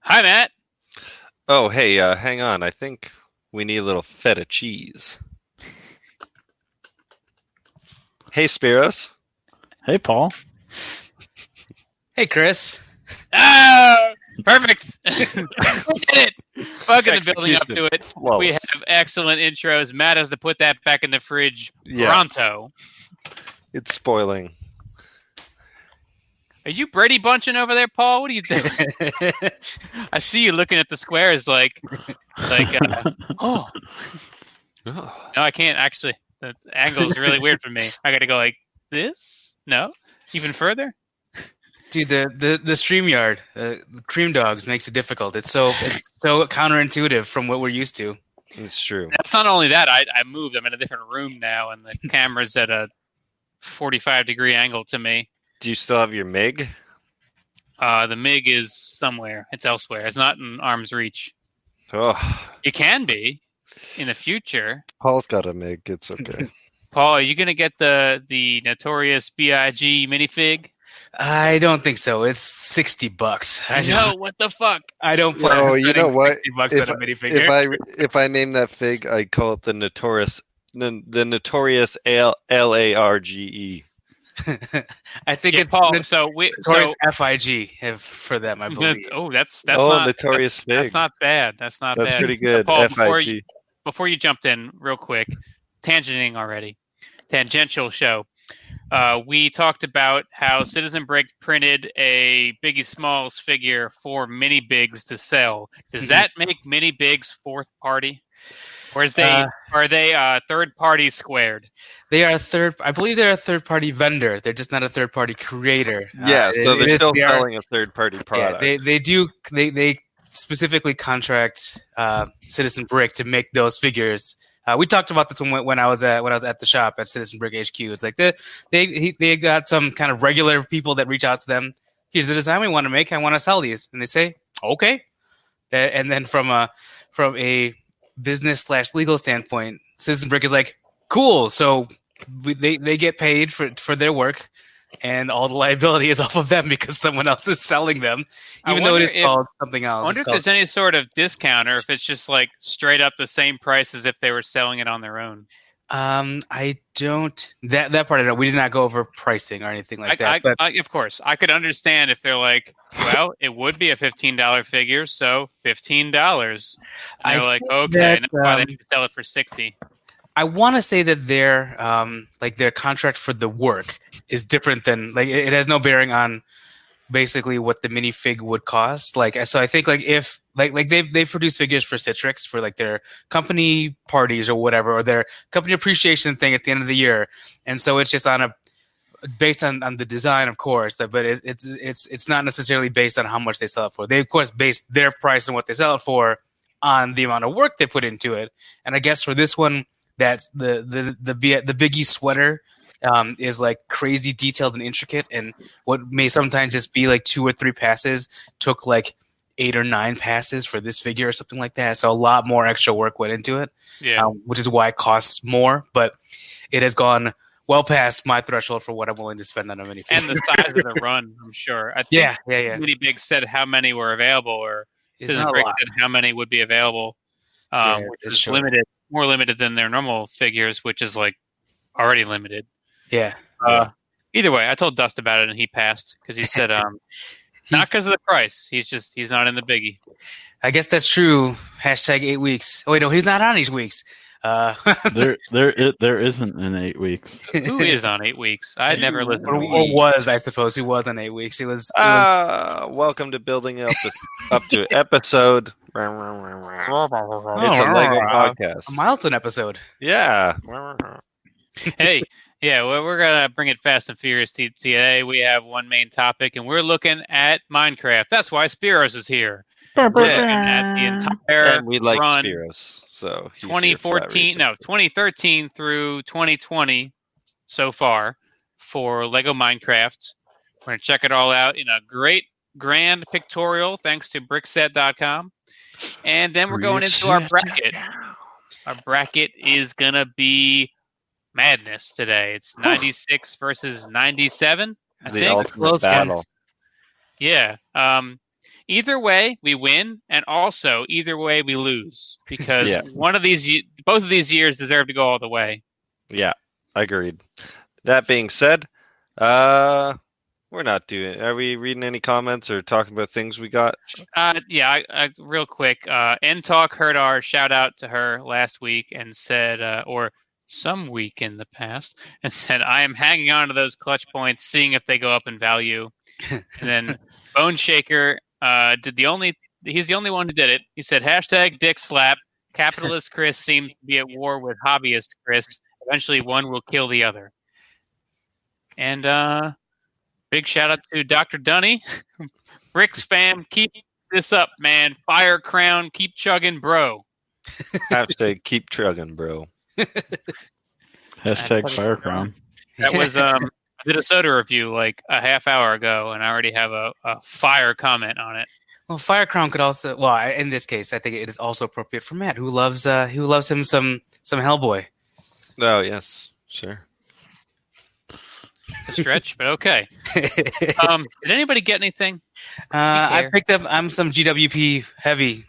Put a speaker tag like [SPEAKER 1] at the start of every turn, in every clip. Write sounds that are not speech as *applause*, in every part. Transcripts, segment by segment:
[SPEAKER 1] Hi, Matt.
[SPEAKER 2] Oh, hey, uh, hang on. I think we need a little feta cheese. Hey, Spiros.
[SPEAKER 3] Hey, Paul.
[SPEAKER 4] Hey, Chris.
[SPEAKER 1] Ah, perfect. *laughs* we did it. Fucking the building up to
[SPEAKER 2] Execution.
[SPEAKER 1] it. We
[SPEAKER 2] Flawless.
[SPEAKER 1] have excellent intros. Matt has to put that back in the fridge
[SPEAKER 2] Yeah.
[SPEAKER 1] pronto.
[SPEAKER 2] It's spoiling.
[SPEAKER 1] Are you Brady bunching over there, Paul? What are you
[SPEAKER 2] *laughs*
[SPEAKER 1] doing? I see you looking at the squares like, like.
[SPEAKER 2] *laughs*
[SPEAKER 1] Uh, oh
[SPEAKER 2] Oh.
[SPEAKER 1] no, I can't actually. That angle's really weird for me. I got to go like this. No, even further.
[SPEAKER 4] Dude, the the the Streamyard, uh, the cream dogs makes it difficult. It's so it's so counterintuitive from what we're used to.
[SPEAKER 2] It's true.
[SPEAKER 1] That's not only that. I, I moved. I'm in a different room now, and the camera's at a 45 degree angle to me.
[SPEAKER 2] Do you still have your MIG?
[SPEAKER 1] Uh, the MiG is somewhere. It's elsewhere. It's not in arm's reach.
[SPEAKER 2] Oh,
[SPEAKER 1] It can be in the future.
[SPEAKER 2] Paul's got a MIG. It's
[SPEAKER 4] *laughs*
[SPEAKER 2] okay.
[SPEAKER 1] Paul, are you gonna get the the notorious Big minifig?
[SPEAKER 4] I don't think so. It's sixty bucks. I
[SPEAKER 1] know
[SPEAKER 4] don't.
[SPEAKER 1] what the fuck.
[SPEAKER 4] I don't plan.
[SPEAKER 2] No,
[SPEAKER 4] on
[SPEAKER 2] you know
[SPEAKER 4] spending
[SPEAKER 2] what?
[SPEAKER 4] Sixty bucks
[SPEAKER 2] If
[SPEAKER 4] on a
[SPEAKER 2] if
[SPEAKER 4] minifigure.
[SPEAKER 2] I if I name that fig, I call it the notorious the, the notorious L L A R G E.
[SPEAKER 4] *laughs* I, think
[SPEAKER 1] Yeah,
[SPEAKER 4] it's
[SPEAKER 1] Paul.
[SPEAKER 4] the
[SPEAKER 1] so we
[SPEAKER 4] Toys
[SPEAKER 1] so
[SPEAKER 4] FIG have for them. I believe.
[SPEAKER 1] that's, oh, that's that's
[SPEAKER 2] Oh,
[SPEAKER 1] not
[SPEAKER 2] notorious
[SPEAKER 1] that's, that's
[SPEAKER 2] fig.
[SPEAKER 1] not bad. That's not
[SPEAKER 2] That's
[SPEAKER 1] bad.
[SPEAKER 2] pretty good.
[SPEAKER 1] Paul,
[SPEAKER 2] F
[SPEAKER 1] before
[SPEAKER 2] I
[SPEAKER 1] you-
[SPEAKER 2] G.
[SPEAKER 1] before you jumped in, real quick, tangenting already, tangential show. Uh, we talked about how Citizen Brick printed a Biggie Smalls figure for Mini Bigs to sell. Does
[SPEAKER 4] Mhm.
[SPEAKER 1] that make Mini Bigs fourth party, or is they
[SPEAKER 4] Uh,
[SPEAKER 1] are they uh, third party squared?
[SPEAKER 4] They are a third. I believe they're a third party vendor. They're just not a third party creator. Uh,
[SPEAKER 2] Yeah, so
[SPEAKER 4] it-
[SPEAKER 2] they're
[SPEAKER 4] it is-
[SPEAKER 2] still
[SPEAKER 4] they are-
[SPEAKER 2] selling a third party
[SPEAKER 4] Yeah,
[SPEAKER 2] product.
[SPEAKER 4] they they do they they specifically contract uh, Citizen Brick to make those figures. Uh, we talked about this when when I was at when I was at the shop at Citizen Brick HQ. It's like they they he, they got some kind of regular people that reach out to them. Here's the design we want to make. I want to sell these, and they say okay. That- And then from a from a business slash legal standpoint, Citizen Brick is like cool. So we, they they get paid for for their work, and all the liability is *laughs* off of them because someone else is selling them,
[SPEAKER 1] I
[SPEAKER 4] even though it
[SPEAKER 1] wonder
[SPEAKER 4] is
[SPEAKER 1] if-
[SPEAKER 4] called something
[SPEAKER 1] I
[SPEAKER 4] else.
[SPEAKER 1] wonder
[SPEAKER 4] It's
[SPEAKER 1] if
[SPEAKER 4] called-
[SPEAKER 1] there's any sort of discount, or if it's just like straight up the same price as if they were selling it on their own.
[SPEAKER 4] um, I don't that that part I don't. We did not go over pricing or anything like that.
[SPEAKER 1] I,
[SPEAKER 4] but
[SPEAKER 1] I, I, of course, I could understand if they're like, well, it would be a fifteen dollar figure, so fifteen dollars.
[SPEAKER 4] I
[SPEAKER 1] They're like, okay,
[SPEAKER 4] that,
[SPEAKER 1] and that's why they
[SPEAKER 4] um,
[SPEAKER 1] can sell it for sixty.
[SPEAKER 4] I want to say that their um like their contract for the work is different than like it, it has no bearing on basically what the minifig would cost. Like so I think like if like like they've they've produced figures for Citrix for like their company parties or whatever or their company appreciation thing at the end of the year. And so it's just on a based on, on the design of course but it, it's it's it's not necessarily based on how much they sell it for they of course base their price and what they sell it for on the amount of work they put into it and i guess for this one that's the the the B- the biggie sweater um, is like crazy detailed and intricate and what may sometimes just be like two or three passes took like eight or nine passes for this figure or something like that so a lot more extra work went into it
[SPEAKER 1] Yeah,
[SPEAKER 4] um, which is why it costs more but it has gone well past my threshold for what i'm willing to spend on a minifigure
[SPEAKER 1] and the
[SPEAKER 4] *laughs*
[SPEAKER 1] size of the run, I'm sure. I think
[SPEAKER 4] yeah yeah yeah
[SPEAKER 1] Mini Big said how many were available, or
[SPEAKER 4] it's
[SPEAKER 1] Citizen
[SPEAKER 4] not a
[SPEAKER 1] Brick
[SPEAKER 4] lot
[SPEAKER 1] said how many would be available,
[SPEAKER 4] Yeah,
[SPEAKER 1] um,
[SPEAKER 4] it's-
[SPEAKER 1] which
[SPEAKER 4] it's
[SPEAKER 1] is
[SPEAKER 4] short.
[SPEAKER 1] limited, more limited than their normal figures, which is like already limited.
[SPEAKER 4] yeah
[SPEAKER 1] Uh, either way, I told Dust about it, and he passed because he
[SPEAKER 4] *laughs*
[SPEAKER 1] said, um, not because of the price. He's just he's not in the biggie.
[SPEAKER 4] i guess that's true hashtag eight weeks oh wait no he's not on eight weeks uh *laughs*
[SPEAKER 3] there, there, i there isn't in eight weeks.
[SPEAKER 1] Who is on eight weeks? I had never listened.
[SPEAKER 4] or,
[SPEAKER 1] to
[SPEAKER 4] or was I suppose he was on eight weeks. He was. he
[SPEAKER 2] Ah,
[SPEAKER 4] was-
[SPEAKER 2] welcome to building up this, up
[SPEAKER 4] *laughs*
[SPEAKER 2] to episode. it's a Lego
[SPEAKER 4] a
[SPEAKER 2] podcast.
[SPEAKER 4] milestone episode.
[SPEAKER 2] Yeah.
[SPEAKER 1] hey, yeah, well, we're gonna bring it fast and furious to- today. We have one main topic, and we're looking at Minecraft. That's why Spiros is here. We're looking at the entire
[SPEAKER 2] And we like
[SPEAKER 1] run
[SPEAKER 2] Spiros, so he's here for that
[SPEAKER 1] 2014,
[SPEAKER 2] reason.
[SPEAKER 1] no, 2013 through 2020 so far for Lego Minecraft. We're gonna check it all out in a great grand pictorial, thanks to Brickset.com, and then we're going into our bracket. Our bracket is gonna be madness today. It's 96 versus 97. I
[SPEAKER 2] the
[SPEAKER 1] think.
[SPEAKER 2] ultimate
[SPEAKER 4] Close
[SPEAKER 2] battle.
[SPEAKER 4] ones.
[SPEAKER 1] Yeah. Um, Either way, we win, and also either way, we lose because
[SPEAKER 2] Yeah.
[SPEAKER 1] one of these, ye- both of these years deserve to go all the way.
[SPEAKER 2] Yeah, agreed. That being said, uh we're not doing are we reading any comments or talking about things we got?
[SPEAKER 1] Uh, yeah, I, I, real quick. Uh, N Talk heard our shout out to her last week and said, uh, or some week in the past, *laughs* and said, I am hanging on to those clutch points, seeing if they go up in value. and then Bone Shaker uh, did the only, he's the only one who did it. He said, hashtag dick slap. Capitalist Chris seems to be at war with hobbyist Chris. Eventually, one will kill the other. And uh, big shout out to Dr. Dunny. *laughs* Bricks fam, keep this up, man. Fire crown, keep chugging, bro.
[SPEAKER 2] Have
[SPEAKER 4] *laughs*
[SPEAKER 2] to keep chugging, bro.
[SPEAKER 3] Hashtag
[SPEAKER 1] That's-
[SPEAKER 3] Firecrown.
[SPEAKER 1] That
[SPEAKER 4] *laughs*
[SPEAKER 1] was um I did a soda review like a half hour ago and I already have a, a fire comment on it.
[SPEAKER 4] Well, Fire Crown could also. Well, I- in this case, I think it is also appropriate for Matt, who loves uh, who loves him some some Hellboy.
[SPEAKER 2] Oh yes, sure.
[SPEAKER 1] It's A stretch, but
[SPEAKER 4] *laughs*
[SPEAKER 1] okay. Um did anybody get anything?
[SPEAKER 4] Uh, I
[SPEAKER 1] fair.
[SPEAKER 4] picked up. I'm some GWP heavy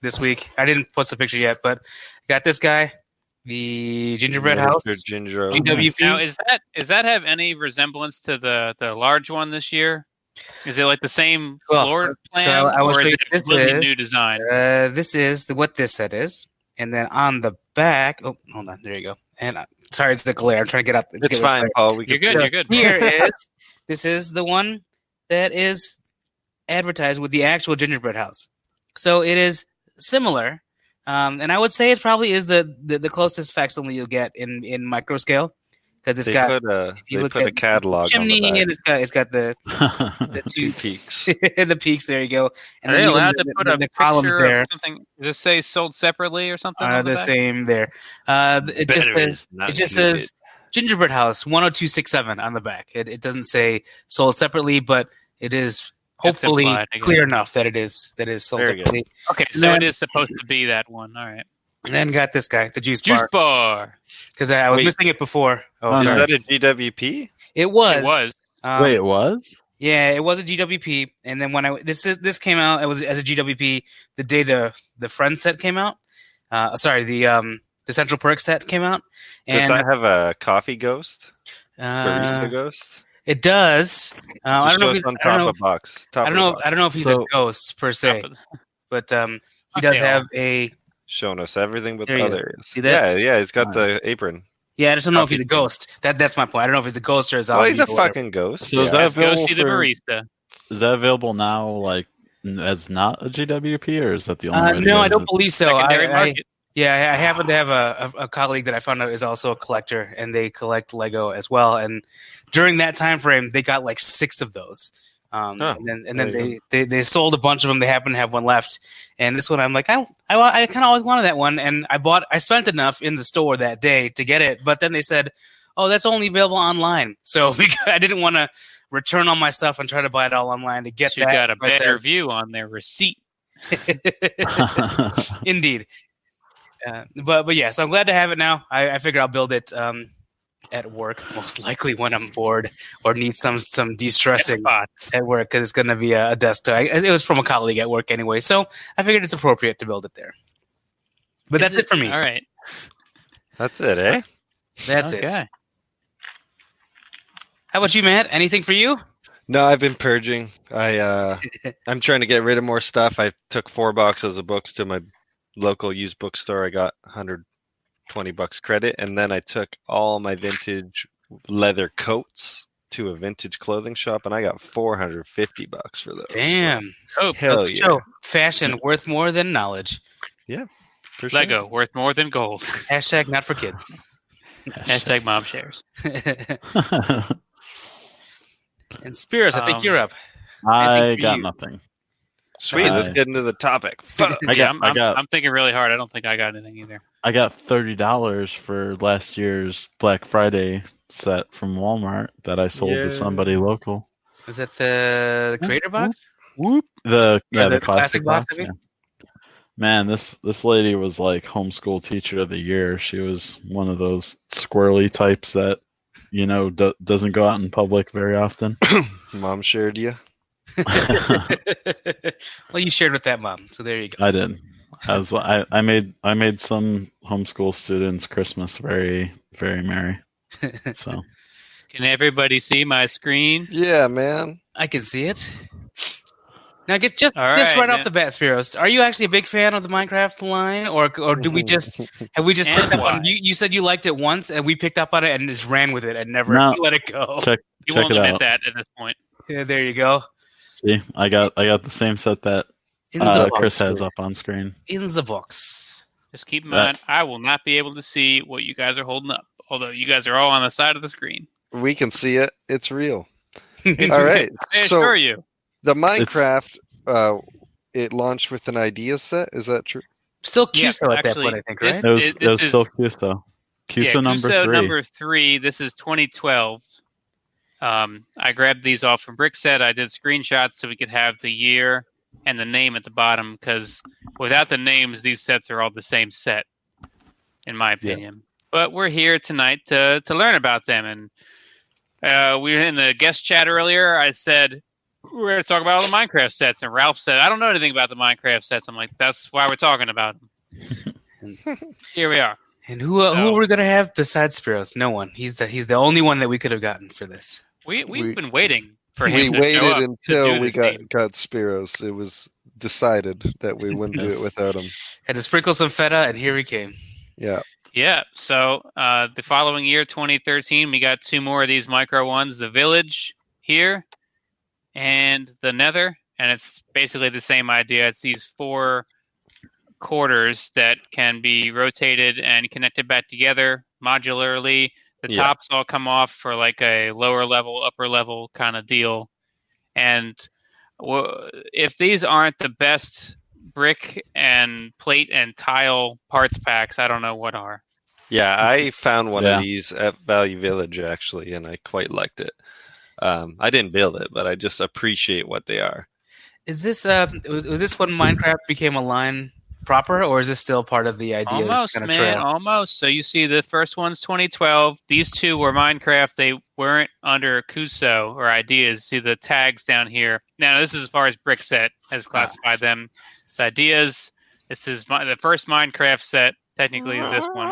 [SPEAKER 4] this week. I didn't post a picture yet, but got this guy, the Gingerbread House.
[SPEAKER 2] Mr. Ginger Ale.
[SPEAKER 3] Ginger-
[SPEAKER 4] GWP.
[SPEAKER 1] Now is that is that have any resemblance to the the large one this year? Is it like the same
[SPEAKER 4] Well,
[SPEAKER 1] floor plan
[SPEAKER 4] so I was
[SPEAKER 1] or is it
[SPEAKER 4] thinking
[SPEAKER 1] a
[SPEAKER 4] this
[SPEAKER 1] completely
[SPEAKER 4] is-
[SPEAKER 1] new design?
[SPEAKER 4] Uh, this is the, what this set is, and then on the back. Oh, hold on. There you go. And uh, sorry, it's the glare. I'm trying to get up.
[SPEAKER 2] It's
[SPEAKER 4] get
[SPEAKER 2] fine, Paul. We
[SPEAKER 1] You're
[SPEAKER 2] can
[SPEAKER 1] good,
[SPEAKER 4] So
[SPEAKER 1] you're good.
[SPEAKER 4] Here
[SPEAKER 1] *laughs*
[SPEAKER 4] is this is the one that is advertised with the actual gingerbread house. So it is similar, um, and I would say it probably is the the, the closest facsimile you'll get in in micro scale because it's
[SPEAKER 2] they
[SPEAKER 4] got
[SPEAKER 2] put a
[SPEAKER 4] you
[SPEAKER 2] they
[SPEAKER 4] look
[SPEAKER 2] put a
[SPEAKER 4] at
[SPEAKER 2] catalog
[SPEAKER 4] chimney
[SPEAKER 2] on the back.
[SPEAKER 4] and it's got it's got the *laughs*
[SPEAKER 3] *laughs*
[SPEAKER 4] the
[SPEAKER 2] two
[SPEAKER 4] two
[SPEAKER 2] peaks.
[SPEAKER 4] the peaks. There you go. And
[SPEAKER 1] Are they
[SPEAKER 4] you
[SPEAKER 1] allowed
[SPEAKER 4] can-
[SPEAKER 1] to put
[SPEAKER 4] the,
[SPEAKER 1] a
[SPEAKER 4] the columns
[SPEAKER 1] picture
[SPEAKER 4] there Uh,
[SPEAKER 1] Of something does it say sold separately or something?
[SPEAKER 4] are
[SPEAKER 1] on
[SPEAKER 4] the
[SPEAKER 1] back?
[SPEAKER 4] same there. Uh, it just
[SPEAKER 2] Better
[SPEAKER 4] says
[SPEAKER 2] is not
[SPEAKER 4] it just
[SPEAKER 2] needed.
[SPEAKER 4] says gingerbread house 10267 on the back it, it doesn't say sold separately but it is
[SPEAKER 1] It's
[SPEAKER 4] hopefully
[SPEAKER 1] implied, I guess.
[SPEAKER 4] clear enough that it is that is sold
[SPEAKER 2] Very good.
[SPEAKER 4] separately
[SPEAKER 1] Okay, so
[SPEAKER 4] Then-
[SPEAKER 1] it is supposed to be that one. All right.
[SPEAKER 4] and then got this guy the juice,
[SPEAKER 1] Juice
[SPEAKER 4] bar
[SPEAKER 1] bar.
[SPEAKER 4] because I, I was
[SPEAKER 2] Wait.
[SPEAKER 4] missing it before oh,
[SPEAKER 3] Oh,
[SPEAKER 2] Is
[SPEAKER 3] no.
[SPEAKER 4] sorry.
[SPEAKER 2] that a GWP?
[SPEAKER 4] it was,
[SPEAKER 1] It was.
[SPEAKER 4] um,
[SPEAKER 3] Wait, it was?
[SPEAKER 4] yeah it was a gwp and then when i this is this came out it was as a gwp the day the the friend set came out uh sorry the um the central perk set came out
[SPEAKER 2] Does
[SPEAKER 4] and
[SPEAKER 2] that have a coffee ghost? Barista
[SPEAKER 4] uh,
[SPEAKER 2] ghost?
[SPEAKER 4] it does uh, i
[SPEAKER 2] Just
[SPEAKER 4] don't know
[SPEAKER 2] shows
[SPEAKER 4] if it-
[SPEAKER 2] on
[SPEAKER 4] I don't know
[SPEAKER 2] top
[SPEAKER 4] if-
[SPEAKER 2] of box. Top
[SPEAKER 4] I don't
[SPEAKER 2] of
[SPEAKER 4] know.
[SPEAKER 2] the box.
[SPEAKER 4] I don't know if he's
[SPEAKER 3] So-
[SPEAKER 4] a ghost per se, but um, he
[SPEAKER 1] Aren't
[SPEAKER 4] does
[SPEAKER 1] they all?
[SPEAKER 4] have a.
[SPEAKER 2] showing us everything but
[SPEAKER 4] There
[SPEAKER 2] the
[SPEAKER 4] you
[SPEAKER 2] other
[SPEAKER 4] go.
[SPEAKER 2] areas.
[SPEAKER 4] See that?
[SPEAKER 2] Yeah, yeah, he's got
[SPEAKER 3] Nice.
[SPEAKER 2] the apron.
[SPEAKER 4] Yeah, I just don't know if he's a
[SPEAKER 2] Obviously.
[SPEAKER 4] ghost. That that's my point. I don't know if he's a ghost or a zombie.
[SPEAKER 2] well, he's a
[SPEAKER 4] or whatever.
[SPEAKER 2] fucking ghost.
[SPEAKER 3] So is
[SPEAKER 2] yeah.
[SPEAKER 3] that
[SPEAKER 1] Yes, go
[SPEAKER 3] available
[SPEAKER 1] see the
[SPEAKER 3] for-
[SPEAKER 1] barista.
[SPEAKER 3] Is that available now, like, n- as not a GWP, or is that the only
[SPEAKER 4] Uh,
[SPEAKER 3] way to
[SPEAKER 4] no,
[SPEAKER 3] get
[SPEAKER 4] I
[SPEAKER 3] it?
[SPEAKER 4] don't believe so. I,
[SPEAKER 1] Secondary
[SPEAKER 4] I-
[SPEAKER 1] market.
[SPEAKER 4] yeah, I, I happen to have a, a, a colleague that I found out is also a collector, and they collect Lego as well. And during that time frame, they got like six of those. Um,
[SPEAKER 2] Huh.
[SPEAKER 4] and then, and then
[SPEAKER 2] There you
[SPEAKER 4] they, they, they sold a bunch of them. They happen to have one left, and this one I'm like, I I, wa- I kind of always wanted that one, and I bought I spent enough in the store that day to get it, but then they said, oh, that's only available online. *laughs* So I didn't want to return all my stuff and try to buy it all online to get
[SPEAKER 1] you
[SPEAKER 4] that.
[SPEAKER 1] got a
[SPEAKER 4] but
[SPEAKER 1] better view on their receipt.
[SPEAKER 4] *laughs* then- Indeed. Uh, but but yeah, so I'm glad to have it now. I, I figure I'll build it um, at work, most *laughs* likely when I'm bored or need some some de stressing
[SPEAKER 1] Spots.
[SPEAKER 4] at work because it's going to be a, a desk. To, I, it was from a colleague at work anyway, so I figured it's appropriate to build it there. But that's it, for me.
[SPEAKER 1] All right.
[SPEAKER 2] That's it, eh?
[SPEAKER 4] That's it.
[SPEAKER 1] okay.
[SPEAKER 4] How about you, Matt? Anything for you?
[SPEAKER 2] No, I've been purging. I
[SPEAKER 4] *laughs*
[SPEAKER 2] uh I'm trying to get rid of more stuff. I took four boxes of books to my local used bookstore. I got 120 bucks credit and then I took all my vintage leather coats to a vintage clothing shop and I got 450 bucks for those.
[SPEAKER 4] Damn.
[SPEAKER 1] Oh,
[SPEAKER 2] Hell
[SPEAKER 4] Let's
[SPEAKER 2] yeah.
[SPEAKER 4] show. Fashion worth more than knowledge.
[SPEAKER 2] for sure.
[SPEAKER 1] Lego worth more than
[SPEAKER 4] *laughs*
[SPEAKER 1] gold.
[SPEAKER 4] Hashtag not for kids. *laughs*
[SPEAKER 1] Hashtag mom shares.
[SPEAKER 3] *laughs*
[SPEAKER 4] and Spiros, I think
[SPEAKER 1] Um,
[SPEAKER 4] you're up.
[SPEAKER 3] I
[SPEAKER 4] for
[SPEAKER 3] got
[SPEAKER 4] you.
[SPEAKER 3] nothing.
[SPEAKER 2] Sweet, let's
[SPEAKER 3] Hi.
[SPEAKER 2] get into the
[SPEAKER 4] *laughs*
[SPEAKER 2] topic. Fuck.
[SPEAKER 3] I got,
[SPEAKER 1] yeah, I'm,
[SPEAKER 3] I
[SPEAKER 1] I'm-
[SPEAKER 3] got,
[SPEAKER 1] I'm thinking really hard. I don't think I got anything either.
[SPEAKER 3] I got thirty dollars for last year's Black Friday set from Walmart that I sold
[SPEAKER 2] Yeah.
[SPEAKER 3] to somebody local.
[SPEAKER 4] Is that the, the creator box?
[SPEAKER 3] Whoop. The yeah,
[SPEAKER 4] Yeah,
[SPEAKER 3] the,
[SPEAKER 4] the
[SPEAKER 3] classic,
[SPEAKER 4] classic box,
[SPEAKER 3] box.
[SPEAKER 4] I mean.
[SPEAKER 3] yeah. Man, this this lady was like homeschool teacher of the year. She was one of those squirrely types that you know do, doesn't go out in public very often.
[SPEAKER 2] Mom shared you.
[SPEAKER 4] *laughs* well, you shared with that mom, so there you go.
[SPEAKER 3] I did. As I, I made I made some homeschool students Christmas very
[SPEAKER 1] *laughs*
[SPEAKER 3] very merry. So
[SPEAKER 1] Can everybody see my screen?
[SPEAKER 2] Yeah, man.
[SPEAKER 4] I can see it. Now, get just,
[SPEAKER 1] All
[SPEAKER 4] just
[SPEAKER 1] right,
[SPEAKER 4] right
[SPEAKER 1] man.
[SPEAKER 4] off the bat, Spiros. Are you actually a big fan of the Minecraft line, or or do
[SPEAKER 2] *laughs*
[SPEAKER 4] we just have we just
[SPEAKER 1] And
[SPEAKER 4] picked up
[SPEAKER 1] why?
[SPEAKER 4] on you? You said you liked it once, and we picked up on it and just ran with it and never
[SPEAKER 3] No.
[SPEAKER 4] *laughs* let it go.
[SPEAKER 3] check
[SPEAKER 1] You
[SPEAKER 3] check
[SPEAKER 1] won't
[SPEAKER 3] it
[SPEAKER 1] admit
[SPEAKER 3] out.
[SPEAKER 1] that at this point.
[SPEAKER 4] Yeah, there you go.
[SPEAKER 3] See, I got I got the same set that
[SPEAKER 4] In the
[SPEAKER 3] uh,
[SPEAKER 4] box.
[SPEAKER 3] Chris has up on screen.
[SPEAKER 4] In the
[SPEAKER 3] *laughs*
[SPEAKER 4] box.
[SPEAKER 1] Just keep in
[SPEAKER 3] That-
[SPEAKER 1] mind, I will not be able to see what you guys are holding up. Although you guys are all on the side of the screen,
[SPEAKER 2] We can see it. It's real.
[SPEAKER 4] All
[SPEAKER 2] All right.
[SPEAKER 1] I
[SPEAKER 2] So
[SPEAKER 1] assure you.
[SPEAKER 2] the Minecraft, uh, it launched with an idea set. Is that true?
[SPEAKER 4] Still QSO
[SPEAKER 1] Yeah,
[SPEAKER 4] at that
[SPEAKER 1] actually,
[SPEAKER 4] point, I think,
[SPEAKER 1] this-
[SPEAKER 4] right?
[SPEAKER 3] It was
[SPEAKER 1] It-
[SPEAKER 3] it was
[SPEAKER 1] this is-
[SPEAKER 3] still Cuso. Cuso
[SPEAKER 1] yeah,
[SPEAKER 3] number
[SPEAKER 1] Cuso
[SPEAKER 3] three.
[SPEAKER 1] number three. This is 2012. Um, I grabbed these off from Brickset. I did screenshots so we could have the year and the name at the bottom because without the names, these sets are all the same set, in my
[SPEAKER 2] Yeah.
[SPEAKER 1] opinion. But we're here tonight to to learn about them. And uh, we were in the guest chat earlier. I said we're going to talk about all the Minecraft sets, and Ralph said I don't know anything about the Minecraft sets. I'm like, that's why we're talking about them. here we are.
[SPEAKER 4] And who uh, who
[SPEAKER 1] No.
[SPEAKER 4] are we gonna have besides Spiros? No one. He's the he's the only one that we could have gotten for this.
[SPEAKER 1] We we've
[SPEAKER 2] We-
[SPEAKER 1] been waiting for
[SPEAKER 2] *laughs* We
[SPEAKER 1] him. to show
[SPEAKER 2] waited
[SPEAKER 1] up to
[SPEAKER 2] until
[SPEAKER 1] do
[SPEAKER 2] we
[SPEAKER 1] this
[SPEAKER 2] got
[SPEAKER 1] thing.
[SPEAKER 2] got Spiros. It was decided that we wouldn't do it
[SPEAKER 3] *laughs* Yes.
[SPEAKER 2] without him.
[SPEAKER 4] Had to sprinkle some feta, and here he came.
[SPEAKER 2] Yeah.
[SPEAKER 1] Yeah. So uh, the following year, 2013, we got two more of these micro ones: the Village here, and the Nether. And it's basically the same idea. It's these four quarters that can be rotated and connected back together modularly. The
[SPEAKER 2] Yeah.
[SPEAKER 1] tops all come off for like a lower level, upper level kind of deal. And wha- if these aren't the best brick and plate and tile parts packs, I don't know what are.
[SPEAKER 2] Yeah, I found one
[SPEAKER 3] Yeah.
[SPEAKER 2] of these at Value Village actually, and I quite liked it. Um, I didn't build it, but I just appreciate what they are. *laughs*
[SPEAKER 4] Is this uh was, was this when Minecraft became a line proper, or is this still part of the idea?
[SPEAKER 1] Almost,
[SPEAKER 4] kind
[SPEAKER 1] man,
[SPEAKER 4] of trail? *laughs*
[SPEAKER 1] almost. So you see, the first one's 2012. These two were Minecraft. They weren't under Kuso or ideas. See the tags down here. Now this is as far as Brickset has classified them. It's ideas. This is my, the first Minecraft set. Technically, is this one?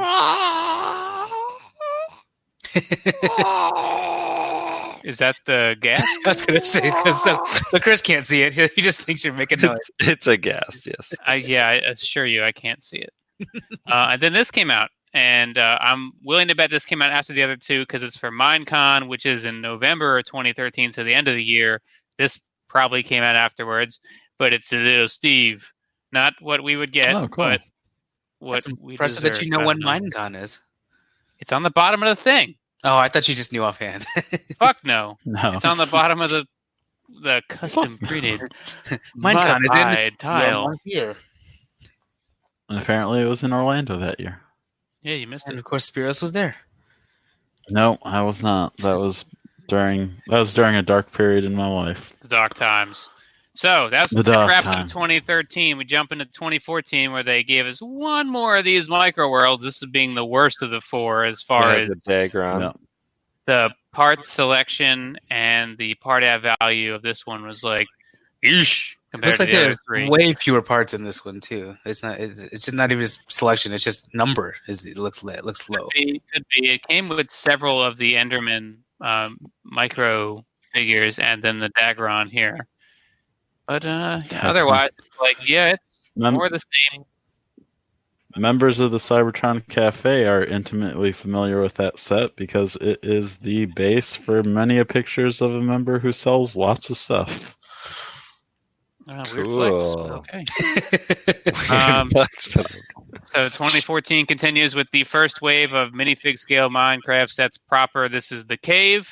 [SPEAKER 1] Is that the gas?
[SPEAKER 4] I was gonna say because so, so Chris can't see it. *laughs* He just thinks you're making noise.
[SPEAKER 2] It's a gas, yes.
[SPEAKER 1] I, yeah, I assure you, I can't see it. uh, and then this came out, and uh, I'm willing to bet this came out after the other two because it's for Minecon, which is in November of 2013, so the end of the year. This probably came out afterwards, but it's a little Steve, not what we would get,
[SPEAKER 3] Oh, cool.
[SPEAKER 1] but what
[SPEAKER 4] That's
[SPEAKER 1] we
[SPEAKER 4] impressive that
[SPEAKER 1] deserve.
[SPEAKER 4] you
[SPEAKER 1] I
[SPEAKER 4] know
[SPEAKER 1] don't
[SPEAKER 4] when Minecon is.
[SPEAKER 1] It's on the bottom of the
[SPEAKER 4] *laughs*
[SPEAKER 1] thing.
[SPEAKER 4] Oh, I thought you just knew offhand. *laughs*
[SPEAKER 1] Fuck no,
[SPEAKER 3] No,
[SPEAKER 1] it's on the bottom of the the custom printed
[SPEAKER 4] *laughs* Minecon is in
[SPEAKER 1] modified tile.
[SPEAKER 4] here.
[SPEAKER 3] And apparently it was in Orlando that year.
[SPEAKER 1] Yeah, you missed
[SPEAKER 4] And
[SPEAKER 1] it.
[SPEAKER 4] of course, Spiros was there.
[SPEAKER 3] No, I was not. That was during that was during a dark period in my life.
[SPEAKER 1] the dark times. So that's
[SPEAKER 3] The
[SPEAKER 1] the
[SPEAKER 3] dark
[SPEAKER 1] wraps up
[SPEAKER 3] times.
[SPEAKER 1] 2013. We jump into 2014 where they gave us one more of these micro worlds. This is being the worst of the four as far
[SPEAKER 2] Yeah,
[SPEAKER 1] as
[SPEAKER 2] the Dagron.
[SPEAKER 3] No.
[SPEAKER 1] the part selection and the part at value of this one was like, eesh, compared
[SPEAKER 4] Looks
[SPEAKER 1] to
[SPEAKER 4] like
[SPEAKER 1] the other
[SPEAKER 4] there's
[SPEAKER 1] three.
[SPEAKER 4] way fewer parts in this one too. It's not. It's, it's not even just selection. It's just number. Is it looks it looks low.
[SPEAKER 1] Could be, could be. It came with several of the Enderman um, micro figures and then the Dagron here. But uh, yeah, otherwise, it's like, yeah, it's
[SPEAKER 3] Mem-
[SPEAKER 1] more of the same.
[SPEAKER 3] Members of the Cybertron Cafe are intimately familiar with that set because it is the base for many a pictures of a member who sells lots of stuff.
[SPEAKER 1] Uh, weird flex, but
[SPEAKER 2] Cool.
[SPEAKER 1] okay. Um,
[SPEAKER 2] *laughs* Um,
[SPEAKER 1] So 2014 continues with the first wave of minifig scale Minecraft sets proper. This is the cave.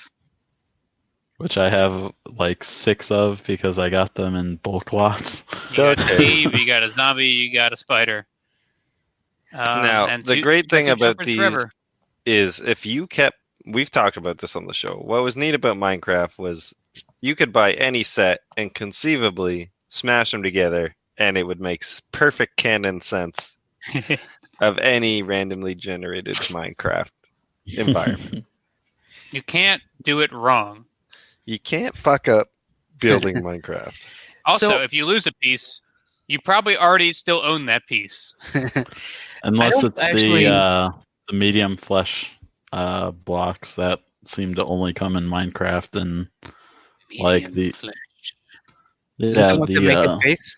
[SPEAKER 3] Which I have like six of because I got them in bulk lots.
[SPEAKER 1] You
[SPEAKER 3] *laughs*
[SPEAKER 1] got a
[SPEAKER 2] Okay.
[SPEAKER 1] cave. You got a zombie. You got a spider. Um,
[SPEAKER 2] Now,
[SPEAKER 1] and
[SPEAKER 2] the
[SPEAKER 1] two-
[SPEAKER 2] great
[SPEAKER 1] you got
[SPEAKER 2] thing
[SPEAKER 1] two
[SPEAKER 2] about
[SPEAKER 1] jumpers
[SPEAKER 2] these-
[SPEAKER 1] forever.
[SPEAKER 2] is if you kept we've talked about this on the show. What was neat about Minecraft was you could buy any set and conceivably smash them together and it would make s- perfect canon
[SPEAKER 4] *laughs*
[SPEAKER 2] sense of any randomly generated Minecraft environment.
[SPEAKER 1] you can't do it wrong.
[SPEAKER 2] you can't fuck up building Minecraft.
[SPEAKER 1] Also,
[SPEAKER 4] So-
[SPEAKER 1] if you lose a piece, you probably already still own that piece.
[SPEAKER 3] Unless
[SPEAKER 4] don't
[SPEAKER 3] it's
[SPEAKER 4] actually-
[SPEAKER 3] the uh, the medium flesh uh, blocks that seem to only come in Minecraft and Like the- yeah,
[SPEAKER 4] *laughs* Someone can
[SPEAKER 3] the
[SPEAKER 4] make
[SPEAKER 3] uh,
[SPEAKER 4] a face.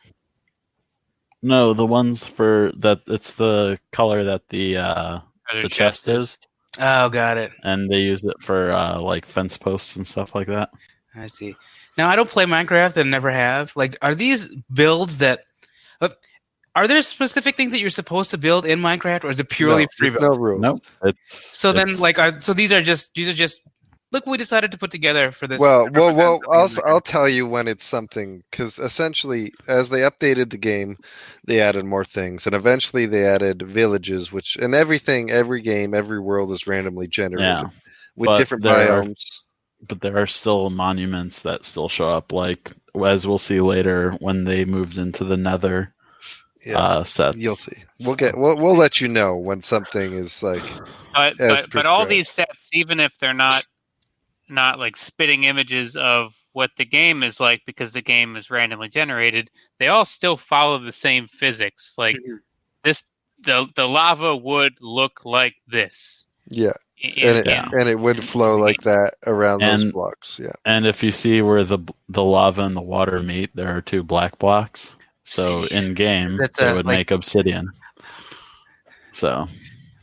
[SPEAKER 3] no the ones for that it's the color that the uh, the chest is,
[SPEAKER 4] Oh, got it.
[SPEAKER 3] and they use it for uh, like fence posts and stuff like that.
[SPEAKER 4] I see. Now I don't play Minecraft and never have. Like, are these builds that? uh, Are there specific things that you're supposed to build in Minecraft, or is it purely
[SPEAKER 2] no,
[SPEAKER 4] free
[SPEAKER 2] there's
[SPEAKER 4] build?
[SPEAKER 2] No rules.
[SPEAKER 3] Nope. It's,
[SPEAKER 4] So then,
[SPEAKER 3] it's-
[SPEAKER 4] like, are so these are just these are just look what we decided to put together for this.
[SPEAKER 2] Well,
[SPEAKER 4] to
[SPEAKER 2] well, well.
[SPEAKER 4] represent something
[SPEAKER 2] I'll
[SPEAKER 4] in Minecraft.
[SPEAKER 2] I'll tell you when it's something because essentially, as they updated the game, they added more things, and eventually they added villages, which and everything, every game, every world is randomly generated
[SPEAKER 3] yeah,
[SPEAKER 2] with
[SPEAKER 3] but
[SPEAKER 2] different
[SPEAKER 3] there are-
[SPEAKER 2] biomes.
[SPEAKER 3] but there are still monuments that still show up. Like as we'll see later when they moved into the Nether
[SPEAKER 2] Yeah,
[SPEAKER 3] uh, sets.
[SPEAKER 2] you'll see. We'll get. We'll we'll let you know when something is like.
[SPEAKER 1] But
[SPEAKER 2] Yeah, it's
[SPEAKER 1] but, but all
[SPEAKER 2] pretty
[SPEAKER 1] these sets, even if they're not not like spitting images of what the game is like because the game is randomly generated, they all still follow the same physics. Like
[SPEAKER 4] Mhm.
[SPEAKER 1] this the the lava would look like this.
[SPEAKER 2] Yeah,
[SPEAKER 1] in-
[SPEAKER 2] and it
[SPEAKER 1] in-
[SPEAKER 3] Yeah.
[SPEAKER 2] and it would flow like that around those
[SPEAKER 3] And-
[SPEAKER 2] blocks. Yeah,
[SPEAKER 3] And if you see where the the lava and the water meet, there are two black blocks. So
[SPEAKER 1] See?
[SPEAKER 3] in game,
[SPEAKER 4] That's
[SPEAKER 3] they
[SPEAKER 4] a,
[SPEAKER 3] would
[SPEAKER 4] like-
[SPEAKER 3] make obsidian. So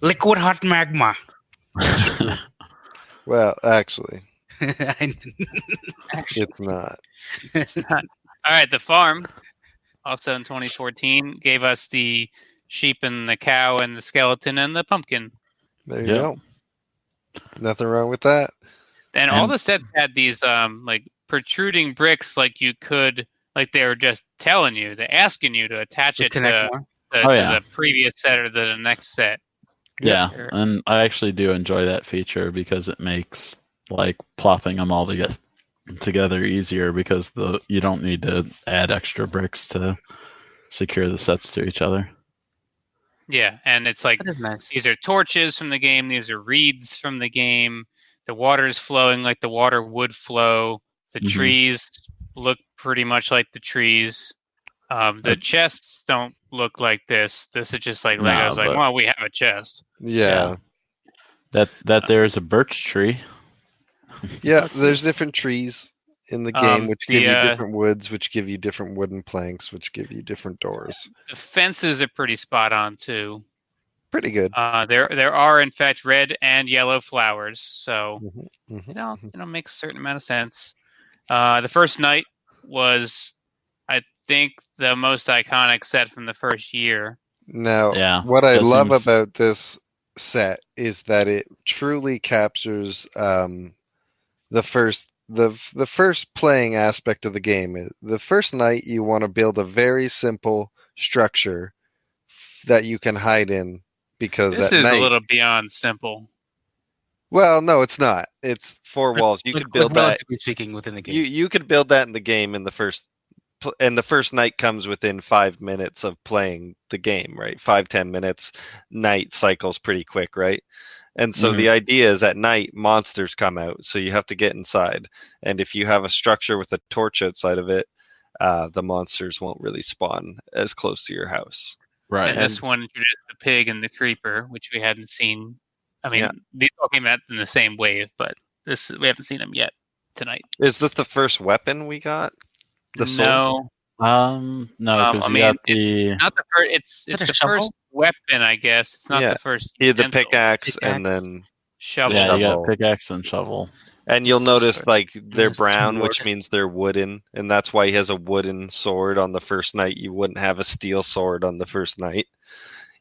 [SPEAKER 4] liquid hot magma. *laughs*
[SPEAKER 2] well, actually,
[SPEAKER 4] I-
[SPEAKER 1] Actually,
[SPEAKER 2] it's not.
[SPEAKER 1] it's not. All right, the farm also in 2014 gave us the sheep and the cow and the skeleton and the pumpkin.
[SPEAKER 2] There you
[SPEAKER 3] Yeah.
[SPEAKER 2] go. Nothing wrong with that.
[SPEAKER 1] And, all
[SPEAKER 3] And-
[SPEAKER 1] the sets had these um like protruding bricks, like you could like they were just telling you, they're asking you to attach it to,
[SPEAKER 2] uh,
[SPEAKER 4] Connect more.
[SPEAKER 1] the,
[SPEAKER 3] Oh,
[SPEAKER 1] to
[SPEAKER 3] yeah.
[SPEAKER 1] the previous set or the next set.
[SPEAKER 3] yeah,
[SPEAKER 1] Sure.
[SPEAKER 3] and I actually do enjoy that feature because it makes like plopping them all together together easier because the you don't need to add extra bricks to secure the sets to each other.
[SPEAKER 1] Yeah, and it's like
[SPEAKER 4] That is nice.
[SPEAKER 1] these are torches from the game, these are reeds from the game. The water is flowing like the water would flow. The
[SPEAKER 3] Mhm.
[SPEAKER 1] trees look pretty much like the trees. Um, the
[SPEAKER 3] Uh,
[SPEAKER 1] chests don't look like this. This is just like
[SPEAKER 3] No,
[SPEAKER 1] Lego's like,
[SPEAKER 3] but-
[SPEAKER 1] well, we have a chest.
[SPEAKER 2] Yeah.
[SPEAKER 3] That that there is a birch tree.
[SPEAKER 2] Yeah, there's different trees in the game
[SPEAKER 1] Um,
[SPEAKER 2] which
[SPEAKER 1] the,
[SPEAKER 2] give you
[SPEAKER 1] uh,
[SPEAKER 2] different woods, which give you different wooden planks, which give you different doors.
[SPEAKER 1] The fences are pretty spot on too.
[SPEAKER 2] Pretty good.
[SPEAKER 1] Uh, there there are in fact red and yellow flowers, so
[SPEAKER 2] Mhm, mhm.
[SPEAKER 1] you know you know makes a certain amount of sense. Uh, the first night was, I think, the most iconic set from the first year.
[SPEAKER 2] Now,
[SPEAKER 3] Yeah,
[SPEAKER 2] what I
[SPEAKER 3] that
[SPEAKER 2] love
[SPEAKER 3] seems-
[SPEAKER 2] about this set is that it truly captures um, the first the the first playing aspect of the game. The first night you want to build a very simple structure that you can hide in because
[SPEAKER 1] This
[SPEAKER 2] at
[SPEAKER 1] is
[SPEAKER 2] night
[SPEAKER 1] a little beyond simple.
[SPEAKER 2] Well, no, it's not. It's
[SPEAKER 1] *laughs*
[SPEAKER 2] four walls. You
[SPEAKER 4] Like-
[SPEAKER 2] could build
[SPEAKER 4] like,
[SPEAKER 2] that.
[SPEAKER 4] relatively speaking, within the game.
[SPEAKER 2] You you could build that in the game in the first, pl- and the first night comes within five minutes of playing the game, right? Five ten minutes. Night cycles pretty quick, right? And so the idea is at night monsters come out, so you have to get inside. And if you have a structure with a torch outside of it, uh, the monsters won't really spawn as close to your house.
[SPEAKER 3] Right.
[SPEAKER 1] And this one introduced the pig and the creeper, which we hadn't seen. I mean,
[SPEAKER 2] Yeah.
[SPEAKER 1] these all came out in the same wave, but this we haven't seen them yet tonight.
[SPEAKER 2] Is this the first weapon we got? The sword?
[SPEAKER 1] no,
[SPEAKER 3] um no,
[SPEAKER 1] Um,
[SPEAKER 3] because
[SPEAKER 1] I
[SPEAKER 3] you
[SPEAKER 1] mean,
[SPEAKER 3] got
[SPEAKER 1] it's-
[SPEAKER 3] the
[SPEAKER 1] not the first. It's
[SPEAKER 4] that
[SPEAKER 1] it's
[SPEAKER 4] a
[SPEAKER 1] the
[SPEAKER 4] shovel?
[SPEAKER 1] first weapon, I guess. It's not
[SPEAKER 2] Yeah.
[SPEAKER 1] the first.
[SPEAKER 2] Yeah, the
[SPEAKER 1] utensil.
[SPEAKER 2] pickaxe, and
[SPEAKER 4] Pickaxe.
[SPEAKER 2] then
[SPEAKER 1] shovel.
[SPEAKER 3] yeah, you
[SPEAKER 2] shovel.
[SPEAKER 3] got pickaxe and shovel.
[SPEAKER 2] And you'll notice like they're
[SPEAKER 4] Yes,
[SPEAKER 2] brown,
[SPEAKER 4] teamwork.
[SPEAKER 2] which means they're wooden, and that's why he has a wooden sword on the first night. You wouldn't have a steel sword on the first night.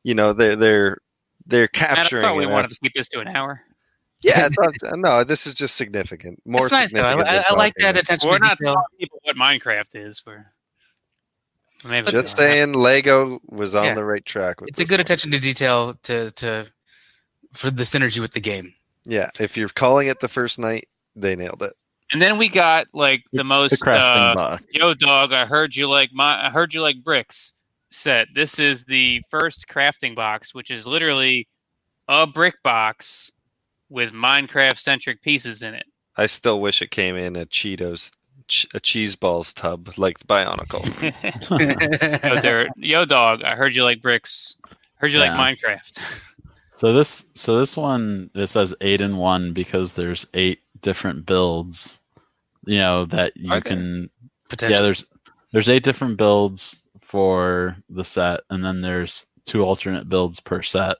[SPEAKER 2] You know, they're they're they're
[SPEAKER 1] Matt, I
[SPEAKER 2] capturing.
[SPEAKER 1] thought we
[SPEAKER 2] it
[SPEAKER 1] wanted
[SPEAKER 2] as-
[SPEAKER 1] to keep this to an hour.
[SPEAKER 4] *laughs*
[SPEAKER 2] Yeah, it's not- no, this is just significant. More
[SPEAKER 4] it's nice though. I,
[SPEAKER 2] significant
[SPEAKER 4] I,
[SPEAKER 2] than
[SPEAKER 4] I like
[SPEAKER 2] talking.
[SPEAKER 4] that attention
[SPEAKER 1] We're
[SPEAKER 4] to
[SPEAKER 1] not
[SPEAKER 4] detail.
[SPEAKER 1] telling people what Minecraft is. We're maybe we
[SPEAKER 2] Just
[SPEAKER 1] are.
[SPEAKER 2] saying, Lego was on
[SPEAKER 4] Yeah.
[SPEAKER 2] the right track. With
[SPEAKER 4] It's a
[SPEAKER 2] this
[SPEAKER 4] good
[SPEAKER 2] one.
[SPEAKER 4] attention to detail to to for the synergy with the game.
[SPEAKER 2] Yeah, if you're calling it the first night, they nailed it.
[SPEAKER 1] And then we got like the
[SPEAKER 3] The
[SPEAKER 1] most
[SPEAKER 3] crafting
[SPEAKER 1] uh,
[SPEAKER 3] box.
[SPEAKER 1] yo dog. I heard you like my. I heard you like bricks. Set. This is the first crafting box, which is literally a brick box with Minecraft centric pieces in it.
[SPEAKER 2] I still wish it came in a Cheetos ch- a cheese balls tub like the
[SPEAKER 4] *laughs*
[SPEAKER 2] Bionicle.
[SPEAKER 1] *laughs* Yo, Derek- Yo, dog. I heard you like bricks. Heard you
[SPEAKER 3] Yeah.
[SPEAKER 1] like Minecraft. *laughs*
[SPEAKER 3] So this so this one it says eight in one because there's eight different builds, you know, that you
[SPEAKER 2] Are there?
[SPEAKER 3] can yeah,
[SPEAKER 4] potentially.
[SPEAKER 3] there's there's eight different builds for the set, and then there's two alternate builds per set.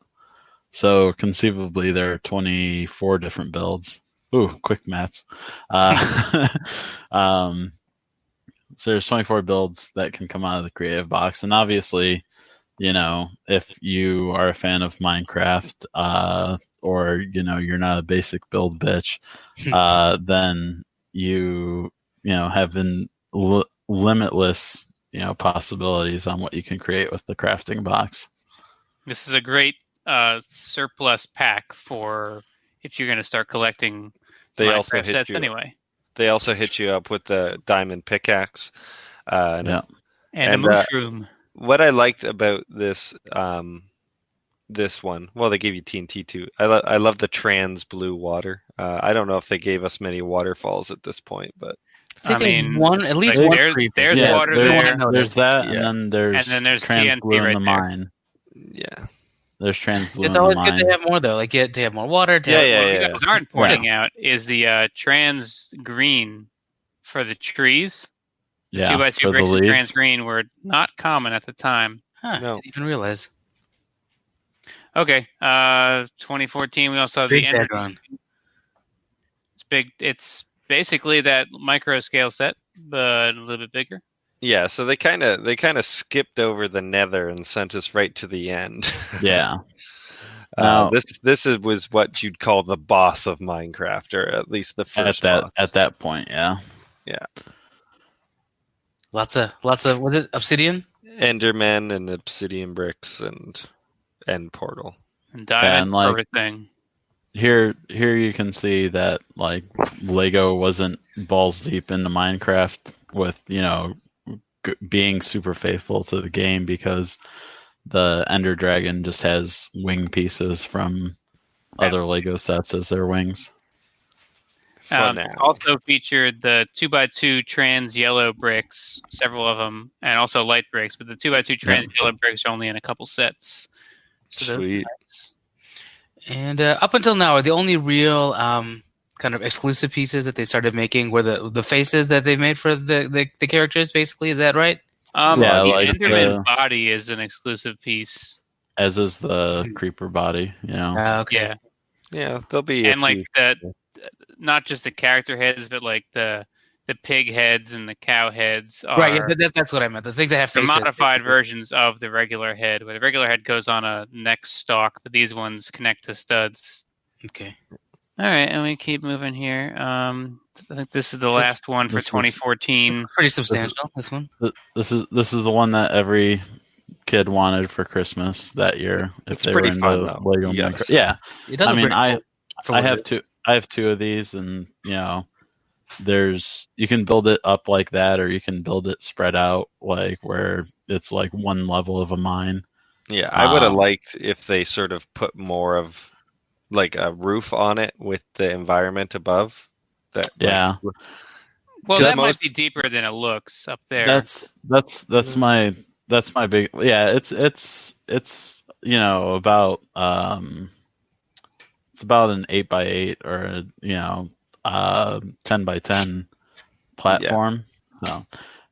[SPEAKER 3] So conceivably there are twenty four different builds. Ooh, quick maths. Uh, *laughs* um, so there's twenty four builds that can come out of the creative box, and obviously, you know, if you are a fan of Minecraft, uh, or you know, you're not a basic build bitch, uh, then you you know have been li- limitless you know possibilities on what you can create with the crafting box.
[SPEAKER 1] This is a great uh, surplus pack for if you're going to start collecting
[SPEAKER 2] They
[SPEAKER 1] Minecraft
[SPEAKER 2] also hit
[SPEAKER 1] sets
[SPEAKER 2] you.
[SPEAKER 1] anyway.
[SPEAKER 2] They also hit you up with the diamond pickaxe. Uh, and
[SPEAKER 3] Yeah.
[SPEAKER 1] And,
[SPEAKER 2] And,
[SPEAKER 1] a
[SPEAKER 2] uh,
[SPEAKER 1] mushroom.
[SPEAKER 2] what I liked about this um this one, well, they gave you TNT too. I lo- I love the trans blue water. Uh, I don't know if they gave us many waterfalls at this point, but
[SPEAKER 1] I
[SPEAKER 4] think
[SPEAKER 1] mean,
[SPEAKER 4] one at least
[SPEAKER 1] like,
[SPEAKER 4] one.
[SPEAKER 1] there's-
[SPEAKER 4] creep is
[SPEAKER 1] there's
[SPEAKER 4] there.
[SPEAKER 1] water
[SPEAKER 4] There's
[SPEAKER 1] there.
[SPEAKER 4] one I know
[SPEAKER 3] there's that,
[SPEAKER 2] Yeah.
[SPEAKER 3] and then there's
[SPEAKER 1] And then there's
[SPEAKER 3] trans
[SPEAKER 1] TNT
[SPEAKER 3] blue in
[SPEAKER 1] right
[SPEAKER 3] the
[SPEAKER 1] there.
[SPEAKER 3] mine.
[SPEAKER 2] yeah,
[SPEAKER 3] There's trans blue
[SPEAKER 4] It's
[SPEAKER 3] in
[SPEAKER 4] always
[SPEAKER 3] the
[SPEAKER 4] good
[SPEAKER 3] mine.
[SPEAKER 4] to have more though. Like get to have more water. To
[SPEAKER 2] Yeah,
[SPEAKER 4] have
[SPEAKER 2] yeah,
[SPEAKER 4] more-
[SPEAKER 1] what you guys aren't
[SPEAKER 3] Wow.
[SPEAKER 1] pointing out is the uh, trans green for the trees.
[SPEAKER 3] yeah,
[SPEAKER 1] two by two
[SPEAKER 3] for the
[SPEAKER 1] bricks of
[SPEAKER 3] leaves.
[SPEAKER 1] trans green were not common at the time.
[SPEAKER 4] Huh,
[SPEAKER 2] No.
[SPEAKER 4] didn't even realize.
[SPEAKER 1] Okay, uh, 2014. We also have
[SPEAKER 4] Big
[SPEAKER 1] the energy.
[SPEAKER 4] background.
[SPEAKER 1] It's big. It's basically that micro scale set, but a little bit bigger.
[SPEAKER 2] yeah. So they kind of they kind of skipped over the Nether and sent us right to the end.
[SPEAKER 3] yeah,
[SPEAKER 2] *laughs* Uh,
[SPEAKER 3] Now-
[SPEAKER 2] this this is, was what you'd call the boss of Minecraft, or at least the
[SPEAKER 3] at
[SPEAKER 2] first.
[SPEAKER 3] that
[SPEAKER 2] boss.
[SPEAKER 3] at that point, yeah.
[SPEAKER 4] Lots of lots of was it obsidian?
[SPEAKER 2] Enderman and obsidian bricks and and portal.
[SPEAKER 1] And diamond
[SPEAKER 3] and, like-
[SPEAKER 1] everything.
[SPEAKER 3] Here, here you can see that like Lego wasn't balls deep into Minecraft with you know g- being super faithful to the game because the Ender Dragon just has wing pieces from other Lego sets as their wings.
[SPEAKER 2] For
[SPEAKER 1] Um,
[SPEAKER 2] now.
[SPEAKER 1] it's also featured the two by two trans yellow bricks, several of them, and also light bricks. But the two by two trans yellow bricks are only in a couple sets. So those-
[SPEAKER 2] Sweet.
[SPEAKER 4] And uh, up until now, the only real um, kind of exclusive pieces that they started making were the the faces that they made for the the, the characters. Basically, is that right?
[SPEAKER 1] Um,
[SPEAKER 3] Yeah,
[SPEAKER 1] the
[SPEAKER 3] like
[SPEAKER 1] Enderman
[SPEAKER 3] the-
[SPEAKER 1] body is an exclusive piece.
[SPEAKER 3] as is the creeper body. You know,
[SPEAKER 4] Uh, okay.
[SPEAKER 1] Yeah,
[SPEAKER 2] Yeah, there'll be a
[SPEAKER 1] and like
[SPEAKER 2] few-
[SPEAKER 1] the, not just the character heads, but like the the pig heads and the cow heads are
[SPEAKER 4] Right. Yeah, that, that's what I meant. The things that have
[SPEAKER 1] the
[SPEAKER 4] faces.
[SPEAKER 1] modified
[SPEAKER 4] basically.
[SPEAKER 1] versions of the regular head, where the regular head goes on a neck stalk, but these ones connect to studs.
[SPEAKER 4] Okay.
[SPEAKER 1] All right, and we keep moving here. Um, I think this is the
[SPEAKER 3] This-
[SPEAKER 1] last one for
[SPEAKER 3] this is-
[SPEAKER 1] 2014.
[SPEAKER 4] Pretty substantial. This one.
[SPEAKER 3] Th- this is this is the one that every kid wanted for Christmas that year. If
[SPEAKER 2] It's
[SPEAKER 3] they
[SPEAKER 2] pretty
[SPEAKER 3] were
[SPEAKER 2] fun,
[SPEAKER 3] into
[SPEAKER 2] though.
[SPEAKER 3] Lego
[SPEAKER 2] You gotta
[SPEAKER 3] Minecraft.
[SPEAKER 2] say.
[SPEAKER 3] Yeah,
[SPEAKER 4] It
[SPEAKER 3] I
[SPEAKER 4] does. look
[SPEAKER 3] mean,
[SPEAKER 4] pretty
[SPEAKER 3] I
[SPEAKER 4] cool for
[SPEAKER 3] I
[SPEAKER 4] what it
[SPEAKER 3] have
[SPEAKER 4] is.
[SPEAKER 3] two. I have two of these, and you know, there's you can build it up like that, or you can build it spread out, like where it's like one level of a mine.
[SPEAKER 2] yeah, I would have
[SPEAKER 1] uh,
[SPEAKER 3] um,
[SPEAKER 2] liked if they sort of put more of like a roof on it with the environment above. That like,
[SPEAKER 3] Yeah.
[SPEAKER 1] Well,
[SPEAKER 2] Because
[SPEAKER 1] that might
[SPEAKER 2] most-
[SPEAKER 1] be deeper than it looks up there. Mm-hmm.
[SPEAKER 3] That's that's that's my that's my big yeah. It's it's it's you know about um, it's about an eight by eight or you know uh ten by ten platform. So,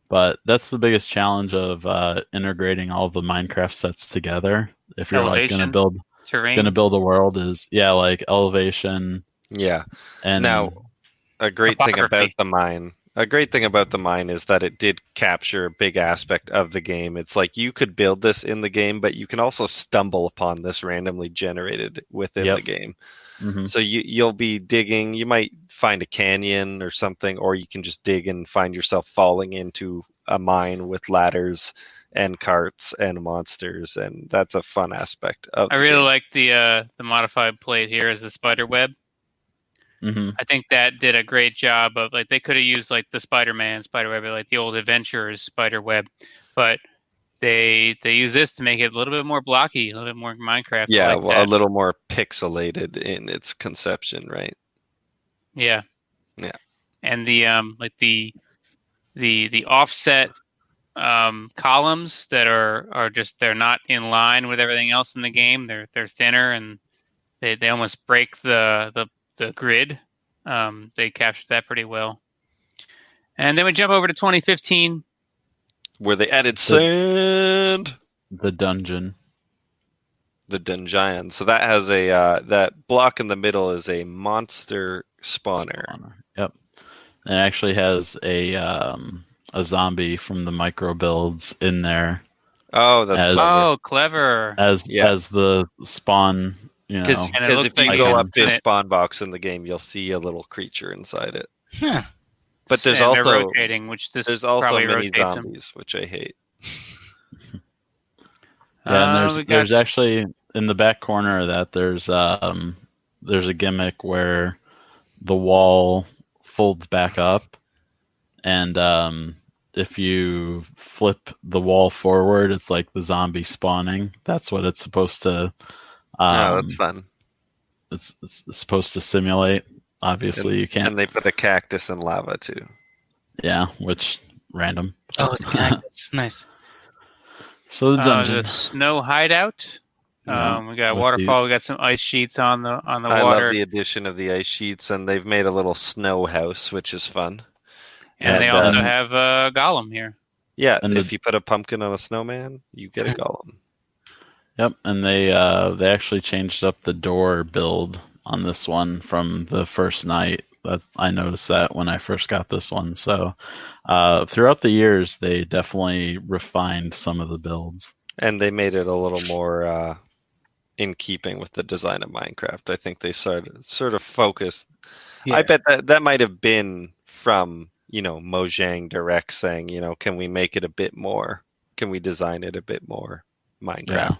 [SPEAKER 3] but that's the biggest challenge of uh, integrating all the Minecraft sets together. If you're like
[SPEAKER 1] Elevation.
[SPEAKER 3] gonna build
[SPEAKER 1] terrain.
[SPEAKER 3] gonna build a world is yeah like elevation
[SPEAKER 2] yeah.
[SPEAKER 3] and
[SPEAKER 2] Now, a great thing about
[SPEAKER 1] Topography.
[SPEAKER 2] the mine a great thing about the mine is that it did capture a big aspect of the game it's like you could build this in the game but you can also stumble upon this randomly generated within
[SPEAKER 3] Yep.
[SPEAKER 2] the game
[SPEAKER 1] Mm-hmm.
[SPEAKER 3] Mhm.
[SPEAKER 2] so you you'll be digging you might find a canyon or something or you can just dig and find yourself falling into a mine with ladders and carts and monsters and that's a fun aspect of
[SPEAKER 1] I
[SPEAKER 2] the
[SPEAKER 1] really
[SPEAKER 2] game.
[SPEAKER 1] like the uh, the modified plate here as the spider web.
[SPEAKER 3] Mhm.
[SPEAKER 1] I think that did a great job of like they could have used like the Spider-Man spiderweb, or, like the old Adventurers spiderweb, but they they use this to make it a little bit more blocky, a little bit more Minecraft. I
[SPEAKER 2] yeah
[SPEAKER 1] like
[SPEAKER 2] well, a
[SPEAKER 1] that.
[SPEAKER 2] little more pixelated in its conception right
[SPEAKER 1] yeah,
[SPEAKER 2] Yeah.
[SPEAKER 1] And the um like the the the offset um, columns that are are just they're not in line with everything else in the game. They're they're thinner and they, they almost break the the, the grid. Um, they captured that pretty well. And then we jump over to 2015.
[SPEAKER 2] Where they added sand.
[SPEAKER 3] The dungeon.
[SPEAKER 2] the dungeon. So that has a uh, that block in the middle is a monster spawner.
[SPEAKER 3] Spawner. Yep. And it actually has a um, a zombie from the micro builds in there
[SPEAKER 2] Oh, that's
[SPEAKER 3] As-
[SPEAKER 2] clever.
[SPEAKER 1] Oh, clever!
[SPEAKER 3] as
[SPEAKER 2] Yeah.
[SPEAKER 3] as the spawn. You know,
[SPEAKER 2] Because
[SPEAKER 1] And it looks
[SPEAKER 2] if you
[SPEAKER 1] like
[SPEAKER 2] go
[SPEAKER 3] an
[SPEAKER 2] up to a
[SPEAKER 1] infinite-
[SPEAKER 2] spawn box in the game, you'll see a little creature inside it.
[SPEAKER 4] Huh.
[SPEAKER 2] But there's
[SPEAKER 1] And they're
[SPEAKER 2] also
[SPEAKER 1] rotating, which this
[SPEAKER 2] there's also
[SPEAKER 1] probably
[SPEAKER 2] many
[SPEAKER 1] rotates them.
[SPEAKER 2] zombies, which I hate.
[SPEAKER 3] Yeah, and
[SPEAKER 1] Uh,
[SPEAKER 3] there's
[SPEAKER 1] we got-
[SPEAKER 3] there's actually in the back corner of that there's um there's a gimmick where the wall folds back up and um if you flip the wall forward it's like the zombie spawning that's what it's supposed to um
[SPEAKER 2] oh, that's fun.
[SPEAKER 3] it's, it's supposed to simulate obviously you can't
[SPEAKER 2] And they put a cactus in lava too.
[SPEAKER 3] yeah which random
[SPEAKER 4] Oh,
[SPEAKER 3] *laughs*
[SPEAKER 4] it's cactus. nice.
[SPEAKER 3] so
[SPEAKER 2] Oh,
[SPEAKER 3] the
[SPEAKER 1] Uh,
[SPEAKER 3] dungeon
[SPEAKER 1] the snow hideout.
[SPEAKER 3] Yeah,
[SPEAKER 1] Um, we got
[SPEAKER 3] with
[SPEAKER 1] waterfall. We got some ice sheets on the on the
[SPEAKER 2] Mm-hmm. I
[SPEAKER 1] water,
[SPEAKER 2] love the addition of the ice sheets, and they've made a little snow house, which is fun.
[SPEAKER 1] and they
[SPEAKER 2] and,
[SPEAKER 1] also
[SPEAKER 3] um,
[SPEAKER 1] have uh, Gollum here.
[SPEAKER 2] Yeah,
[SPEAKER 3] And
[SPEAKER 2] if
[SPEAKER 3] the-
[SPEAKER 2] you put a pumpkin on a snowman, you get a
[SPEAKER 3] *laughs*
[SPEAKER 2] golem.
[SPEAKER 3] Yep, and they uh, they actually changed up the door build on this one from the first night. That I noticed that when I first got this one. So uh, throughout the years, they definitely refined some of the builds.
[SPEAKER 2] and they made it a little more uh, in keeping with the design of Minecraft. I think they started sort of focused.
[SPEAKER 4] Yeah.
[SPEAKER 2] I bet that that might have been from you know Mojang Direct saying you know can we make it a bit more? Can we design it a bit more Minecraft?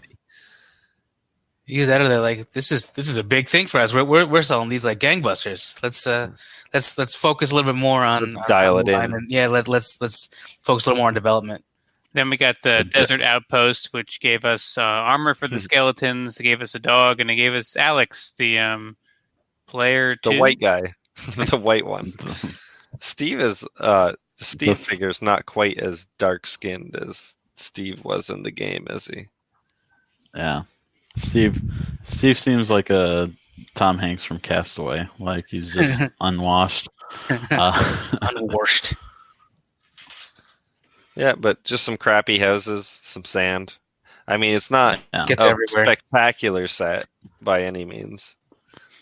[SPEAKER 4] Either that, or they're like, "This is this is a big thing for us. We're we're, we're selling these like gangbusters. Let's uh, let's let's focus a little bit more on
[SPEAKER 2] Let's dial
[SPEAKER 4] on
[SPEAKER 2] it in.
[SPEAKER 4] online and- yeah, let let's let's focus a little more on development.
[SPEAKER 1] Then we got the
[SPEAKER 3] The-
[SPEAKER 1] desert outpost, which gave us uh, armor for the
[SPEAKER 2] Hmm.
[SPEAKER 1] skeletons. It gave us a dog, and it gave us Alex, the um, player.
[SPEAKER 2] The
[SPEAKER 1] two.
[SPEAKER 2] white *laughs* guy, the white one. Steve is uh, Steve
[SPEAKER 3] The-
[SPEAKER 2] figures not quite as dark skinned as Steve was in the game, is he?
[SPEAKER 3] yeah, Steve Steve seems like a Tom Hanks from Castaway. Like he's just unwashed. Uh, *laughs*
[SPEAKER 4] Unwashed.
[SPEAKER 2] Yeah, but just some crappy houses, some sand. I mean, it's not
[SPEAKER 3] yeah.
[SPEAKER 4] Gets
[SPEAKER 2] a
[SPEAKER 4] everywhere.
[SPEAKER 2] spectacular set by any means,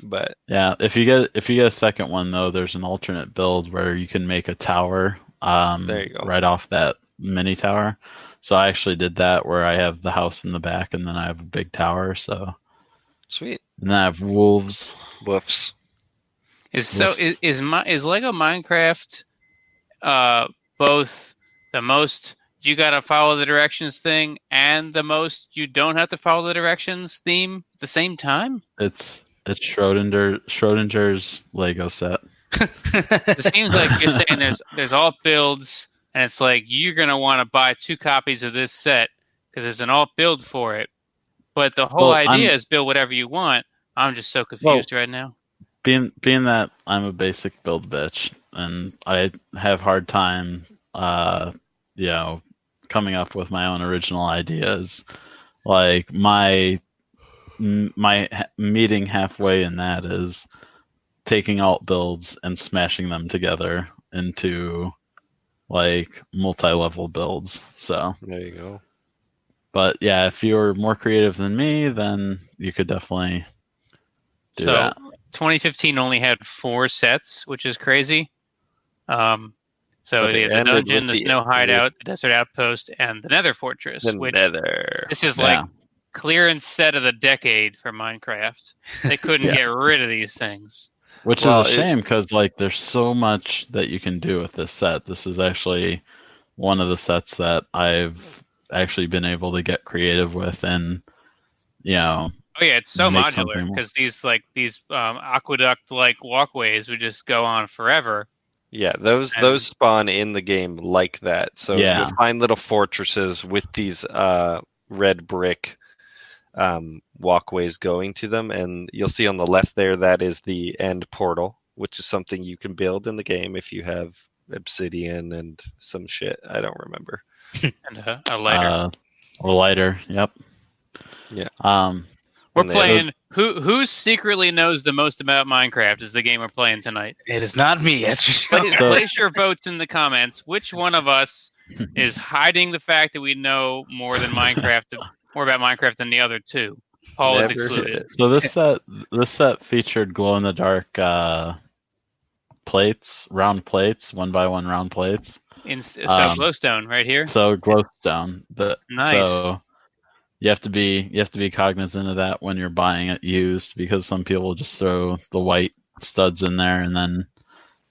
[SPEAKER 2] but
[SPEAKER 3] Yeah, if you get if you get a second one though, there's an alternate build where you can make a tower um
[SPEAKER 2] There you go.
[SPEAKER 3] right off that mini tower. So I actually did that where I have the house in the back and then I have a big tower, so
[SPEAKER 2] sweet.
[SPEAKER 3] and then I have wolves.
[SPEAKER 2] Woofs.
[SPEAKER 1] Is so
[SPEAKER 3] Yes.
[SPEAKER 1] is is, my, is Lego Minecraft uh both the most you got to follow the directions thing and the most you don't have to follow the directions theme at the same time?
[SPEAKER 3] It's it's Schrodinger Schrodinger's Lego set.
[SPEAKER 1] It seems like you're saying there's there's alt builds and it's like you're going to want to buy two copies of this set cuz there's an alt build for it. But the whole
[SPEAKER 3] Well, I'm-
[SPEAKER 1] idea is build whatever you want. I'm just so confused right now.
[SPEAKER 3] being being that I'm a basic build bitch and I have hard time uh you know coming up with my own original ideas like my m- my ha- meeting halfway in that is taking alt builds and smashing them together into like multi-level builds so
[SPEAKER 2] There you go.
[SPEAKER 3] but yeah if you're more creative than me then you could definitely do
[SPEAKER 1] so
[SPEAKER 3] that
[SPEAKER 1] 2015 only had four sets, which is crazy. Um, so
[SPEAKER 2] But
[SPEAKER 1] they
[SPEAKER 2] it
[SPEAKER 1] had the
[SPEAKER 2] ended
[SPEAKER 1] dungeon,
[SPEAKER 2] with
[SPEAKER 1] the
[SPEAKER 2] the-
[SPEAKER 1] snow hideout, the desert outpost, and the nether fortress.
[SPEAKER 2] The
[SPEAKER 1] which
[SPEAKER 2] nether.
[SPEAKER 1] this is
[SPEAKER 3] Yeah.
[SPEAKER 1] like clearance set of the decade for Minecraft. They couldn't
[SPEAKER 3] Yeah.
[SPEAKER 1] get rid of these things.
[SPEAKER 3] Which
[SPEAKER 2] Well,
[SPEAKER 3] is a
[SPEAKER 2] it-
[SPEAKER 3] shame because like there's so much that you can do with this set. This is actually one of the sets that I've actually been able to get creative with, and you know,
[SPEAKER 1] Oh yeah, it's so
[SPEAKER 3] Make
[SPEAKER 1] modular
[SPEAKER 3] something more-
[SPEAKER 1] because these like these um, aqueduct like walkways would just go on forever.
[SPEAKER 2] Yeah, those
[SPEAKER 1] And-
[SPEAKER 2] those spawn in the game like that. So
[SPEAKER 3] Yeah.
[SPEAKER 2] you'll find little fortresses with these uh, red brick um, walkways going to them, and you'll see on the left there that is the end portal, which is something you can build in the game if you have obsidian and some shit. I don't remember.
[SPEAKER 1] and a, a lighter.
[SPEAKER 3] Uh, a lighter. Yep.
[SPEAKER 2] Yeah.
[SPEAKER 3] Um,
[SPEAKER 1] we're
[SPEAKER 2] and they-
[SPEAKER 1] playing. Who who secretly knows the most about Minecraft is the game we're playing tonight.
[SPEAKER 4] *laughs* It is not me. That's for
[SPEAKER 1] *laughs*
[SPEAKER 4] sure.
[SPEAKER 1] Please
[SPEAKER 3] So-
[SPEAKER 1] place your votes in the comments. Which one of
[SPEAKER 3] *laughs*
[SPEAKER 1] us is hiding the fact that we know more than Minecraft, more about Minecraft than the other two? Paul is
[SPEAKER 2] Never
[SPEAKER 1] excluded.
[SPEAKER 3] So this set this set featured glow in the dark uh, plates, round plates, one by one round plates.
[SPEAKER 1] In so
[SPEAKER 3] Um,
[SPEAKER 1] Glowstone, right here.
[SPEAKER 3] So glowstone. The,
[SPEAKER 1] Nice.
[SPEAKER 3] So you have to be you have to be cognizant of that when you're buying it used because some people just throw the white studs in there and then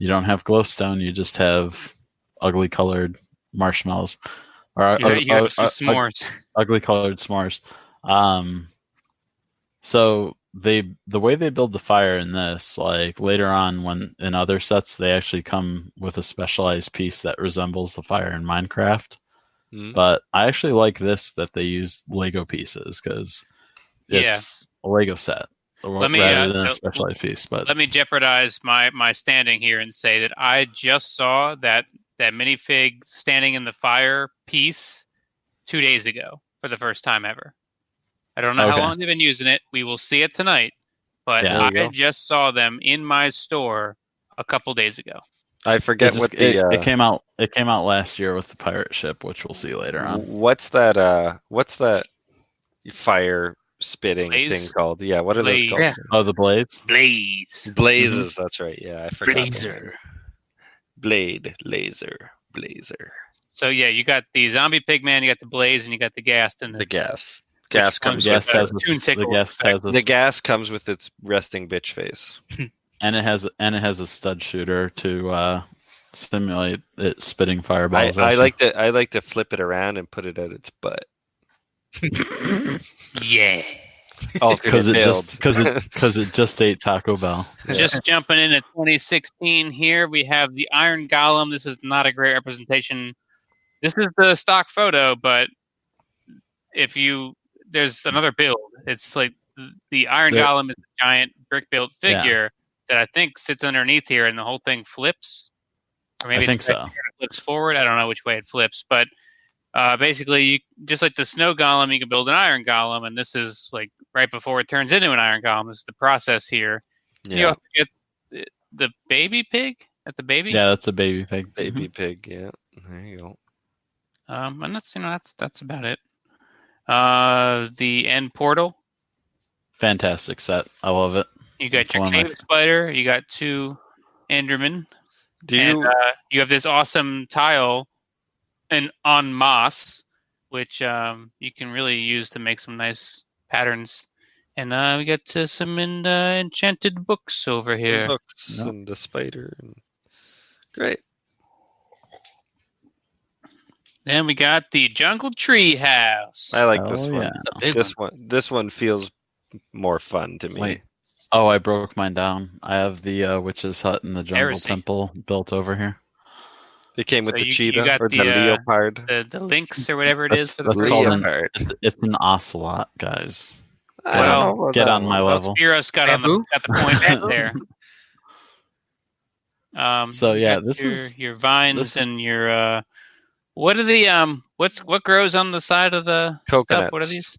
[SPEAKER 3] you don't have glowstone. You just have ugly colored marshmallows or
[SPEAKER 1] You, you have some
[SPEAKER 3] uh, uh,
[SPEAKER 1] s'mores.
[SPEAKER 3] ugly colored s'mores. Um, so they the way they build the fire in this, like later on when in other sets, they actually come with a specialized piece that resembles the fire in Minecraft.
[SPEAKER 2] Hmm.
[SPEAKER 3] Mm-hmm. But I actually like this that they used Lego pieces because it's a Lego set or,
[SPEAKER 1] Let me,
[SPEAKER 3] rather
[SPEAKER 1] uh,
[SPEAKER 3] than
[SPEAKER 1] uh,
[SPEAKER 3] a specialized piece. But
[SPEAKER 1] Let me jeopardize my my standing here and say that I just saw that that minifig standing in the fire piece two days ago for the first time ever. I don't know how
[SPEAKER 3] Okay.
[SPEAKER 1] long they've been using it. We will see it tonight, but
[SPEAKER 3] Yeah.
[SPEAKER 2] There you
[SPEAKER 1] I
[SPEAKER 2] go.
[SPEAKER 1] just saw them in my store a couple days ago.
[SPEAKER 2] I
[SPEAKER 3] it,
[SPEAKER 2] forget
[SPEAKER 3] just-
[SPEAKER 2] what
[SPEAKER 3] it-
[SPEAKER 2] the uh,
[SPEAKER 3] it came out it came out last year with the pirate ship, which we'll see later on.
[SPEAKER 2] what's that uh what's that fire spitting
[SPEAKER 1] Blaze?
[SPEAKER 2] thing called? Yeah, what are
[SPEAKER 1] Blaze.
[SPEAKER 2] those called?
[SPEAKER 4] Yeah.
[SPEAKER 3] Oh, the blades.
[SPEAKER 1] Blaze.
[SPEAKER 2] Blazes,
[SPEAKER 1] Mm-hmm.
[SPEAKER 2] that's right. Yeah, I forgot. the name.
[SPEAKER 4] Blazer.
[SPEAKER 2] Blade, laser, blazer.
[SPEAKER 1] So yeah, you got the zombie pigman, you got the blaze, and you got the gas and
[SPEAKER 2] The
[SPEAKER 1] the
[SPEAKER 2] gas. Gas
[SPEAKER 1] one
[SPEAKER 3] The
[SPEAKER 1] is
[SPEAKER 2] comes with
[SPEAKER 3] guest
[SPEAKER 1] Yes,
[SPEAKER 3] has
[SPEAKER 1] a
[SPEAKER 3] a,
[SPEAKER 1] tune
[SPEAKER 3] the
[SPEAKER 1] tickle
[SPEAKER 3] guest has a
[SPEAKER 2] the gas comes with its resting bitch face.
[SPEAKER 3] and it has and it has a stud shooter to uh, stimulate it spitting
[SPEAKER 2] I,
[SPEAKER 3] fireballs.
[SPEAKER 2] I
[SPEAKER 3] at
[SPEAKER 2] like to I like to flip it around and put it at its
[SPEAKER 3] *laughs*
[SPEAKER 2] butt.
[SPEAKER 1] yeah.
[SPEAKER 2] Alternate
[SPEAKER 3] because Oh, it
[SPEAKER 2] build.
[SPEAKER 3] just because
[SPEAKER 2] *laughs*
[SPEAKER 3] it because it just ate Taco Bell.
[SPEAKER 1] Just jumping into 2016 here, we have the Iron Golem. This is not a great representation. This is the stock photo, but if you there's another build. It's like th- the Iron
[SPEAKER 3] There-
[SPEAKER 1] Golem is a giant brick built
[SPEAKER 3] Yeah.
[SPEAKER 1] figure that I think sits underneath here, and the whole thing flips. Or
[SPEAKER 3] I think
[SPEAKER 1] it's back
[SPEAKER 3] so.
[SPEAKER 1] it flips forward. I don't know which way it flips, but uh, basically, you, just like the snow golem, you can build an iron golem, and this is like right before it turns into an iron golem. This is the process here.
[SPEAKER 2] yeah,
[SPEAKER 1] *laughs* You also get the, the baby pig at the baby.
[SPEAKER 3] Yeah, that's a baby pig.
[SPEAKER 2] baby pig, yeah. There you go.
[SPEAKER 1] Um, and that's you know that's that's about it. Uh, the end portal.
[SPEAKER 3] Fantastic set. I love it.
[SPEAKER 1] You got
[SPEAKER 3] That's
[SPEAKER 1] your
[SPEAKER 3] one I-
[SPEAKER 1] cave spider. You got two Endermen.
[SPEAKER 2] Do you
[SPEAKER 1] and uh, you have this awesome tile and on moss which um, you can really use to make some nice patterns and uh, we got uh, some en- uh, enchanted books over here
[SPEAKER 2] books
[SPEAKER 3] No.
[SPEAKER 2] and the spider and great.
[SPEAKER 1] then we got the jungle tree house
[SPEAKER 2] I like this
[SPEAKER 3] Oh,
[SPEAKER 2] one.
[SPEAKER 3] yeah.
[SPEAKER 4] Big
[SPEAKER 2] This one this one feels more fun to me.
[SPEAKER 3] Wait. Oh, I broke mine down. I have the uh, witch's hut and the jungle
[SPEAKER 1] Heresy.
[SPEAKER 3] temple built over here.
[SPEAKER 2] It came with
[SPEAKER 1] So
[SPEAKER 2] the
[SPEAKER 1] you- you
[SPEAKER 2] cheetah
[SPEAKER 1] got
[SPEAKER 2] or
[SPEAKER 1] the,
[SPEAKER 2] the,
[SPEAKER 1] uh,
[SPEAKER 2] leopard.
[SPEAKER 1] the, the links or whatever it
[SPEAKER 3] That's-
[SPEAKER 1] is for the
[SPEAKER 3] that's called an-
[SPEAKER 2] Leopard.
[SPEAKER 1] *laughs*
[SPEAKER 3] It's, it's an ocelot, guys.
[SPEAKER 2] I
[SPEAKER 1] Well,
[SPEAKER 2] don't know about
[SPEAKER 3] Get
[SPEAKER 2] that
[SPEAKER 3] on
[SPEAKER 2] one.
[SPEAKER 3] my level.
[SPEAKER 1] Spiros got on the,
[SPEAKER 4] Bamboo?
[SPEAKER 1] got the point
[SPEAKER 3] *laughs*
[SPEAKER 4] Bamboo?
[SPEAKER 1] there um,
[SPEAKER 3] So,
[SPEAKER 1] you
[SPEAKER 3] yeah,
[SPEAKER 1] got
[SPEAKER 3] this
[SPEAKER 1] your,
[SPEAKER 3] is-
[SPEAKER 1] your vines
[SPEAKER 3] this-
[SPEAKER 1] and your uh, what are the um what's what grows on the side of the stuff? What are
[SPEAKER 2] Coconuts.
[SPEAKER 1] these?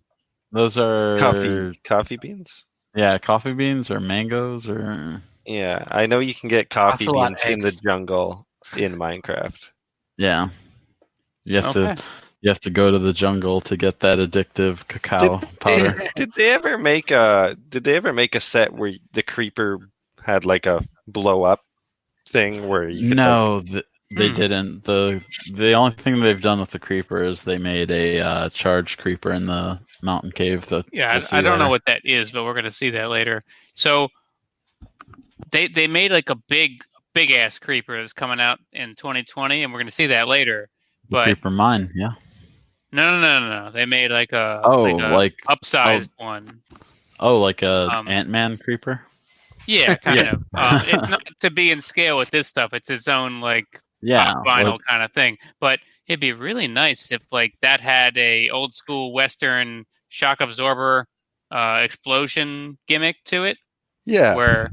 [SPEAKER 3] Those are
[SPEAKER 2] coffee coffee beans.
[SPEAKER 3] Yeah, coffee beans or mangoes or
[SPEAKER 2] Yeah, I know you can get coffee
[SPEAKER 4] Ocelot
[SPEAKER 2] beans in the
[SPEAKER 4] eggs.
[SPEAKER 2] jungle in Minecraft.
[SPEAKER 3] Yeah. You have
[SPEAKER 1] Okay.
[SPEAKER 3] to you have to go to the jungle to get that addictive
[SPEAKER 2] *laughs*
[SPEAKER 3] cacao powder.
[SPEAKER 2] Did they ever make a Did they ever make a set where the creeper had like a blow up thing where you could
[SPEAKER 3] no, th- they
[SPEAKER 1] Hmm.
[SPEAKER 3] didn't. The the only thing they've done with the creeper is they made a uh, charge creeper in the mountain cave. The
[SPEAKER 1] Yeah,
[SPEAKER 3] We'll see
[SPEAKER 1] I, I don't know
[SPEAKER 3] later.
[SPEAKER 1] what that is, but we're gonna see that later. So they they made like a big big ass creeper that's coming out in 2020, and we're gonna see that later. But
[SPEAKER 3] creeper mine, yeah.
[SPEAKER 1] no, no, no, no, no. They made like a
[SPEAKER 3] Oh,
[SPEAKER 1] like a
[SPEAKER 3] like
[SPEAKER 1] upsized one.
[SPEAKER 3] oh, like a
[SPEAKER 1] Um,
[SPEAKER 3] Ant Man creeper.
[SPEAKER 1] Yeah, kind
[SPEAKER 2] *laughs* Yeah.
[SPEAKER 1] of. Um, it's not to be in scale with this stuff. It's its own like
[SPEAKER 3] Yeah,
[SPEAKER 1] pop vinyl
[SPEAKER 3] like-
[SPEAKER 1] kind of thing. But it'd be really nice if like that had a old school Western shock absorber uh, explosion gimmick to it,
[SPEAKER 2] Yeah,
[SPEAKER 1] where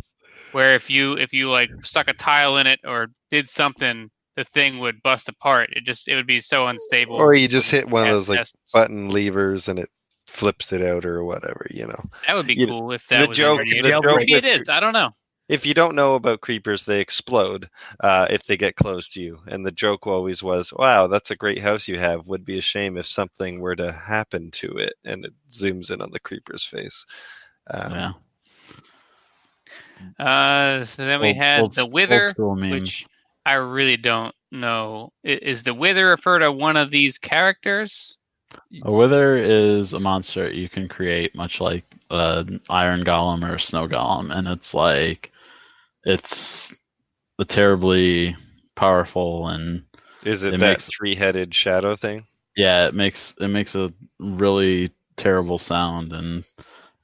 [SPEAKER 1] where if you if you like stuck a tile in it or did something, the thing would bust apart. It just it would be so unstable.
[SPEAKER 2] Or you just hit one of
[SPEAKER 1] at
[SPEAKER 2] those like
[SPEAKER 1] tests.
[SPEAKER 2] button levers and it flips it out or whatever, you know.
[SPEAKER 1] that would be
[SPEAKER 2] you know,
[SPEAKER 1] cool if that
[SPEAKER 2] the
[SPEAKER 1] was
[SPEAKER 2] joke-
[SPEAKER 1] already-
[SPEAKER 4] the joke
[SPEAKER 1] Maybe
[SPEAKER 2] with-
[SPEAKER 1] it is. I don't know.
[SPEAKER 2] If you don't know about creepers, they explode uh, if they get close to you. And the joke always was, "Wow, that's a great house you have. Would be a shame if something were to happen to it." And it zooms in on the creeper's face. Um,
[SPEAKER 3] yeah.
[SPEAKER 1] Uh, so then we
[SPEAKER 3] Old-
[SPEAKER 1] had
[SPEAKER 3] old-
[SPEAKER 1] the
[SPEAKER 3] old
[SPEAKER 1] wither,
[SPEAKER 3] school meme.
[SPEAKER 1] which I really don't know. I- Is the wither refer to one of these characters?
[SPEAKER 3] A wither is a monster you can create, much like an iron golem or a snow golem, and it's like it's a terribly powerful and
[SPEAKER 2] Is it,
[SPEAKER 3] It
[SPEAKER 2] that
[SPEAKER 3] makes-
[SPEAKER 2] three-headed shadow
[SPEAKER 3] *laughs*
[SPEAKER 2] thing?
[SPEAKER 3] yeah, it makes it makes a really terrible sound. And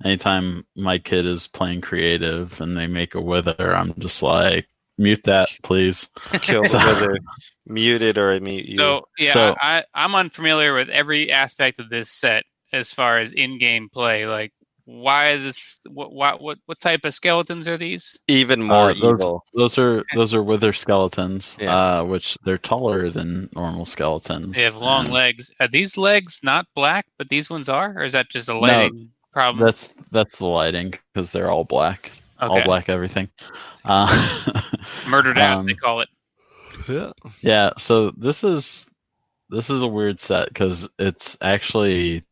[SPEAKER 3] anytime my kid is playing creative and they make a wither, I'm just like, mute that, please.
[SPEAKER 2] Kill the wither, muted or I mute you.
[SPEAKER 1] So yeah,
[SPEAKER 3] So-
[SPEAKER 1] I, I'm unfamiliar with every aspect of this set as far as in-game play. Like, why this? What what what, what type of skeletons are these?
[SPEAKER 2] Even more
[SPEAKER 3] Uh, those-
[SPEAKER 2] evil.
[SPEAKER 3] Those are those are wither skeletons,
[SPEAKER 2] Yeah.
[SPEAKER 3] uh, which they're taller than normal skeletons.
[SPEAKER 1] They have long
[SPEAKER 3] and-
[SPEAKER 1] legs. Are these legs not black, but these ones are, or is that just a lighting problem?
[SPEAKER 3] That's that's the lighting because they're all black, all
[SPEAKER 1] Okay,
[SPEAKER 3] black everything. Uh, *laughs*
[SPEAKER 1] murdered out.
[SPEAKER 3] Um,
[SPEAKER 1] they call it.
[SPEAKER 2] Yeah.
[SPEAKER 3] yeah, so this is this is a weird set because it's actually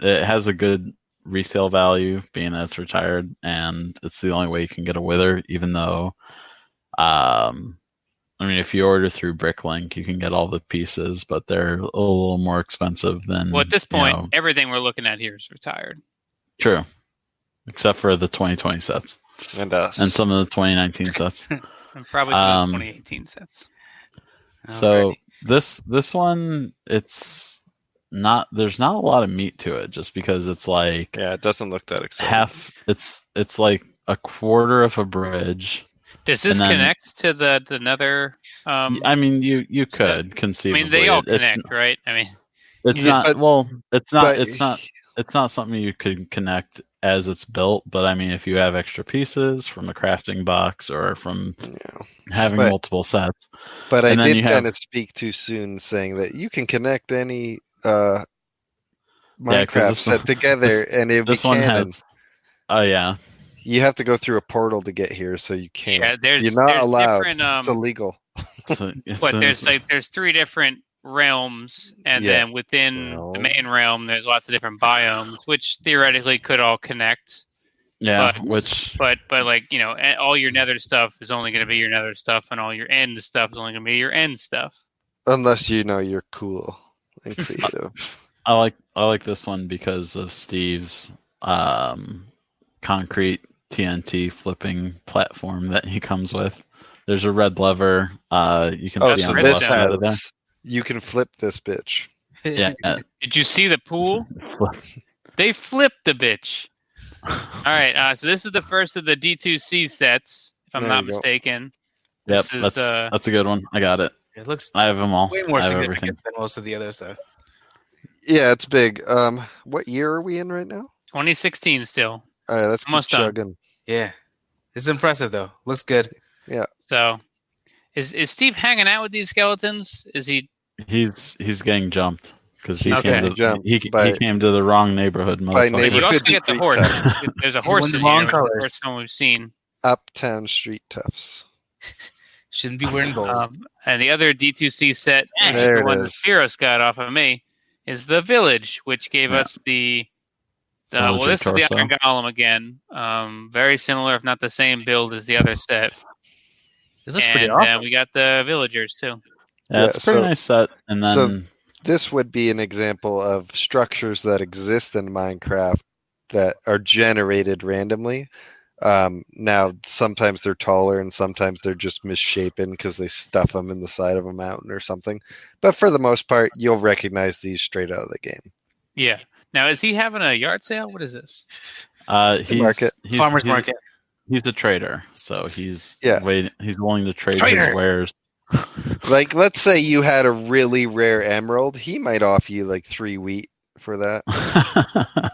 [SPEAKER 3] it has a good resale value being that it's retired, and it's the only way you can get a wither. Even though, um, I mean, if you order through Bricklink, you can get all the pieces, but they're a little more expensive than.
[SPEAKER 1] Well, at this
[SPEAKER 3] you
[SPEAKER 1] point,
[SPEAKER 3] know-
[SPEAKER 1] everything we're looking at here is retired.
[SPEAKER 3] true, except for the 2020 sets
[SPEAKER 2] And us.
[SPEAKER 3] and some of the 2019 sets.
[SPEAKER 1] And probably some of
[SPEAKER 3] Um,
[SPEAKER 1] the 2018 sets.
[SPEAKER 3] So
[SPEAKER 4] Alrighty.
[SPEAKER 3] this this one, it's not. There's not a lot of meat to it, just because it's like
[SPEAKER 2] yeah, it doesn't look that exciting.
[SPEAKER 3] half. It's it's like a quarter of a bridge.
[SPEAKER 1] Does this
[SPEAKER 3] and then-
[SPEAKER 1] connect to the to another? Um, I
[SPEAKER 3] I mean, you you
[SPEAKER 1] so- I
[SPEAKER 3] could conceivably.
[SPEAKER 1] mean, they all
[SPEAKER 3] It- it-
[SPEAKER 1] connect, right? I mean,
[SPEAKER 3] it's
[SPEAKER 1] Yeah,
[SPEAKER 3] not
[SPEAKER 2] but-
[SPEAKER 3] well. It's not.
[SPEAKER 2] but-
[SPEAKER 3] it's not. It's not something you could connect as it's built. But I mean, if you have extra pieces from a crafting box or from
[SPEAKER 2] *laughs* Yeah.
[SPEAKER 3] having
[SPEAKER 2] But-
[SPEAKER 3] multiple sets,
[SPEAKER 2] But I
[SPEAKER 3] And then
[SPEAKER 2] did
[SPEAKER 3] you have-
[SPEAKER 2] kind of speak too soon, saying that you can connect any uh,
[SPEAKER 3] Yeah, 'cause
[SPEAKER 2] Minecraft
[SPEAKER 3] this
[SPEAKER 2] set
[SPEAKER 3] one-
[SPEAKER 2] together, and it
[SPEAKER 3] this
[SPEAKER 2] be
[SPEAKER 3] one
[SPEAKER 2] canon.
[SPEAKER 3] has. Oh yeah,
[SPEAKER 2] You have to go through a portal to get here, so you can't.
[SPEAKER 1] yeah, there's
[SPEAKER 2] You're not
[SPEAKER 1] there's
[SPEAKER 2] allowed.
[SPEAKER 1] different. Um,
[SPEAKER 2] it's illegal.
[SPEAKER 3] So it's-
[SPEAKER 1] but there's like there's three different realms, and
[SPEAKER 2] Yeah.
[SPEAKER 1] then within the
[SPEAKER 2] Realm.
[SPEAKER 1] main realm, there's lots of different biomes, which theoretically could all connect.
[SPEAKER 3] yeah,
[SPEAKER 1] but-
[SPEAKER 3] which
[SPEAKER 1] But but like you know, a- all your nether stuff is only going to be your nether stuff, and all your end stuff is only going to be your end stuff.
[SPEAKER 2] Unless you know you're cool
[SPEAKER 1] *laughs*
[SPEAKER 2] and creative.
[SPEAKER 3] I like I like this one because of Steve's um, concrete TNT flipping platform that he comes with. There's a red lever. Uh, you can
[SPEAKER 2] oh,
[SPEAKER 3] see
[SPEAKER 2] so
[SPEAKER 3] on the
[SPEAKER 2] this
[SPEAKER 3] left side of there.
[SPEAKER 2] has. You can flip this bitch.
[SPEAKER 3] Yeah, uh,
[SPEAKER 1] Did you see the
[SPEAKER 2] *laughs*
[SPEAKER 1] pool? They flipped the bitch. All right, uh, so this is the first of the D2C sets, if I'm
[SPEAKER 2] There
[SPEAKER 1] not
[SPEAKER 2] you go.
[SPEAKER 1] mistaken.
[SPEAKER 3] yep,
[SPEAKER 1] This is,
[SPEAKER 3] that's
[SPEAKER 1] uh,
[SPEAKER 3] that's a good one. I got it.
[SPEAKER 4] *laughs* it looks
[SPEAKER 3] I have them all.
[SPEAKER 4] way more
[SPEAKER 3] I have everything.
[SPEAKER 4] significant than most of the others, though.
[SPEAKER 2] Yeah, it's big. Um, what year are we in right now?
[SPEAKER 1] 2016 still.
[SPEAKER 2] All right, let's keep
[SPEAKER 1] Almost done.
[SPEAKER 2] chugging.
[SPEAKER 4] Yeah, it's impressive though. Looks good.
[SPEAKER 1] So, is is Steve hanging out with these skeletons? Is he?
[SPEAKER 3] He's he's getting jumped because he
[SPEAKER 2] He's
[SPEAKER 3] came
[SPEAKER 2] getting
[SPEAKER 3] to
[SPEAKER 2] jumped
[SPEAKER 3] he, he
[SPEAKER 2] by-
[SPEAKER 3] came to the wrong neighborhood.
[SPEAKER 2] by
[SPEAKER 3] motherfucker.
[SPEAKER 1] You
[SPEAKER 2] neighborhood.
[SPEAKER 1] also
[SPEAKER 2] could be
[SPEAKER 1] get the
[SPEAKER 2] Greek
[SPEAKER 1] horse.
[SPEAKER 2] times.
[SPEAKER 1] There's a
[SPEAKER 4] He's
[SPEAKER 1] horse
[SPEAKER 4] one of the
[SPEAKER 1] in
[SPEAKER 4] wrong
[SPEAKER 1] here. which is The
[SPEAKER 4] colors.
[SPEAKER 1] first one we've seen.
[SPEAKER 2] Uptown Street Toughs.
[SPEAKER 4] Shouldn't be wearing gold.
[SPEAKER 1] Um, and the other D2C set,
[SPEAKER 4] Dang.
[SPEAKER 2] There
[SPEAKER 1] the
[SPEAKER 2] it
[SPEAKER 1] one that
[SPEAKER 2] is.
[SPEAKER 1] Spiros got off of me, is the village, which gave
[SPEAKER 3] Yeah.
[SPEAKER 1] us the. Uh,
[SPEAKER 3] Villager
[SPEAKER 1] well, this is
[SPEAKER 3] torso.
[SPEAKER 1] the Iron Golem again. Um, very similar, if not the same build as the other set.
[SPEAKER 4] this looks
[SPEAKER 1] and
[SPEAKER 4] pretty
[SPEAKER 1] uh,
[SPEAKER 4] awesome.
[SPEAKER 1] we got the villagers too.
[SPEAKER 3] Yeah, it's a pretty
[SPEAKER 2] Yeah, so-
[SPEAKER 3] nice set. And then
[SPEAKER 2] so- this would be an example of structures that exist in Minecraft that are generated randomly. Um, now, sometimes they're taller and sometimes they're just misshapen because they stuff them in the side of a mountain or something. But for the most part, you'll recognize these straight out of the game.
[SPEAKER 1] Yeah. Now, is he having a yard sale? What is this?
[SPEAKER 3] uh, he's,
[SPEAKER 2] market.
[SPEAKER 3] he's-
[SPEAKER 4] Farmers
[SPEAKER 3] he's-
[SPEAKER 4] market. *laughs*
[SPEAKER 3] He's a trader, so he's
[SPEAKER 2] Yeah.
[SPEAKER 3] wait, he's willing to trade his
[SPEAKER 4] Traitor!
[SPEAKER 3] wares.
[SPEAKER 2] Like, let's say you had a really rare emerald, he might offer you like three wheat for that.
[SPEAKER 3] *laughs*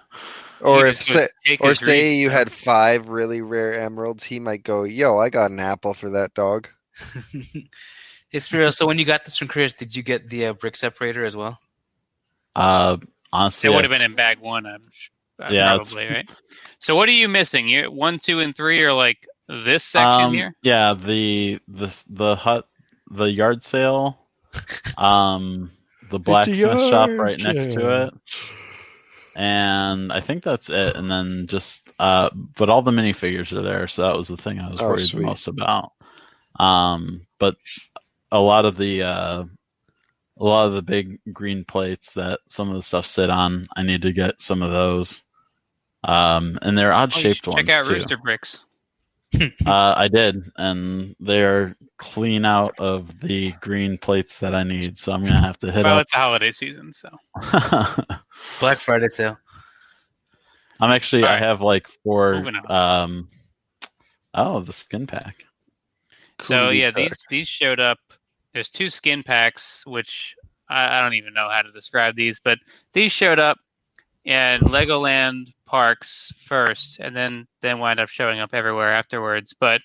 [SPEAKER 2] Or
[SPEAKER 1] He
[SPEAKER 3] Uh,
[SPEAKER 2] if
[SPEAKER 1] just would
[SPEAKER 2] say,
[SPEAKER 1] take
[SPEAKER 2] or
[SPEAKER 1] his
[SPEAKER 2] say
[SPEAKER 1] reach.
[SPEAKER 2] you had five really rare emeralds, he might go, "Yo, I got an apple for that dog."
[SPEAKER 4] Ispiro, so when you got this from Chris, did you get the uh, brick separator as well?
[SPEAKER 3] Uh, honestly,
[SPEAKER 1] It
[SPEAKER 3] I-
[SPEAKER 1] would have been in bag one, I'm, sh- uh,
[SPEAKER 3] Yeah, it's-
[SPEAKER 1] probably right. So what are you missing? You one, two, and three are like this section
[SPEAKER 3] um,
[SPEAKER 1] here.
[SPEAKER 3] Yeah, the the the hut, the
[SPEAKER 1] *laughs*
[SPEAKER 3] yard sale, um, the blacksmith shop
[SPEAKER 2] yard
[SPEAKER 3] right next to
[SPEAKER 2] sale.
[SPEAKER 3] it, and I think that's it. And then just uh, but all the minifigures are there, so that was the thing I was
[SPEAKER 2] Oh,
[SPEAKER 3] worried
[SPEAKER 2] sweet.
[SPEAKER 3] the most about. Um, but a lot of the uh, a lot of the big green plates that some of the stuff sit on, I need to get some of those. Um, and they're odd
[SPEAKER 1] Oh, you should
[SPEAKER 3] shaped ones.
[SPEAKER 1] check out
[SPEAKER 3] too.
[SPEAKER 1] Rooster Bricks.
[SPEAKER 3] Uh, I did, and they're clean out of the green plates that I need, so I'm gonna have to hit
[SPEAKER 1] Well, it's the holiday season, so
[SPEAKER 3] up.
[SPEAKER 4] Black Friday sale.
[SPEAKER 3] *laughs* I'm actually, I
[SPEAKER 1] Alright.
[SPEAKER 3] have like four.
[SPEAKER 1] Moving
[SPEAKER 3] Um, oh, the skin pack.
[SPEAKER 1] so
[SPEAKER 2] Cooley
[SPEAKER 1] yeah,
[SPEAKER 2] pack.
[SPEAKER 1] these these showed up. There's two skin packs, which I, I don't even know how to describe these, but these showed up at Legoland parks first, and then then wound up showing up everywhere afterwards. But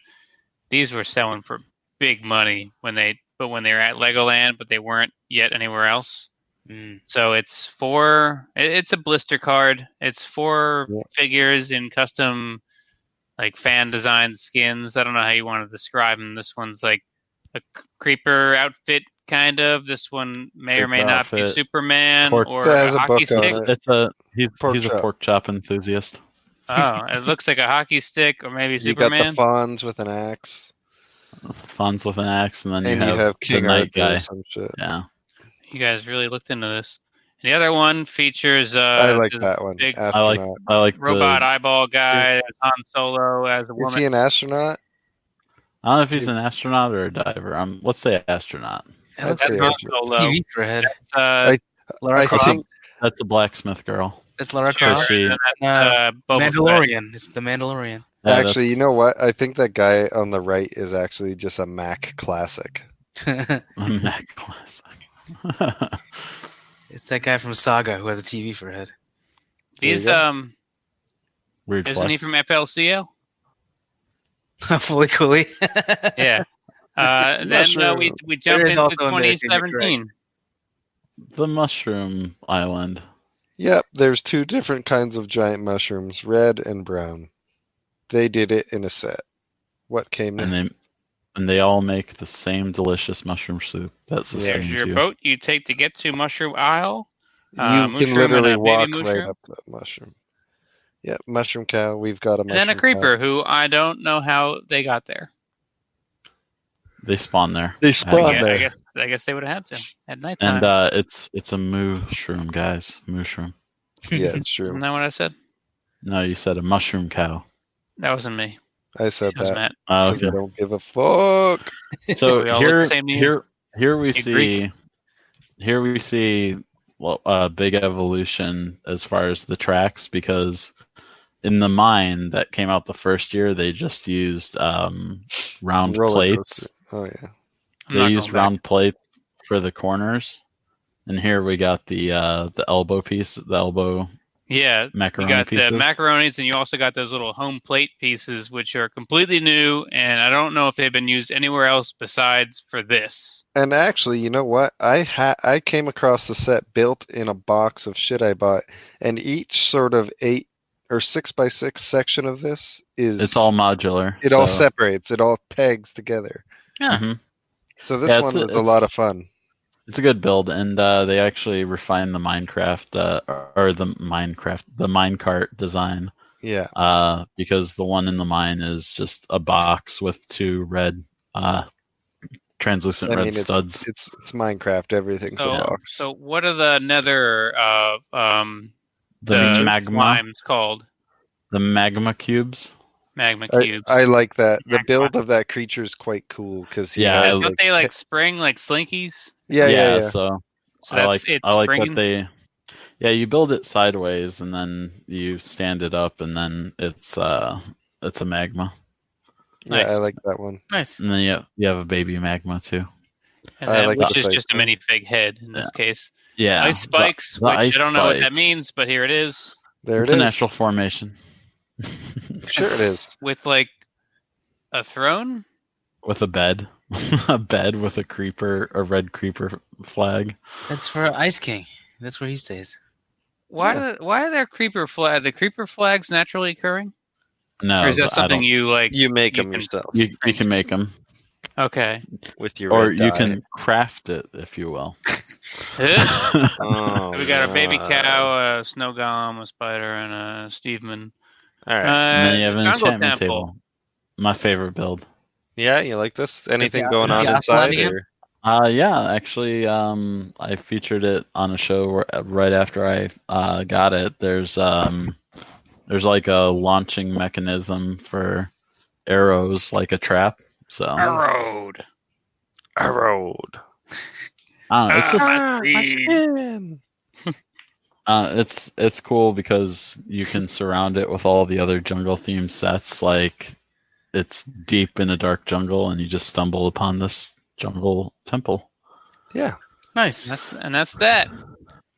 [SPEAKER 1] these were selling for big money when they, but when they were at Legoland, but they weren't yet anywhere else.
[SPEAKER 4] Mm.
[SPEAKER 1] So it's four. it- It's a blister card. It's four
[SPEAKER 2] Yeah.
[SPEAKER 1] figures in custom, like fan designed skins. I don't know how you want to describe them. This one's like a c- creeper outfit, kind of. This one may or may
[SPEAKER 3] Creeper
[SPEAKER 1] not be
[SPEAKER 3] outfit.
[SPEAKER 1] Superman
[SPEAKER 3] Pork-
[SPEAKER 1] or
[SPEAKER 2] That
[SPEAKER 1] a
[SPEAKER 2] has a
[SPEAKER 1] hockey
[SPEAKER 2] book on
[SPEAKER 1] stick.
[SPEAKER 2] it.
[SPEAKER 3] It's a he's
[SPEAKER 2] Pork
[SPEAKER 3] he's a
[SPEAKER 2] chop.
[SPEAKER 3] pork chop enthusiast.
[SPEAKER 1] Oh,
[SPEAKER 2] *laughs*
[SPEAKER 1] it looks like a hockey stick or maybe
[SPEAKER 2] You got the
[SPEAKER 1] Superman.
[SPEAKER 2] Fonz with an axe,
[SPEAKER 3] Fonz with an axe, and then
[SPEAKER 2] and you have King
[SPEAKER 3] the
[SPEAKER 2] Arthur
[SPEAKER 3] night guy.
[SPEAKER 2] or some shit.
[SPEAKER 3] Yeah,
[SPEAKER 1] you guys really looked into this. The other one features. Uh,
[SPEAKER 2] I like
[SPEAKER 1] the
[SPEAKER 2] that one.
[SPEAKER 1] big-
[SPEAKER 3] I like
[SPEAKER 2] Astronaut.
[SPEAKER 3] I like
[SPEAKER 1] Robot
[SPEAKER 3] The,
[SPEAKER 1] eyeball guy, Han Solo as a
[SPEAKER 2] Is
[SPEAKER 1] woman.
[SPEAKER 2] he an astronaut?
[SPEAKER 3] I don't know if he's an astronaut or a diver. Um, let's say astronaut.
[SPEAKER 4] That
[SPEAKER 2] That's
[SPEAKER 4] looks
[SPEAKER 1] That's
[SPEAKER 4] like
[SPEAKER 2] the
[SPEAKER 1] Han
[SPEAKER 2] actual-
[SPEAKER 1] Solo.
[SPEAKER 4] TV for a head.
[SPEAKER 1] Uh,
[SPEAKER 4] Lara
[SPEAKER 2] I
[SPEAKER 4] Croft.
[SPEAKER 2] think
[SPEAKER 3] That's a blacksmith girl.
[SPEAKER 4] it's Lara
[SPEAKER 1] Sure.
[SPEAKER 4] Croft.
[SPEAKER 3] She-
[SPEAKER 1] and that's,
[SPEAKER 4] Uh,
[SPEAKER 1] uh, Boba Fett.
[SPEAKER 4] Mandalorian. It's the Mandalorian. *laughs*
[SPEAKER 3] Yeah,
[SPEAKER 2] actually,
[SPEAKER 3] that's-
[SPEAKER 2] you know what? I think that guy on the right is actually just a Mac classic.
[SPEAKER 3] A *laughs* Mac classic.
[SPEAKER 4] it's that guy from Saga who has a TV for a head.
[SPEAKER 2] There you
[SPEAKER 1] These
[SPEAKER 2] go.
[SPEAKER 1] um,
[SPEAKER 3] Weird.
[SPEAKER 1] isn't he
[SPEAKER 3] flex.
[SPEAKER 1] from *laughs* FLCL?
[SPEAKER 4] *laughs* Fully coolly. *laughs*
[SPEAKER 1] Yeah. Uh,
[SPEAKER 2] Not
[SPEAKER 1] then uh,
[SPEAKER 2] sure.
[SPEAKER 1] we we jump
[SPEAKER 4] is
[SPEAKER 1] into
[SPEAKER 4] also an American
[SPEAKER 1] 2017.
[SPEAKER 3] the mushroom island?
[SPEAKER 2] Yep, there's two different kinds of giant mushrooms, red and brown. They did it in a set. What came
[SPEAKER 3] and
[SPEAKER 2] next?
[SPEAKER 3] they and they all make the same delicious mushroom soup that
[SPEAKER 1] There's
[SPEAKER 3] sustains
[SPEAKER 1] your
[SPEAKER 3] you.
[SPEAKER 1] boat you take to get to Mushroom Isle.
[SPEAKER 2] You
[SPEAKER 1] uh, mushroom
[SPEAKER 2] can
[SPEAKER 1] and
[SPEAKER 2] literally
[SPEAKER 1] a baby
[SPEAKER 2] walk right
[SPEAKER 1] mushroom?
[SPEAKER 2] up to that mushroom. Yep, mushroom cow. We've got a
[SPEAKER 1] And
[SPEAKER 2] mushroom.
[SPEAKER 1] then a
[SPEAKER 2] cow.
[SPEAKER 1] creeper who I don't know how they got there.
[SPEAKER 3] They spawn there,
[SPEAKER 2] They
[SPEAKER 3] Got
[SPEAKER 1] I
[SPEAKER 2] spawn
[SPEAKER 1] guess,
[SPEAKER 2] there.
[SPEAKER 1] I guess I guess they would have had to at nighttime.
[SPEAKER 3] and uh, it's it's a mushroom, guys. Mushroom.
[SPEAKER 2] Yeah, it's true.
[SPEAKER 1] *laughs* Isn't that what I said?
[SPEAKER 3] No, you said a mushroom cow.
[SPEAKER 1] That wasn't me.
[SPEAKER 2] I said
[SPEAKER 1] That was
[SPEAKER 2] that.
[SPEAKER 1] Matt.
[SPEAKER 3] Oh,
[SPEAKER 2] 'cause I
[SPEAKER 3] okay.
[SPEAKER 2] don't give a fuck.
[SPEAKER 1] *laughs*
[SPEAKER 3] So
[SPEAKER 1] We all look
[SPEAKER 3] here,
[SPEAKER 1] the same to you?
[SPEAKER 3] here, here we
[SPEAKER 1] Big
[SPEAKER 3] see,
[SPEAKER 1] Greek.
[SPEAKER 3] here we see well, a big evolution as far as the tracks because in the mine that came out the first year, they just used um, round
[SPEAKER 2] Roller
[SPEAKER 3] plates.
[SPEAKER 2] coaster. Oh yeah.
[SPEAKER 1] I'm
[SPEAKER 3] they
[SPEAKER 1] not
[SPEAKER 3] used
[SPEAKER 1] going back.
[SPEAKER 3] round plates for the corners and here we got the uh the elbow piece the elbow
[SPEAKER 1] Yeah, You
[SPEAKER 3] macaroni
[SPEAKER 1] got
[SPEAKER 3] pieces.
[SPEAKER 1] the macaronis, and you also got those little home plate pieces, which are completely new, and I don't know if they've been used anywhere else besides for this.
[SPEAKER 2] And actually, you know what? I ha- I came across the set built in a box of shit I bought, and each sort of eight or six by six section of this is
[SPEAKER 3] it's all modular
[SPEAKER 2] it all
[SPEAKER 3] so-
[SPEAKER 2] separates, it all pegs together.
[SPEAKER 3] Mhm.
[SPEAKER 2] So this
[SPEAKER 3] Yeah,
[SPEAKER 2] one
[SPEAKER 3] it's a-
[SPEAKER 2] was a lot
[SPEAKER 3] it's-
[SPEAKER 2] of fun.
[SPEAKER 3] it's a good build and uh they actually refined the minecraft uh or the minecraft the minecart design
[SPEAKER 2] Yeah,
[SPEAKER 3] uh because the one in the mine is just a box with two red uh translucent
[SPEAKER 2] I
[SPEAKER 3] red
[SPEAKER 2] mean,
[SPEAKER 3] studs
[SPEAKER 2] it's it's Minecraft. Everything's
[SPEAKER 1] So-
[SPEAKER 2] a box.
[SPEAKER 1] So, what are the nether uh, um,
[SPEAKER 3] the,
[SPEAKER 1] the
[SPEAKER 3] magma
[SPEAKER 1] slimes called?
[SPEAKER 3] the magma cubes
[SPEAKER 1] Magma
[SPEAKER 2] I,
[SPEAKER 1] cubes.
[SPEAKER 2] I like that. The
[SPEAKER 1] Magma.
[SPEAKER 2] build of that creature is quite cool because
[SPEAKER 3] Yeah, I
[SPEAKER 2] has,
[SPEAKER 1] Don't
[SPEAKER 2] like,
[SPEAKER 1] they
[SPEAKER 2] *laughs*
[SPEAKER 1] like spring like slinkies?
[SPEAKER 2] yeah, yeah, yeah.
[SPEAKER 3] so
[SPEAKER 1] So
[SPEAKER 3] I
[SPEAKER 1] that's
[SPEAKER 3] like
[SPEAKER 1] it's
[SPEAKER 3] I like
[SPEAKER 1] springing.
[SPEAKER 3] that they Yeah, you build it sideways and then you stand it up and then it's uh it's a magma.
[SPEAKER 2] Yeah,
[SPEAKER 1] Nice.
[SPEAKER 2] I like that one.
[SPEAKER 4] nice.
[SPEAKER 3] And then you you have a baby magma too.
[SPEAKER 1] and
[SPEAKER 2] I
[SPEAKER 1] then,
[SPEAKER 2] like
[SPEAKER 1] which
[SPEAKER 2] the
[SPEAKER 1] is
[SPEAKER 2] face
[SPEAKER 1] just a
[SPEAKER 2] thing.
[SPEAKER 1] minifig head in this case.
[SPEAKER 3] Yeah.
[SPEAKER 1] ice spikes,
[SPEAKER 3] the
[SPEAKER 1] which
[SPEAKER 3] ice
[SPEAKER 1] I don't know what that
[SPEAKER 3] spikes.
[SPEAKER 1] means, but here it is
[SPEAKER 2] There
[SPEAKER 3] it's
[SPEAKER 2] it
[SPEAKER 3] a
[SPEAKER 2] is.
[SPEAKER 3] natural formation. *laughs*
[SPEAKER 2] Sure, it is.
[SPEAKER 1] with like a throne.
[SPEAKER 3] With a bed. *laughs* a bed with a creeper, a red creeper flag.
[SPEAKER 4] That's for Ice King. That's where he stays.
[SPEAKER 1] Why?
[SPEAKER 2] Yeah.
[SPEAKER 1] do- why are there creeper flag? The creeper flags naturally occurring,
[SPEAKER 3] No,
[SPEAKER 1] or is that
[SPEAKER 3] but I
[SPEAKER 1] something
[SPEAKER 3] don't-
[SPEAKER 1] you like?
[SPEAKER 2] You make
[SPEAKER 1] You
[SPEAKER 2] them
[SPEAKER 1] can-
[SPEAKER 2] yourself
[SPEAKER 3] you, you can make them, *laughs*
[SPEAKER 1] Okay.
[SPEAKER 2] with your
[SPEAKER 3] or
[SPEAKER 2] red
[SPEAKER 3] you
[SPEAKER 2] dye.
[SPEAKER 3] can craft it if you will.
[SPEAKER 1] Ugh.
[SPEAKER 2] Oh,
[SPEAKER 1] we got a baby
[SPEAKER 2] no.
[SPEAKER 1] cow, a snow golem, a spider, and a Steveman.
[SPEAKER 2] All right.
[SPEAKER 1] Uh,
[SPEAKER 3] *laughs* and then you have an
[SPEAKER 1] jungle
[SPEAKER 3] enchantment
[SPEAKER 1] temple.
[SPEAKER 3] table. My favorite build.
[SPEAKER 2] yeah, you like this? Anything
[SPEAKER 4] the-
[SPEAKER 2] going
[SPEAKER 4] the
[SPEAKER 2] on
[SPEAKER 4] Aslan
[SPEAKER 2] inside?
[SPEAKER 4] amp?
[SPEAKER 2] or-
[SPEAKER 3] Uh, yeah, actually, um, I featured it on a show where, right after I uh, got it. There's um, there's like a launching mechanism for arrows, like a trap. So I
[SPEAKER 1] Arrowed.
[SPEAKER 2] Arrowed.
[SPEAKER 3] don't know, it's just
[SPEAKER 1] Ah, my
[SPEAKER 3] uh, it's it's cool because you can surround it with all the other jungle themed sets. Like it's deep in a dark jungle, and you just stumble upon this jungle temple.
[SPEAKER 2] Yeah.
[SPEAKER 4] Nice.
[SPEAKER 1] That's, and that's that.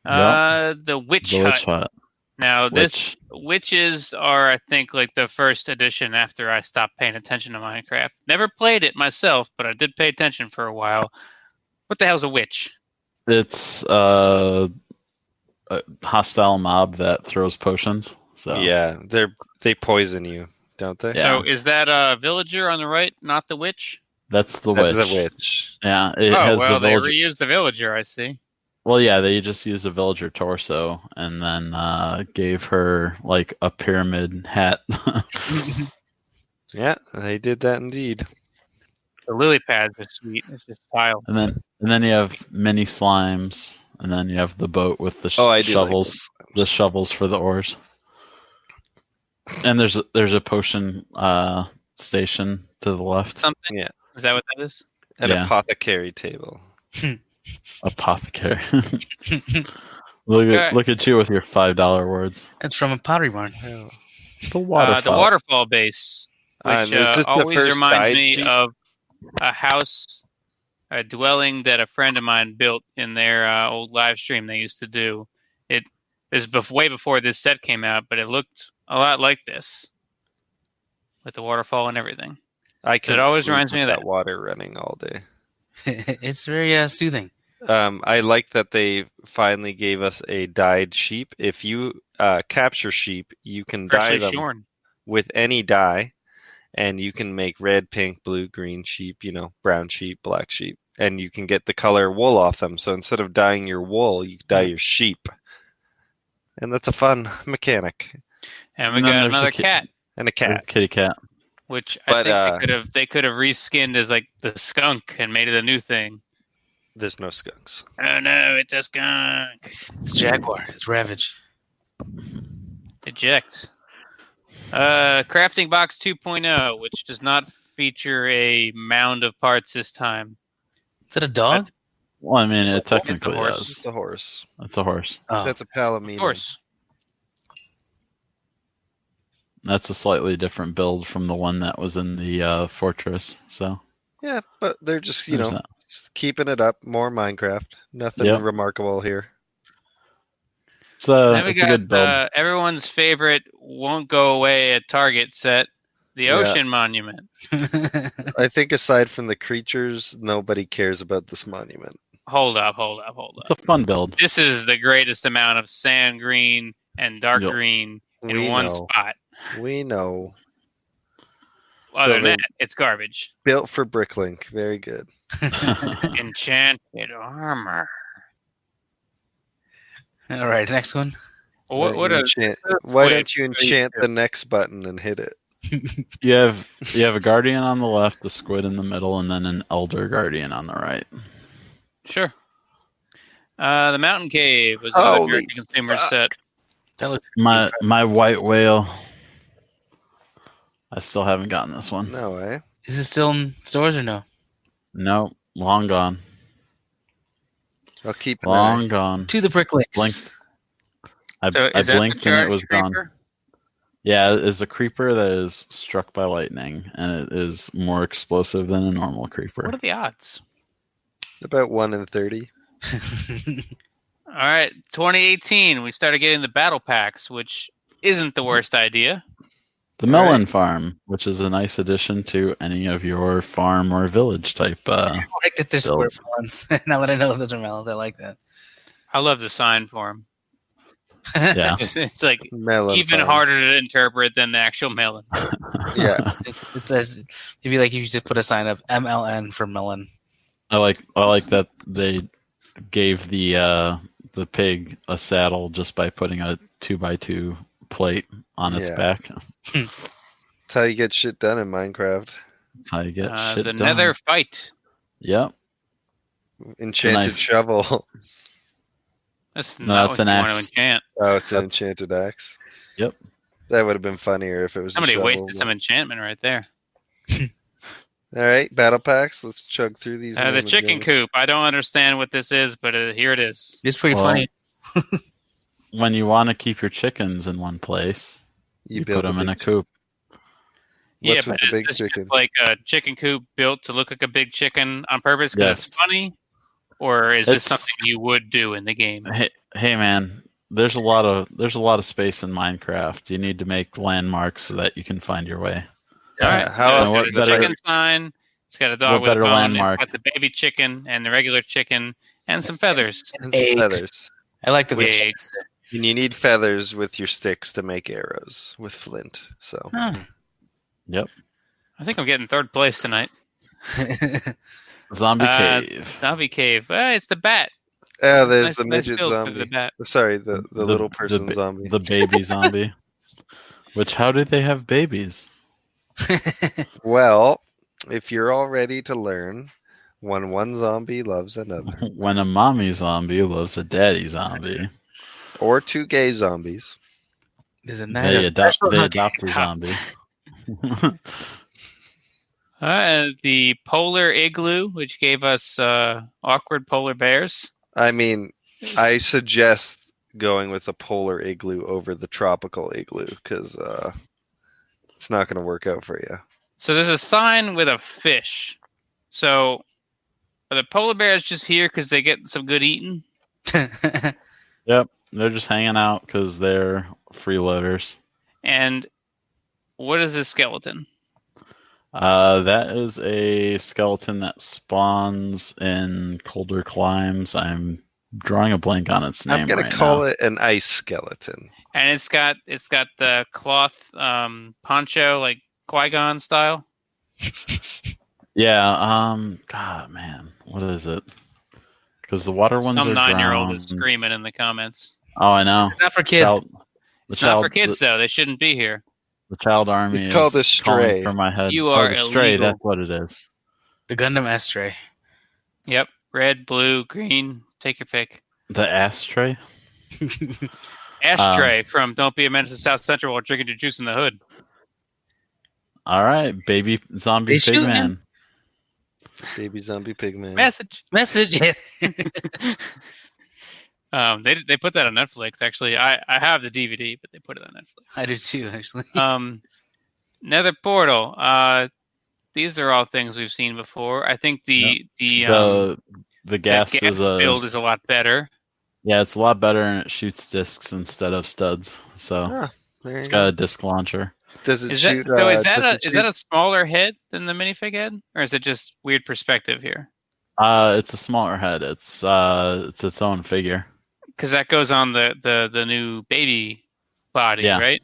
[SPEAKER 3] Yeah.
[SPEAKER 1] Uh, the witch
[SPEAKER 3] The
[SPEAKER 1] hut.
[SPEAKER 3] witch hut.
[SPEAKER 1] Now this
[SPEAKER 3] Witch.
[SPEAKER 1] witches are, I think, like the first edition after I stopped paying attention to Minecraft. Never played it myself, but I did pay attention for a while. What the hell's a witch?
[SPEAKER 3] It's uh, a hostile mob that throws potions. So
[SPEAKER 2] Yeah, they're they poison you, don't they?
[SPEAKER 3] Yeah.
[SPEAKER 1] So is that a villager on the right, not the witch?
[SPEAKER 3] that's the
[SPEAKER 2] That's
[SPEAKER 3] witch.
[SPEAKER 2] a witch.
[SPEAKER 3] Yeah, it
[SPEAKER 1] oh
[SPEAKER 3] has
[SPEAKER 1] well,
[SPEAKER 3] the
[SPEAKER 1] they
[SPEAKER 3] villager.
[SPEAKER 1] reused the villager. I see.
[SPEAKER 3] well, yeah, they just used a villager torso and then uh, gave her like a pyramid hat. *laughs*
[SPEAKER 2] Yeah, they did that indeed.
[SPEAKER 1] The lily pads are sweet. It's just tile.
[SPEAKER 3] And then and then you have mini slimes, and then you have the boat with the sh-
[SPEAKER 2] Oh, I do like
[SPEAKER 3] shovels, the
[SPEAKER 2] those.
[SPEAKER 3] shovels for the oars. And there's a, there's a potion uh, station to the left,
[SPEAKER 1] Something.
[SPEAKER 2] Yeah.
[SPEAKER 1] Is that what that is?
[SPEAKER 2] An
[SPEAKER 3] Yeah.
[SPEAKER 2] apothecary table.
[SPEAKER 3] apothecary. *laughs* look
[SPEAKER 1] Okay.
[SPEAKER 3] at look at you with your five dollar words.
[SPEAKER 4] It's from a pottery barn. *laughs*
[SPEAKER 1] Uh, the
[SPEAKER 3] The waterfall.
[SPEAKER 1] waterfall base, which
[SPEAKER 2] Um, is
[SPEAKER 1] uh,
[SPEAKER 2] this the
[SPEAKER 1] always
[SPEAKER 2] first
[SPEAKER 1] reminds
[SPEAKER 2] guide
[SPEAKER 1] me
[SPEAKER 2] sheet?
[SPEAKER 1] of a house, a dwelling that a friend of mine built in their uh, old live stream they used to do. It is bef- way before this set came out, but it looked a lot like this, with the waterfall and everything.
[SPEAKER 2] I could
[SPEAKER 1] always reminds me of
[SPEAKER 2] that water running all day.
[SPEAKER 4] it's very uh, soothing.
[SPEAKER 2] Um, I like that they finally gave us a dyed sheep. If you uh, capture sheep, you can dye
[SPEAKER 1] Freshly
[SPEAKER 2] them
[SPEAKER 1] shorn.
[SPEAKER 2] with any dye, and you can make red, pink, blue, green sheep, you know, brown sheep, black sheep, and you can get the color wool off them. So instead of dyeing your wool, you dye your sheep. And that's a fun mechanic.
[SPEAKER 1] And we
[SPEAKER 3] And then
[SPEAKER 1] got
[SPEAKER 3] there's the
[SPEAKER 1] another
[SPEAKER 3] ki-
[SPEAKER 1] cat,
[SPEAKER 2] And a
[SPEAKER 3] Or
[SPEAKER 2] cat.
[SPEAKER 3] kitty cat.
[SPEAKER 1] which I
[SPEAKER 2] But,
[SPEAKER 1] think
[SPEAKER 2] uh,
[SPEAKER 1] they could have they could have reskinned as like the skunk and made it a new thing.
[SPEAKER 2] There's no skunks.
[SPEAKER 1] Oh no, it's a skunk.
[SPEAKER 4] It's a jaguar. It's ravage.
[SPEAKER 1] Eject. Uh, crafting box 2.0, which does not feature a mound of parts this time.
[SPEAKER 4] Is that a dog?
[SPEAKER 3] Well, I mean, it
[SPEAKER 1] It's a
[SPEAKER 3] technically
[SPEAKER 1] horse. Ah.
[SPEAKER 3] is.
[SPEAKER 2] a horse.
[SPEAKER 3] It's a horse.
[SPEAKER 4] Oh.
[SPEAKER 2] That's a palomino.
[SPEAKER 1] Of course.
[SPEAKER 3] That's a slightly different build from the one that was in the uh, fortress. So
[SPEAKER 2] Yeah, but they're just, you
[SPEAKER 3] there's
[SPEAKER 2] know,
[SPEAKER 3] that.
[SPEAKER 2] just keeping it up. More Minecraft. Nothing
[SPEAKER 3] Yep.
[SPEAKER 2] remarkable here.
[SPEAKER 3] it's a,
[SPEAKER 1] then we
[SPEAKER 3] it's
[SPEAKER 1] got
[SPEAKER 3] a good build.
[SPEAKER 1] Uh, everyone's favorite won't go away at Target set, the
[SPEAKER 2] Yeah.
[SPEAKER 1] Ocean Monument.
[SPEAKER 2] I think aside from the creatures, nobody cares about this monument.
[SPEAKER 1] Hold up, hold up, hold up.
[SPEAKER 3] It's a fun build. *laughs*
[SPEAKER 1] This is the greatest amount of sand green and dark
[SPEAKER 3] Yep.
[SPEAKER 1] green in
[SPEAKER 2] we
[SPEAKER 1] one
[SPEAKER 2] know.
[SPEAKER 1] spot.
[SPEAKER 2] We know.
[SPEAKER 1] Other
[SPEAKER 2] So
[SPEAKER 1] than
[SPEAKER 2] they-
[SPEAKER 1] that, it's garbage.
[SPEAKER 2] Built for Bricklink. Very good.
[SPEAKER 1] Enchanted armor.
[SPEAKER 4] *laughs* All right, next one.
[SPEAKER 1] What,
[SPEAKER 2] Yeah,
[SPEAKER 1] what
[SPEAKER 2] you
[SPEAKER 1] a
[SPEAKER 2] enchant- why
[SPEAKER 1] wait,
[SPEAKER 2] don't you
[SPEAKER 1] wait,
[SPEAKER 2] enchant the next button and hit it?
[SPEAKER 3] you have you have a guardian on the left, a squid in the middle, and then an elder guardian on the right.
[SPEAKER 1] Sure. Uh, the Mountain Cave was another
[SPEAKER 2] Holy
[SPEAKER 1] direct to consumer
[SPEAKER 2] fuck.
[SPEAKER 1] set.
[SPEAKER 4] That looks
[SPEAKER 3] My my white whale. I still haven't gotten this one.
[SPEAKER 2] No, eh?
[SPEAKER 4] Is it still in stores or no?
[SPEAKER 3] No, long gone,
[SPEAKER 2] I'll keep an eye.
[SPEAKER 3] long gone.
[SPEAKER 4] To the brick links. *laughs*
[SPEAKER 3] Blink. I,
[SPEAKER 1] So
[SPEAKER 3] I
[SPEAKER 1] is that
[SPEAKER 3] blinked
[SPEAKER 1] the
[SPEAKER 3] and it
[SPEAKER 1] charge
[SPEAKER 3] was gone.
[SPEAKER 1] creeper?
[SPEAKER 3] Yeah, it is a creeper that is struck by lightning, and it is more explosive than a normal creeper.
[SPEAKER 1] What are the odds?
[SPEAKER 2] About 1 in 30.
[SPEAKER 1] All right, 2018, we started getting the battle packs, which isn't the worst idea.
[SPEAKER 3] The Melon Farm, which is a nice addition to any of your farm or village type. Uh,
[SPEAKER 4] I like that they're square ones. *laughs* now that I know those are melons, I like that.
[SPEAKER 1] I love the sign for him. *laughs*
[SPEAKER 3] yeah,
[SPEAKER 1] It's, it's like
[SPEAKER 2] Melon
[SPEAKER 1] even
[SPEAKER 2] farm.
[SPEAKER 1] harder to interpret than the actual melon.
[SPEAKER 2] Yeah.
[SPEAKER 4] It's, it says if you like, you just put a sign up MLN for melon.
[SPEAKER 3] I like I like that they gave the uh, the pig a saddle just by putting a two by two plate on its
[SPEAKER 2] Yeah.
[SPEAKER 3] back.
[SPEAKER 2] That's how you get shit done in Minecraft.
[SPEAKER 3] That's how you get
[SPEAKER 1] Uh,
[SPEAKER 3] shit
[SPEAKER 1] the
[SPEAKER 3] done.
[SPEAKER 1] Nether fight.
[SPEAKER 3] Yep.
[SPEAKER 2] Enchanted
[SPEAKER 3] nice-
[SPEAKER 2] shovel. *laughs*
[SPEAKER 1] That's
[SPEAKER 3] No,
[SPEAKER 1] not
[SPEAKER 3] that's
[SPEAKER 1] what
[SPEAKER 3] an
[SPEAKER 1] you want to
[SPEAKER 3] axe.
[SPEAKER 1] enchant.
[SPEAKER 2] Oh, it's an
[SPEAKER 3] That's-
[SPEAKER 2] enchanted axe.
[SPEAKER 3] Yep.
[SPEAKER 2] That would have been funnier if it was. a
[SPEAKER 1] Somebody
[SPEAKER 2] shovel.
[SPEAKER 1] wasted some enchantment right there.
[SPEAKER 2] All right, battle packs. Let's chug through these.
[SPEAKER 1] Uh, the
[SPEAKER 2] mammoth
[SPEAKER 1] chicken
[SPEAKER 2] games.
[SPEAKER 1] coop. I don't understand what this is, but uh, here it is.
[SPEAKER 4] It's pretty
[SPEAKER 3] Well,
[SPEAKER 4] funny.
[SPEAKER 3] *laughs* When you want to keep your chickens in one place, you, put 'em put
[SPEAKER 2] build
[SPEAKER 3] them in a
[SPEAKER 2] big-
[SPEAKER 3] coop.
[SPEAKER 1] Yeah,
[SPEAKER 2] What's
[SPEAKER 1] but
[SPEAKER 2] with the
[SPEAKER 1] is
[SPEAKER 2] big
[SPEAKER 1] this
[SPEAKER 2] chicken?
[SPEAKER 1] just like a chicken coop built to look like a big chicken on purpose because it's
[SPEAKER 3] Yes.
[SPEAKER 1] funny, or is this
[SPEAKER 3] It's-
[SPEAKER 1] something you would do in the game?
[SPEAKER 3] Hey, hey, man. There's a lot of there's a lot of space in Minecraft. You need to make landmarks so that you can find your way.
[SPEAKER 1] All right.
[SPEAKER 2] how
[SPEAKER 1] so
[SPEAKER 2] else
[SPEAKER 1] it's
[SPEAKER 3] what
[SPEAKER 1] got a
[SPEAKER 3] better-
[SPEAKER 1] chicken sign. It's got a dog
[SPEAKER 3] what
[SPEAKER 1] with a
[SPEAKER 3] better
[SPEAKER 1] bone.
[SPEAKER 3] landmark?
[SPEAKER 1] It's got the baby chicken and the regular chicken and some feathers.
[SPEAKER 2] And
[SPEAKER 4] Eggs.
[SPEAKER 2] some feathers.
[SPEAKER 4] I like that. they-
[SPEAKER 1] Wigs.
[SPEAKER 2] And you need feathers with your sticks to make arrows with flint. So Ah,
[SPEAKER 4] Huh.
[SPEAKER 1] I think I'm getting third place tonight.
[SPEAKER 4] *laughs*
[SPEAKER 3] Zombie
[SPEAKER 1] Uh,
[SPEAKER 3] cave.
[SPEAKER 1] Zombie cave. Ah, it's the bat.
[SPEAKER 2] oh, there's the
[SPEAKER 1] nice
[SPEAKER 2] midget
[SPEAKER 1] build for
[SPEAKER 2] zombie.
[SPEAKER 1] The bat.
[SPEAKER 2] Oh, Sorry, the, the,
[SPEAKER 3] The-
[SPEAKER 2] little
[SPEAKER 3] the
[SPEAKER 2] person
[SPEAKER 3] bi-
[SPEAKER 2] zombie.
[SPEAKER 3] The baby zombie. Which how did they have babies?
[SPEAKER 2] Well, if you're all ready to learn, when one zombie loves
[SPEAKER 3] *laughs*
[SPEAKER 2] another,
[SPEAKER 3] When a mommy zombie loves a daddy zombie,
[SPEAKER 2] or two gay zombies,
[SPEAKER 4] There's a night
[SPEAKER 3] they
[SPEAKER 4] of
[SPEAKER 3] adopt
[SPEAKER 4] special
[SPEAKER 3] they
[SPEAKER 4] hug-
[SPEAKER 3] adopt a zombie.
[SPEAKER 4] *laughs*
[SPEAKER 1] Uh, the polar igloo, which gave us uh, awkward polar bears.
[SPEAKER 2] I mean, I suggest going with the polar igloo over the tropical igloo because uh, it's not going to work out for you.
[SPEAKER 1] So there's a sign with a fish. So are the polar bears just here because they get some good eating?
[SPEAKER 3] *laughs* yep, they're just hanging out because they're freeloaders.
[SPEAKER 1] And what is this skeleton?
[SPEAKER 3] Uh, that is a skeleton that spawns in colder climes. I'm drawing a blank on its name.
[SPEAKER 2] I'm going
[SPEAKER 3] right
[SPEAKER 2] to call
[SPEAKER 3] now.
[SPEAKER 2] it an ice skeleton.
[SPEAKER 1] And it's got it's got the cloth um, poncho like Qui Gon style.
[SPEAKER 3] Yeah. Um. God, man, what is it? Because the water ones
[SPEAKER 1] Some
[SPEAKER 3] are
[SPEAKER 1] nine year old is
[SPEAKER 3] drowned.
[SPEAKER 1] screaming in the comments.
[SPEAKER 3] Oh, I know.
[SPEAKER 4] *laughs* not for kids.
[SPEAKER 3] Child- the
[SPEAKER 1] It's not for
[SPEAKER 3] child-
[SPEAKER 1] kids though. They shouldn't be here.
[SPEAKER 3] The, the child army.
[SPEAKER 2] It's called
[SPEAKER 3] is
[SPEAKER 2] a stray.
[SPEAKER 3] calling For my head.
[SPEAKER 1] You
[SPEAKER 3] Oh,
[SPEAKER 1] are
[SPEAKER 3] the stray.
[SPEAKER 1] illegal.
[SPEAKER 3] That's what it is.
[SPEAKER 4] The Gundam Estray.
[SPEAKER 1] Yep. Red, blue, green. Take your pick.
[SPEAKER 3] The ashtray. Um,
[SPEAKER 1] Ashtray from Don't Be a Menace to South Central while drinking your juice in the hood.
[SPEAKER 3] All right, baby zombie
[SPEAKER 4] They shoot
[SPEAKER 3] pig man.
[SPEAKER 4] him.
[SPEAKER 2] Baby zombie pigman.
[SPEAKER 1] Message.
[SPEAKER 4] Message.
[SPEAKER 1] Um, they they put that on Netflix. Actually, I I have the DVD, but they put it on
[SPEAKER 3] *laughs*
[SPEAKER 1] Netflix.
[SPEAKER 4] *laughs* I do too, actually.
[SPEAKER 1] um, Nether Portal. Uh, these are all things we've seen before. I think the the, um,
[SPEAKER 3] The the
[SPEAKER 1] the
[SPEAKER 3] gas,
[SPEAKER 1] gas
[SPEAKER 3] is a
[SPEAKER 1] build is a lot better.
[SPEAKER 3] yeah. It's a lot better and it shoots discs instead of studs. So
[SPEAKER 1] Oh,
[SPEAKER 2] Ah, There you
[SPEAKER 3] it's
[SPEAKER 2] go.
[SPEAKER 3] got a disc launcher.
[SPEAKER 2] Does it
[SPEAKER 1] Is that,
[SPEAKER 2] shoot?
[SPEAKER 1] so?
[SPEAKER 2] uh,
[SPEAKER 1] Is that
[SPEAKER 2] does
[SPEAKER 1] a
[SPEAKER 2] it
[SPEAKER 1] is that
[SPEAKER 2] shoot-
[SPEAKER 1] a smaller head than the minifig head, or is it just weird perspective here?
[SPEAKER 3] Uh, it's a smaller head. It's uh, it's its own figure.
[SPEAKER 1] Because that goes on the the the new baby body,
[SPEAKER 3] Yeah.
[SPEAKER 1] right?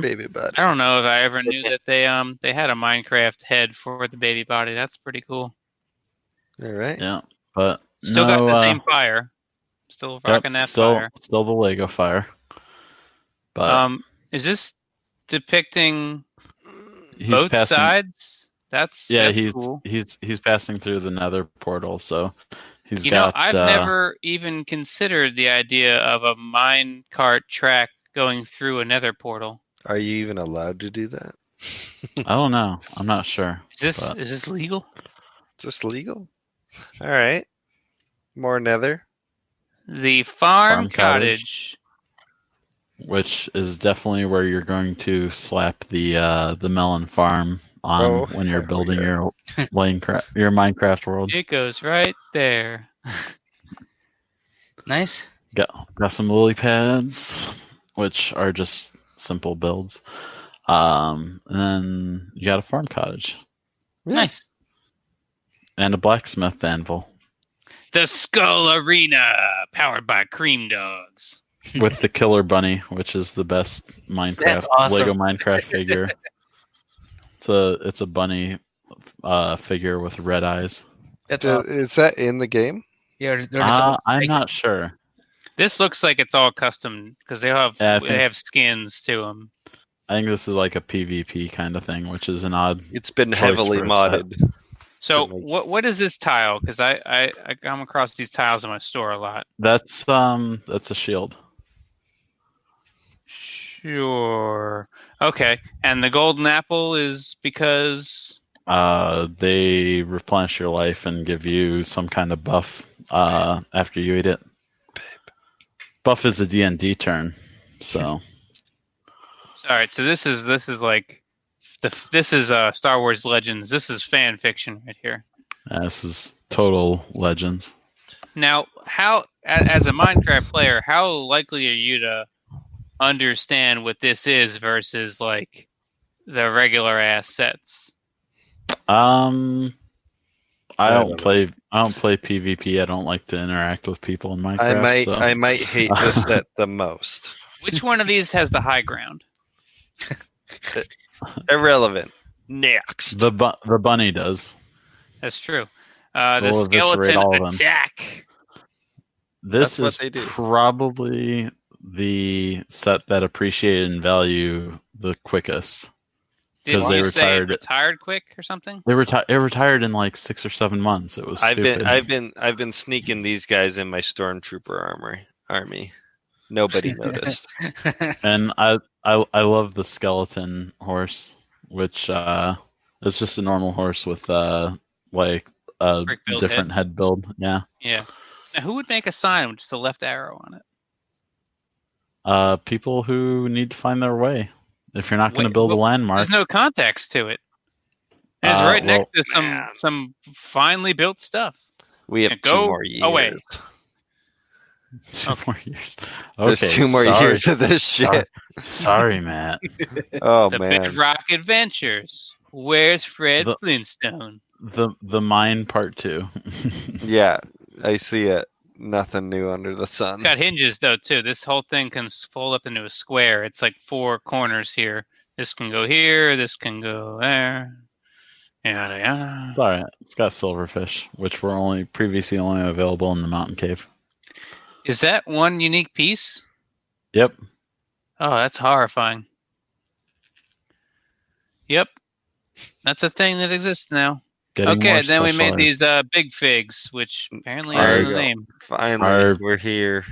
[SPEAKER 2] baby bud?
[SPEAKER 1] I don't know if I ever
[SPEAKER 3] *laughs*
[SPEAKER 1] knew that they um they had a Minecraft head for the baby body. That's pretty cool.
[SPEAKER 2] All right.
[SPEAKER 3] Yeah, but
[SPEAKER 1] Still
[SPEAKER 3] no,
[SPEAKER 1] got the
[SPEAKER 3] uh,
[SPEAKER 1] same fire. Still
[SPEAKER 3] yep,
[SPEAKER 1] rocking that
[SPEAKER 3] still uh,
[SPEAKER 1] fire.
[SPEAKER 3] still the Lego fire. But
[SPEAKER 1] Um, is this depicting
[SPEAKER 3] he's
[SPEAKER 1] both
[SPEAKER 3] passing.
[SPEAKER 1] sides? That's
[SPEAKER 3] yeah,
[SPEAKER 1] that's
[SPEAKER 3] he's
[SPEAKER 1] cool.
[SPEAKER 3] he's he's passing through the Nether portal. So he's
[SPEAKER 1] You know,
[SPEAKER 3] got.
[SPEAKER 1] I've
[SPEAKER 3] uh,
[SPEAKER 1] never even considered the idea of a mine cart track going through a nether portal.
[SPEAKER 2] Are you even allowed to do that? *laughs*
[SPEAKER 3] I don't know. I'm not sure.
[SPEAKER 1] Is this
[SPEAKER 3] But-
[SPEAKER 1] is this legal?
[SPEAKER 2] Is this
[SPEAKER 3] *laughs*
[SPEAKER 2] legal? All right. More nether.
[SPEAKER 1] The farm,
[SPEAKER 3] Farm
[SPEAKER 1] cottage.
[SPEAKER 3] cottage. which is definitely where you're going to slap the uh, the melon farm on
[SPEAKER 2] Oh,
[SPEAKER 3] when you're
[SPEAKER 2] there we
[SPEAKER 3] building
[SPEAKER 2] go.
[SPEAKER 3] your Minecraft your Minecraft world.
[SPEAKER 1] It goes right there.
[SPEAKER 4] Nice.
[SPEAKER 3] Got got some lily pads, which are just simple builds. Um, and then you got a farm cottage
[SPEAKER 2] Yeah.
[SPEAKER 4] Nice.
[SPEAKER 3] and a
[SPEAKER 4] *laughs*
[SPEAKER 3] blacksmith anvil
[SPEAKER 1] The Skull Arena, powered by Cream Dogs.
[SPEAKER 3] with the killer bunny, which is the best Minecraft
[SPEAKER 4] awesome.
[SPEAKER 3] Lego Minecraft figure. it's a it's a bunny uh, figure with red eyes.
[SPEAKER 4] That's
[SPEAKER 2] Uh,
[SPEAKER 4] all.
[SPEAKER 2] is that in the game?
[SPEAKER 4] Yeah, or- or just-
[SPEAKER 3] Uh, I'm
[SPEAKER 4] like- *laughs*
[SPEAKER 3] not sure.
[SPEAKER 1] This looks like it's all custom because they have
[SPEAKER 3] Yeah, I
[SPEAKER 1] they
[SPEAKER 3] think-
[SPEAKER 1] have skins to them.
[SPEAKER 3] I think this is like a PvP kind of thing, which is an odd.
[SPEAKER 2] It's been
[SPEAKER 3] Choice
[SPEAKER 2] heavily
[SPEAKER 3] for upset.
[SPEAKER 2] modded.
[SPEAKER 1] So
[SPEAKER 2] Didn't make-
[SPEAKER 1] what what is this tile? Because I, I I come across these tiles in my store a lot.
[SPEAKER 3] That's um that's a shield.
[SPEAKER 1] Sure. Okay. And the golden apple is because
[SPEAKER 3] Uh, they replenish your life and give you some kind of buff uh, after you eat it. Buff is a D&D turn, so
[SPEAKER 2] Hmm.
[SPEAKER 1] all right. So this is this is like the this is uh Star Wars Legends. This is fan fiction right here.
[SPEAKER 3] uh, this is total legends.
[SPEAKER 1] Now, how a- as a Minecraft player, how likely are you to understand what this is versus like the regular ass sets?
[SPEAKER 3] Um, I
[SPEAKER 2] I
[SPEAKER 3] don't,
[SPEAKER 2] don't
[SPEAKER 3] play. I don't play PvP. I don't like to interact with people in Minecraft.
[SPEAKER 2] I might
[SPEAKER 3] so.
[SPEAKER 2] I might hate
[SPEAKER 3] *laughs*
[SPEAKER 2] this set the most.
[SPEAKER 1] Which one of these has the high ground?
[SPEAKER 2] Irrelevant. Next.
[SPEAKER 3] the bu- the bunny does.
[SPEAKER 1] That's true. Uh, the
[SPEAKER 3] We'll eviscerate
[SPEAKER 1] skeleton
[SPEAKER 3] all of them.
[SPEAKER 1] attack.
[SPEAKER 3] This
[SPEAKER 2] That's what
[SPEAKER 3] is
[SPEAKER 2] they do.
[SPEAKER 3] probably the set that appreciated in value the quickest.
[SPEAKER 1] Did
[SPEAKER 3] 'Cause they
[SPEAKER 1] you say it
[SPEAKER 3] retired it.
[SPEAKER 1] retired quick or something?
[SPEAKER 3] They reti- it retired in like six or seven months. It was
[SPEAKER 2] I've
[SPEAKER 3] stupid.
[SPEAKER 2] been I've been I've been sneaking these guys in my stormtrooper armor army.
[SPEAKER 3] *laughs*
[SPEAKER 2] Nobody noticed.
[SPEAKER 3] and I, I I love the skeleton horse, which uh, is just a normal horse with uh like a
[SPEAKER 1] Brick build
[SPEAKER 3] different head build. Yeah.
[SPEAKER 1] Yeah. Now, who would make a sign with just a left arrow on it?
[SPEAKER 3] Uh, people who need to find their way. If you're not going to
[SPEAKER 1] Wait,
[SPEAKER 3] build a
[SPEAKER 1] well,
[SPEAKER 3] landmark,
[SPEAKER 1] There's no context to it. And it's
[SPEAKER 3] Uh,
[SPEAKER 1] right
[SPEAKER 3] well-
[SPEAKER 1] next to some some finely built stuff.
[SPEAKER 2] We have
[SPEAKER 1] Yeah,
[SPEAKER 2] two
[SPEAKER 1] go
[SPEAKER 2] more years.
[SPEAKER 1] away.
[SPEAKER 3] *laughs* two more years.
[SPEAKER 2] There's
[SPEAKER 3] Okay,
[SPEAKER 2] two more
[SPEAKER 3] sorry.
[SPEAKER 2] years of this shit.
[SPEAKER 3] Sorry, Matt.
[SPEAKER 2] Oh
[SPEAKER 1] the
[SPEAKER 2] man.
[SPEAKER 1] Bedrock Adventures. Where's Fred
[SPEAKER 3] The-
[SPEAKER 1] Flintstone?
[SPEAKER 3] The the mine part two.
[SPEAKER 2] Yeah, I see it. Nothing new under the sun.
[SPEAKER 1] It's got hinges though too. This whole thing can s- fold up into a square. It's like four corners here. This can go here. This can go there. Yada yada.
[SPEAKER 3] it's all right. It's got silverfish, which were only previously only available in the mountain cave.
[SPEAKER 1] Is that one unique piece?
[SPEAKER 3] Yep.
[SPEAKER 1] Oh, that's horrifying. Yep. That's a thing that exists now.
[SPEAKER 3] Getting
[SPEAKER 1] okay,
[SPEAKER 3] more
[SPEAKER 1] then we made
[SPEAKER 3] specialized.
[SPEAKER 1] these uh, big figs, which apparently
[SPEAKER 3] There
[SPEAKER 1] are
[SPEAKER 3] you
[SPEAKER 1] the
[SPEAKER 2] go.
[SPEAKER 1] name.
[SPEAKER 2] Finally,
[SPEAKER 3] Our-
[SPEAKER 2] we're here.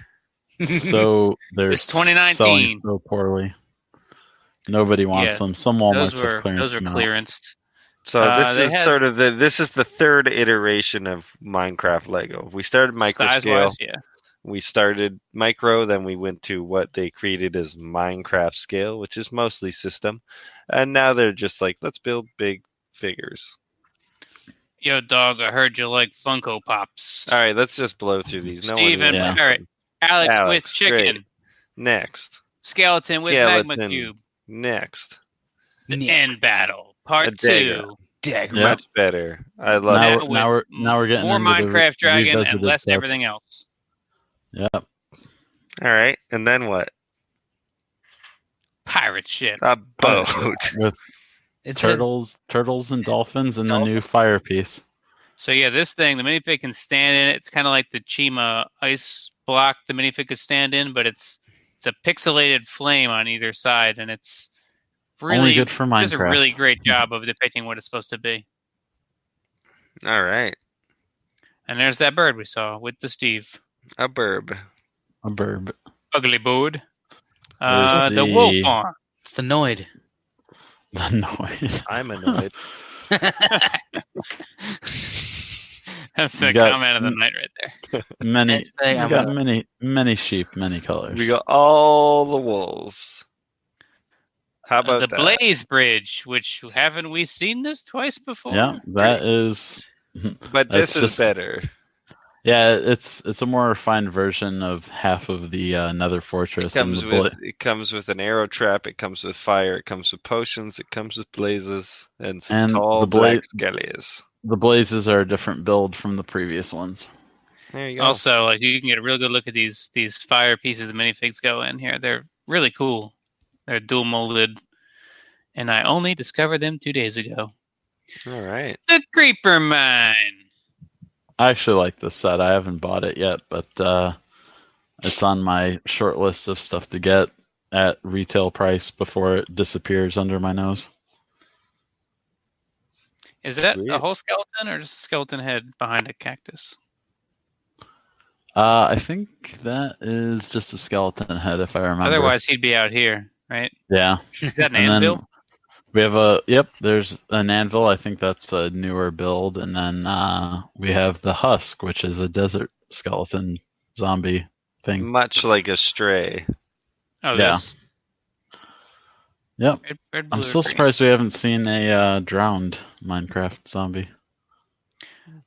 [SPEAKER 1] *laughs*
[SPEAKER 3] So they're
[SPEAKER 1] It's
[SPEAKER 3] selling
[SPEAKER 1] 2019.
[SPEAKER 3] so poorly. Nobody wants
[SPEAKER 1] Yeah,
[SPEAKER 3] them. Some Walmart's
[SPEAKER 1] Those were
[SPEAKER 3] have clearance.
[SPEAKER 1] those were
[SPEAKER 3] them out.
[SPEAKER 1] clearanced.
[SPEAKER 2] So
[SPEAKER 1] Uh,
[SPEAKER 2] this
[SPEAKER 1] they
[SPEAKER 2] is
[SPEAKER 1] had-
[SPEAKER 2] sort of the this is the third iteration of Minecraft Lego. We started micro scale.
[SPEAKER 1] Size-wise, yeah.
[SPEAKER 2] We started micro, then we went to what they created as Minecraft scale, which is mostly system, and now they're just like let's build big figures.
[SPEAKER 1] Yo, dog, I heard you like Funko Pops.
[SPEAKER 2] All right, let's just blow through these. No
[SPEAKER 1] Steven
[SPEAKER 2] one
[SPEAKER 3] Yeah.
[SPEAKER 2] yeah.
[SPEAKER 1] Barrett, Alex,
[SPEAKER 2] Alex,
[SPEAKER 1] with chicken,
[SPEAKER 2] great. Next,
[SPEAKER 1] skeleton with magma
[SPEAKER 2] Skeleton.
[SPEAKER 1] cube,
[SPEAKER 2] next,
[SPEAKER 1] the
[SPEAKER 4] Yeah.
[SPEAKER 1] end battle,
[SPEAKER 2] A
[SPEAKER 1] part
[SPEAKER 2] dagger.
[SPEAKER 1] two.
[SPEAKER 4] Dagger.
[SPEAKER 3] Yeah.
[SPEAKER 2] much better. I love
[SPEAKER 3] Now-
[SPEAKER 2] it.
[SPEAKER 1] With
[SPEAKER 3] now we're- now we're getting
[SPEAKER 1] more
[SPEAKER 3] into the re-
[SPEAKER 1] Minecraft Dragon and
[SPEAKER 3] revisited
[SPEAKER 1] less
[SPEAKER 3] sets.
[SPEAKER 1] everything else.
[SPEAKER 3] Yep.
[SPEAKER 2] All right, and then what?
[SPEAKER 1] Pirate ship.
[SPEAKER 2] A boat. *laughs*
[SPEAKER 3] With
[SPEAKER 4] It's
[SPEAKER 3] turtles, turtles and dolphins, and the new fire piece.
[SPEAKER 1] So yeah, this thing, the minifig can stand in it. It's kind of like the Chima ice block the minifig could stand in, but it's it's a pixelated flame on either side, and it's
[SPEAKER 3] Only
[SPEAKER 1] really
[SPEAKER 3] good
[SPEAKER 1] it
[SPEAKER 3] for
[SPEAKER 1] does
[SPEAKER 3] Minecraft.
[SPEAKER 1] a really great job of depicting what it's supposed to be.
[SPEAKER 2] All right,
[SPEAKER 1] And there's that bird we saw with the Steve
[SPEAKER 2] a burb.
[SPEAKER 3] A burb.
[SPEAKER 1] ugly bird. Uh,
[SPEAKER 3] There's
[SPEAKER 1] the...
[SPEAKER 3] the-
[SPEAKER 1] wolf farm.
[SPEAKER 4] It's the
[SPEAKER 3] *laughs*
[SPEAKER 4] Noid.
[SPEAKER 3] *laughs* The noise.
[SPEAKER 2] *laughs* I'm annoyed.
[SPEAKER 1] *laughs* That's
[SPEAKER 3] You
[SPEAKER 1] the
[SPEAKER 3] got-
[SPEAKER 1] comment of the night right there.
[SPEAKER 3] Many.
[SPEAKER 4] *laughs* Next thing
[SPEAKER 3] we
[SPEAKER 4] I'm
[SPEAKER 3] got
[SPEAKER 4] gonna-
[SPEAKER 3] many, many sheep, many colors.
[SPEAKER 2] we got all the wolves. How about
[SPEAKER 1] the
[SPEAKER 2] that?
[SPEAKER 1] Blaze Bridge, which haven't we seen this twice before?
[SPEAKER 3] yeah, that is.
[SPEAKER 2] But this
[SPEAKER 3] That's
[SPEAKER 2] is
[SPEAKER 3] just-
[SPEAKER 2] better.
[SPEAKER 3] Yeah, it's it's a more refined version of half of the uh, Nether Fortress.
[SPEAKER 2] It comes
[SPEAKER 3] and the
[SPEAKER 2] with
[SPEAKER 3] bullet-
[SPEAKER 2] it comes with an arrow trap. It comes with fire. It comes with potions. It comes with blazes and some
[SPEAKER 3] And
[SPEAKER 2] tall
[SPEAKER 3] the bla-
[SPEAKER 2] black skellies.
[SPEAKER 3] the blazes are a different build from the previous ones.
[SPEAKER 2] There you go.
[SPEAKER 1] Also, like you can get a real good look at these these fire pieces the minifigs go in here. They're really cool. They're dual molded, and I only discovered them two days ago.
[SPEAKER 2] All right.
[SPEAKER 1] The creeper mine.
[SPEAKER 3] I actually like this set. I haven't bought it yet, but uh, it's on my short list of stuff to get at retail price before it disappears under my nose.
[SPEAKER 1] Is that
[SPEAKER 2] Sweet.
[SPEAKER 1] a whole skeleton or just a skeleton head behind a cactus?
[SPEAKER 3] Uh, I think that is just a skeleton head, if I remember.
[SPEAKER 1] Otherwise, he'd be out here, right?
[SPEAKER 3] yeah.
[SPEAKER 1] Is that an
[SPEAKER 3] *laughs* And then
[SPEAKER 1] anvil?
[SPEAKER 3] we have a yep. There's an anvil. I think that's a newer build, and then uh, we have the husk, which is a desert skeleton zombie
[SPEAKER 1] Mm.
[SPEAKER 3] thing.
[SPEAKER 2] Much like a stray.
[SPEAKER 1] Oh,
[SPEAKER 3] yeah.
[SPEAKER 1] this.
[SPEAKER 3] Yep.
[SPEAKER 1] Red, red, blue,
[SPEAKER 3] I'm
[SPEAKER 1] or
[SPEAKER 3] still
[SPEAKER 1] green.
[SPEAKER 3] surprised we haven't seen a uh, drowned Minecraft zombie.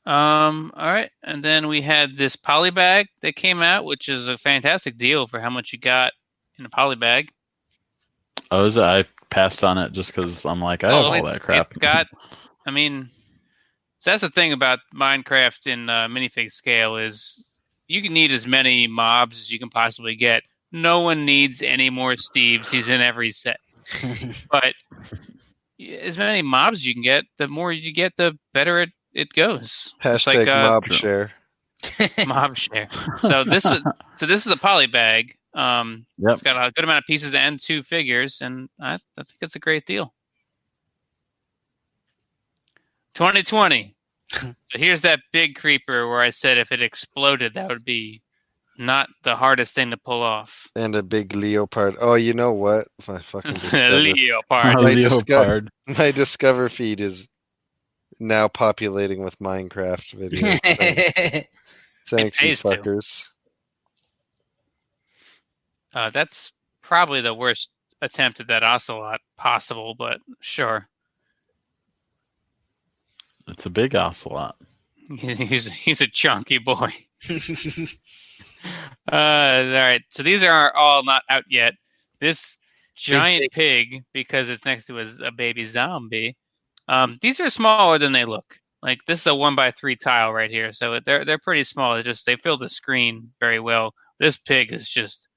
[SPEAKER 1] Um. All right, and then we had this poly bag that came out, which is a fantastic deal for how much you got in a poly bag.
[SPEAKER 3] Oh, is it? I passed on it just because I'm like, I have
[SPEAKER 1] Oh,
[SPEAKER 3] all that crap.
[SPEAKER 1] It's
[SPEAKER 3] *laughs*
[SPEAKER 1] got, I mean, so that's the thing about Minecraft in uh, minifig scale is you can need as many mobs as you can possibly get. No one needs any more Steves. He's in every set, but as many mobs you can get, the more you get, the better it, it goes. It's
[SPEAKER 2] Hashtag
[SPEAKER 1] uh,
[SPEAKER 2] mob share.
[SPEAKER 1] *laughs* mob share. So this is so this is a poly bag. Um,
[SPEAKER 3] Yep.
[SPEAKER 1] it's got a good amount of pieces and two figures, and I, I think it's a great deal. 2020. so here's that big creeper where I said if it exploded, that would be not the hardest thing to pull off.
[SPEAKER 2] And a big leopard. Oh, you know what? My
[SPEAKER 1] *laughs*
[SPEAKER 2] fucking discover,
[SPEAKER 3] *laughs*
[SPEAKER 1] Leopard.
[SPEAKER 2] Like this guy.
[SPEAKER 3] Leopard.
[SPEAKER 2] *laughs* my discover feed is now populating with Minecraft
[SPEAKER 4] *laughs*
[SPEAKER 2] videos. Thanks- Thanks, you
[SPEAKER 1] pays to.
[SPEAKER 2] fuckers.
[SPEAKER 1] Uh, that's probably the worst attempt at that ocelot possible, but sure.
[SPEAKER 3] It's a big ocelot. *laughs*
[SPEAKER 1] *laughs* He's he's a chunky boy. Uh, all right. So these are all not out yet. This giant pig, because it's next to a, z- a baby zombie. Um, these are smaller than they look. Like this is a one by three tile right here, so it- they're they're pretty small. They just they fill the screen very well. This pig is just,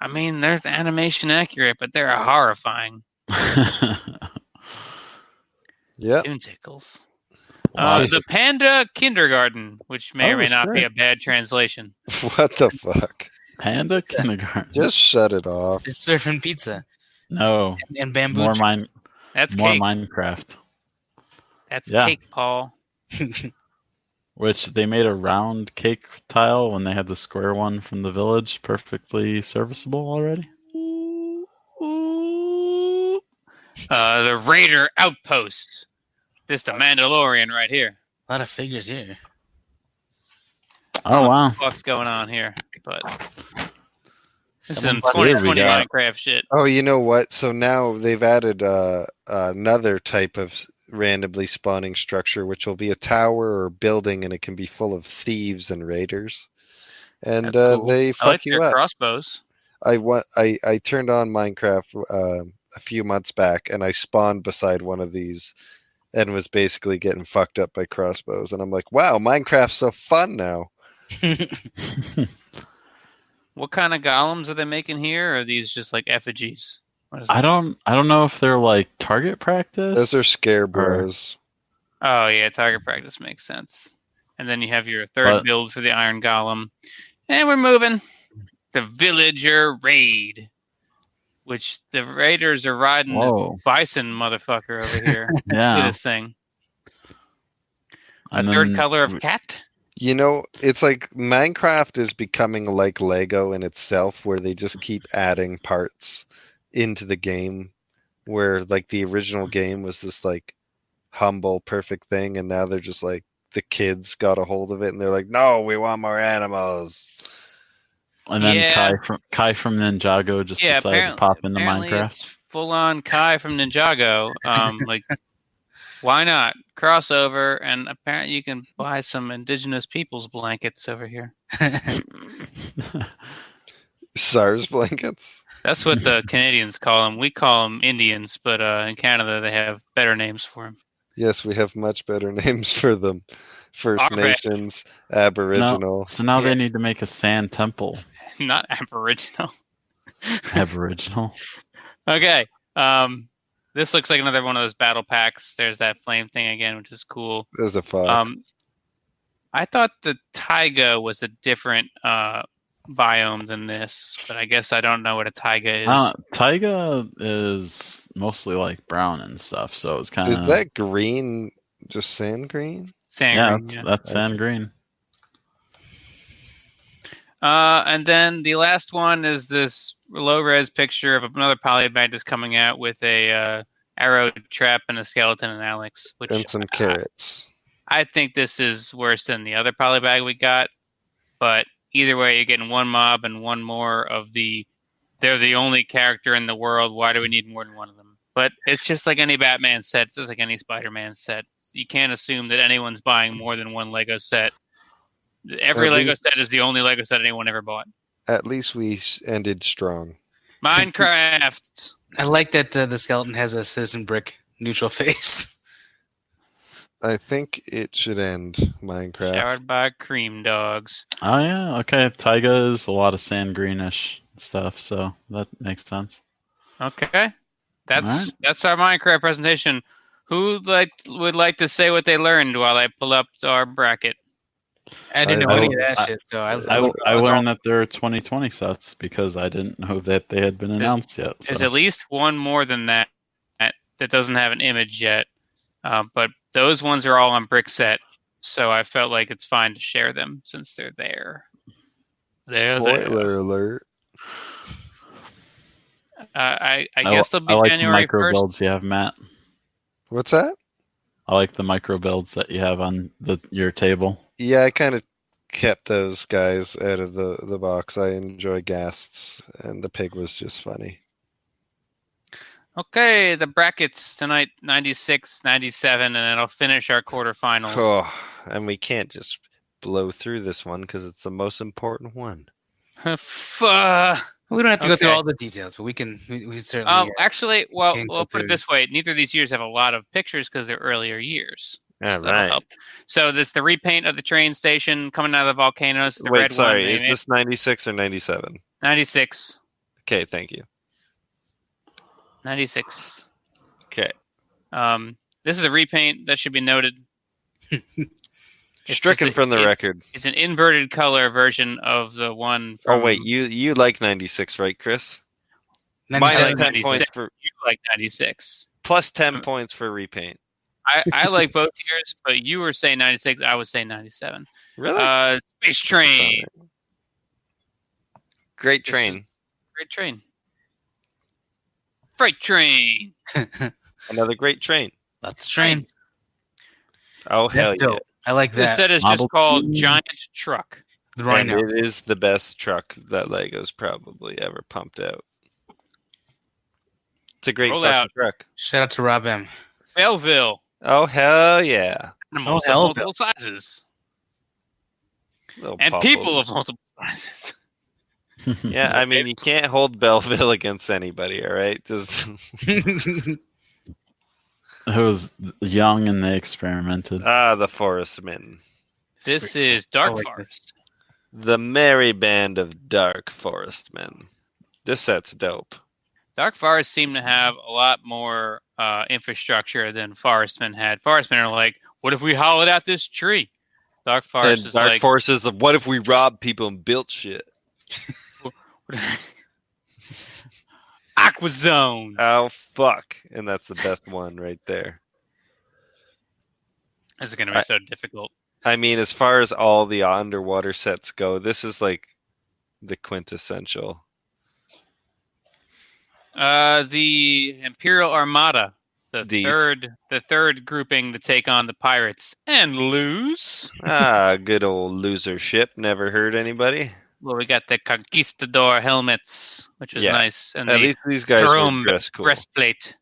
[SPEAKER 1] I mean, they're animation accurate, but they're horrifying.
[SPEAKER 3] Oh.
[SPEAKER 2] Yep.
[SPEAKER 1] Doom tickles. Uh,
[SPEAKER 3] Nice.
[SPEAKER 1] the panda kindergarten, which may
[SPEAKER 3] Oh,
[SPEAKER 1] or may
[SPEAKER 3] that's
[SPEAKER 1] not be
[SPEAKER 3] great.
[SPEAKER 1] a bad translation.
[SPEAKER 2] *laughs* What the fuck?
[SPEAKER 3] Panda kindergarten.
[SPEAKER 2] Just shut it off.
[SPEAKER 4] They're serving pizza
[SPEAKER 3] no,
[SPEAKER 4] and bamboo.
[SPEAKER 3] more
[SPEAKER 4] trees.
[SPEAKER 3] mine,
[SPEAKER 1] That's
[SPEAKER 3] more
[SPEAKER 1] cake.
[SPEAKER 3] Minecraft.
[SPEAKER 1] That's
[SPEAKER 3] yeah.
[SPEAKER 1] cake, Paul.
[SPEAKER 4] *laughs*
[SPEAKER 3] Which they made a round cake tile when they had the square one from the village, perfectly serviceable already.
[SPEAKER 1] Uh, the Raider outpost. This the Mandalorian right here.
[SPEAKER 4] a lot of figures here.
[SPEAKER 3] Oh wow!
[SPEAKER 1] What's going on here? But this
[SPEAKER 4] Someone
[SPEAKER 1] is some
[SPEAKER 4] bought-
[SPEAKER 3] Here we
[SPEAKER 1] 2020
[SPEAKER 3] go.
[SPEAKER 1] Minecraft shit.
[SPEAKER 2] Oh, you know what? So now they've added uh, another type of s- randomly spawning structure, which will be a tower or building, and it can be full of thieves and raiders. And
[SPEAKER 1] That's
[SPEAKER 2] uh,
[SPEAKER 1] cool.
[SPEAKER 2] they
[SPEAKER 1] I
[SPEAKER 2] fuck
[SPEAKER 1] like
[SPEAKER 2] you
[SPEAKER 1] your
[SPEAKER 2] up.
[SPEAKER 1] crossbows.
[SPEAKER 2] I wa- I I turned on Minecraft um a few months back, and I spawned beside one of these, and was basically getting fucked up by crossbows. And I'm like, wow, Minecraft's so fun now.
[SPEAKER 1] What kind of golems are they making here? Or are these just like effigies? What is
[SPEAKER 3] I
[SPEAKER 1] that?
[SPEAKER 3] don't, I don't know if they're like target practice.
[SPEAKER 2] Those are scare bros.
[SPEAKER 1] Oh yeah, target practice makes sense. And then you have your third
[SPEAKER 3] But-
[SPEAKER 1] build for the Iron Golem. And we're moving. The villager raid. Which the raiders are riding this
[SPEAKER 3] Whoa!
[SPEAKER 1] bison motherfucker over
[SPEAKER 3] *laughs*
[SPEAKER 1] here. Look at
[SPEAKER 3] Yeah.
[SPEAKER 1] this thing. A
[SPEAKER 3] And
[SPEAKER 1] third
[SPEAKER 3] then-
[SPEAKER 1] color of
[SPEAKER 3] we-
[SPEAKER 1] cat.
[SPEAKER 2] You know, it's like Minecraft is becoming like Lego in itself, where they just keep adding parts into the game. Where like the original game was this like humble, perfect thing, and now they're just like the kids got a hold of it, and they're like, "No, we want more animals."
[SPEAKER 3] And then
[SPEAKER 1] Yeah.
[SPEAKER 3] Kai from Kai from Ninjago just
[SPEAKER 1] Yeah,
[SPEAKER 3] decided to
[SPEAKER 1] apparent-
[SPEAKER 3] pop into
[SPEAKER 1] Apparently
[SPEAKER 3] Minecraft. *laughs*
[SPEAKER 1] it's full on Kai from Ninjago. Um, like Why not? Crossover, and apparently you can buy some indigenous peoples blankets over here.
[SPEAKER 2] SARS blankets.
[SPEAKER 1] That's what the Canadians call them. We call them Indians, but uh, in Canada they have better names for them.
[SPEAKER 2] Yes, we have much better *laughs* names for them. First
[SPEAKER 1] Alright.
[SPEAKER 2] Nations, Aboriginal.
[SPEAKER 3] *laughs* So now
[SPEAKER 4] Yeah.
[SPEAKER 3] they need to make a sand temple.
[SPEAKER 1] *laughs* Not Aboriginal. *laughs*
[SPEAKER 3] Aboriginal.
[SPEAKER 1] Okay. Um, this looks like another one of those battle packs. There's that flame thing again, which is cool.
[SPEAKER 2] There's a fox.
[SPEAKER 1] Um, I thought the taiga was a different uh, biome than this, but I guess I don't know what a taiga is.
[SPEAKER 3] Uh, taiga is mostly like brown and stuff, so it's kind
[SPEAKER 2] Is
[SPEAKER 3] of
[SPEAKER 2] that green? Just sand green?
[SPEAKER 1] Sand
[SPEAKER 3] yeah,
[SPEAKER 1] green,
[SPEAKER 3] that's,
[SPEAKER 1] yeah.
[SPEAKER 3] that's sand green.
[SPEAKER 1] Uh, and then the last one is this low res picture of another polybag that's coming out with a uh, arrow trap and a skeleton and Alex, which
[SPEAKER 2] And some
[SPEAKER 1] I-
[SPEAKER 2] carrots.
[SPEAKER 1] I think this is worse than the other polybag we got, but either way, you're getting one mob and one more of the. They're the only character in the world. Why do we need more than one of them? But it's just like any Batman set. It's just like any Spider-Man set. You can't assume that anyone's buying more than one Lego set. Every
[SPEAKER 2] At
[SPEAKER 1] Lego
[SPEAKER 2] least-
[SPEAKER 1] set is the only Lego set anyone ever bought.
[SPEAKER 2] At least we s- ended strong.
[SPEAKER 1] Minecraft.
[SPEAKER 4] I like that uh, the skeleton has a citizen brick neutral *laughs* face.
[SPEAKER 2] I think it should end Minecraft.
[SPEAKER 1] Showered by cream dogs.
[SPEAKER 3] Oh yeah, okay. Taiga is a lot of sand greenish stuff, so that makes sense.
[SPEAKER 1] Okay, that's
[SPEAKER 3] Alright.
[SPEAKER 1] that's our Minecraft presentation. Who like would like to say what they learned while I pull up our bracket?
[SPEAKER 4] I didn't
[SPEAKER 2] I-
[SPEAKER 4] know
[SPEAKER 2] I
[SPEAKER 4] any
[SPEAKER 3] will-
[SPEAKER 4] of that
[SPEAKER 3] I-
[SPEAKER 4] shit, so I,
[SPEAKER 3] I, I learned that there are 2020 sets because I didn't know that they had been announced yet.
[SPEAKER 1] There's
[SPEAKER 3] so.
[SPEAKER 1] at least one more than that that that doesn't have an image yet, uh, but those ones are all on Brickset, so I felt like it's fine to share them since they're there. They're there.
[SPEAKER 2] Spoiler alert.
[SPEAKER 1] Uh, I I
[SPEAKER 3] I-
[SPEAKER 1] guess they'll be
[SPEAKER 3] I like
[SPEAKER 1] January
[SPEAKER 3] the micro
[SPEAKER 1] first.
[SPEAKER 3] builds you have, Matt.
[SPEAKER 2] What's that?
[SPEAKER 3] I like the micro builds that you have on the your table.
[SPEAKER 2] Yeah, I kind of kept those guys out of the, the box. I enjoy Gasts, and the pig was just funny.
[SPEAKER 1] Okay, the brackets tonight: 96, 97, and it'll finish our quarterfinals.
[SPEAKER 2] Oh, and we can't just blow through this one because it's the most important one.
[SPEAKER 1] *laughs* Fuh.
[SPEAKER 4] we don't have to go through
[SPEAKER 1] Okay.
[SPEAKER 4] all the details, but we can. We, we certainly.
[SPEAKER 1] Um,
[SPEAKER 4] uh,
[SPEAKER 1] actually, well,
[SPEAKER 4] Game
[SPEAKER 1] we'll put
[SPEAKER 4] Culture.
[SPEAKER 1] it this way: neither of these years have a lot of pictures because they're earlier years.
[SPEAKER 2] All
[SPEAKER 1] So that'll
[SPEAKER 2] right.
[SPEAKER 1] help. So this the repaint of the train station coming out of the volcanoes. The
[SPEAKER 2] Wait,
[SPEAKER 1] red
[SPEAKER 2] sorry,
[SPEAKER 1] one,
[SPEAKER 2] is this 96 or 97?
[SPEAKER 1] 96,
[SPEAKER 2] Okay, thank you.
[SPEAKER 1] 96.
[SPEAKER 2] Okay.
[SPEAKER 1] Um, this is a repaint that should be
[SPEAKER 2] *laughs*
[SPEAKER 1] noted. just
[SPEAKER 2] Stricken
[SPEAKER 1] a-
[SPEAKER 2] from the
[SPEAKER 1] it-
[SPEAKER 2] record.
[SPEAKER 1] It's an inverted color version of the one.
[SPEAKER 2] Oh
[SPEAKER 1] From,
[SPEAKER 2] wait, you you like 96, right, Chris?
[SPEAKER 4] 97
[SPEAKER 2] Minus 10
[SPEAKER 1] like 96.
[SPEAKER 2] points for
[SPEAKER 1] you like 96.
[SPEAKER 2] plus 10
[SPEAKER 1] Mm.
[SPEAKER 2] points for repaint.
[SPEAKER 1] I, I like both years, but you were saying 96. I was saying 97.
[SPEAKER 2] Really?
[SPEAKER 1] Uh, space train.
[SPEAKER 2] Great
[SPEAKER 1] this is-
[SPEAKER 2] train.
[SPEAKER 1] Freight train. Freight train.
[SPEAKER 2] Another great train.
[SPEAKER 4] lots of trains.
[SPEAKER 2] Oh hell
[SPEAKER 4] That's
[SPEAKER 2] yeah.
[SPEAKER 4] dope. I like
[SPEAKER 1] This
[SPEAKER 4] that.
[SPEAKER 1] set is
[SPEAKER 3] Model
[SPEAKER 1] just called
[SPEAKER 3] T.
[SPEAKER 1] Giant Truck.
[SPEAKER 4] The
[SPEAKER 2] And
[SPEAKER 4] rhino.
[SPEAKER 2] it is the best truck that Lego's probably ever pumped out. It's a great
[SPEAKER 1] Roll
[SPEAKER 2] fucking
[SPEAKER 1] out.
[SPEAKER 2] truck.
[SPEAKER 4] Shout out to Rob M. *laughs*
[SPEAKER 1] Belleville.
[SPEAKER 2] Oh hell yeah.
[SPEAKER 1] Animals
[SPEAKER 4] Oh, hell,
[SPEAKER 1] of multiple sizes.
[SPEAKER 2] Little
[SPEAKER 1] And
[SPEAKER 2] pop
[SPEAKER 1] people
[SPEAKER 2] over.
[SPEAKER 1] of multiple sizes.
[SPEAKER 2] Yeah, I mean you can't hold Belleville *laughs* against anybody, all right? Just
[SPEAKER 3] *laughs*
[SPEAKER 2] *laughs*
[SPEAKER 3] it was young and they experimented.
[SPEAKER 2] ah the forest mitten.
[SPEAKER 1] This is Dark
[SPEAKER 4] I like
[SPEAKER 1] Forest.
[SPEAKER 2] The merry band of dark forest men. This set's dope.
[SPEAKER 1] Dark Forest seem to have a lot more uh, infrastructure than Forestmen had. Forestmen are like, what if we hollowed out this tree? Dark Forest
[SPEAKER 2] and
[SPEAKER 1] is
[SPEAKER 2] dark
[SPEAKER 1] like,
[SPEAKER 2] forest is the what if we robbed people and built shit?
[SPEAKER 1] *laughs* Aqua Zone.
[SPEAKER 2] Oh fuck. And that's the best one right there.
[SPEAKER 1] this is going to be
[SPEAKER 2] I-
[SPEAKER 1] so difficult.
[SPEAKER 2] I mean, as far as all the underwater sets go, this is like the quintessential.
[SPEAKER 1] Uh, the Imperial Armada, the
[SPEAKER 2] These.
[SPEAKER 1] third, the third grouping to take on the pirates and lose.
[SPEAKER 2] ah, good old loser ship. Never hurt anybody.
[SPEAKER 1] Well, we got the conquistador helmets, which was
[SPEAKER 2] Yeah.
[SPEAKER 1] nice, and
[SPEAKER 2] At
[SPEAKER 1] the
[SPEAKER 2] least these guys were
[SPEAKER 1] chrome
[SPEAKER 2] dressed cool.
[SPEAKER 1] breastplate.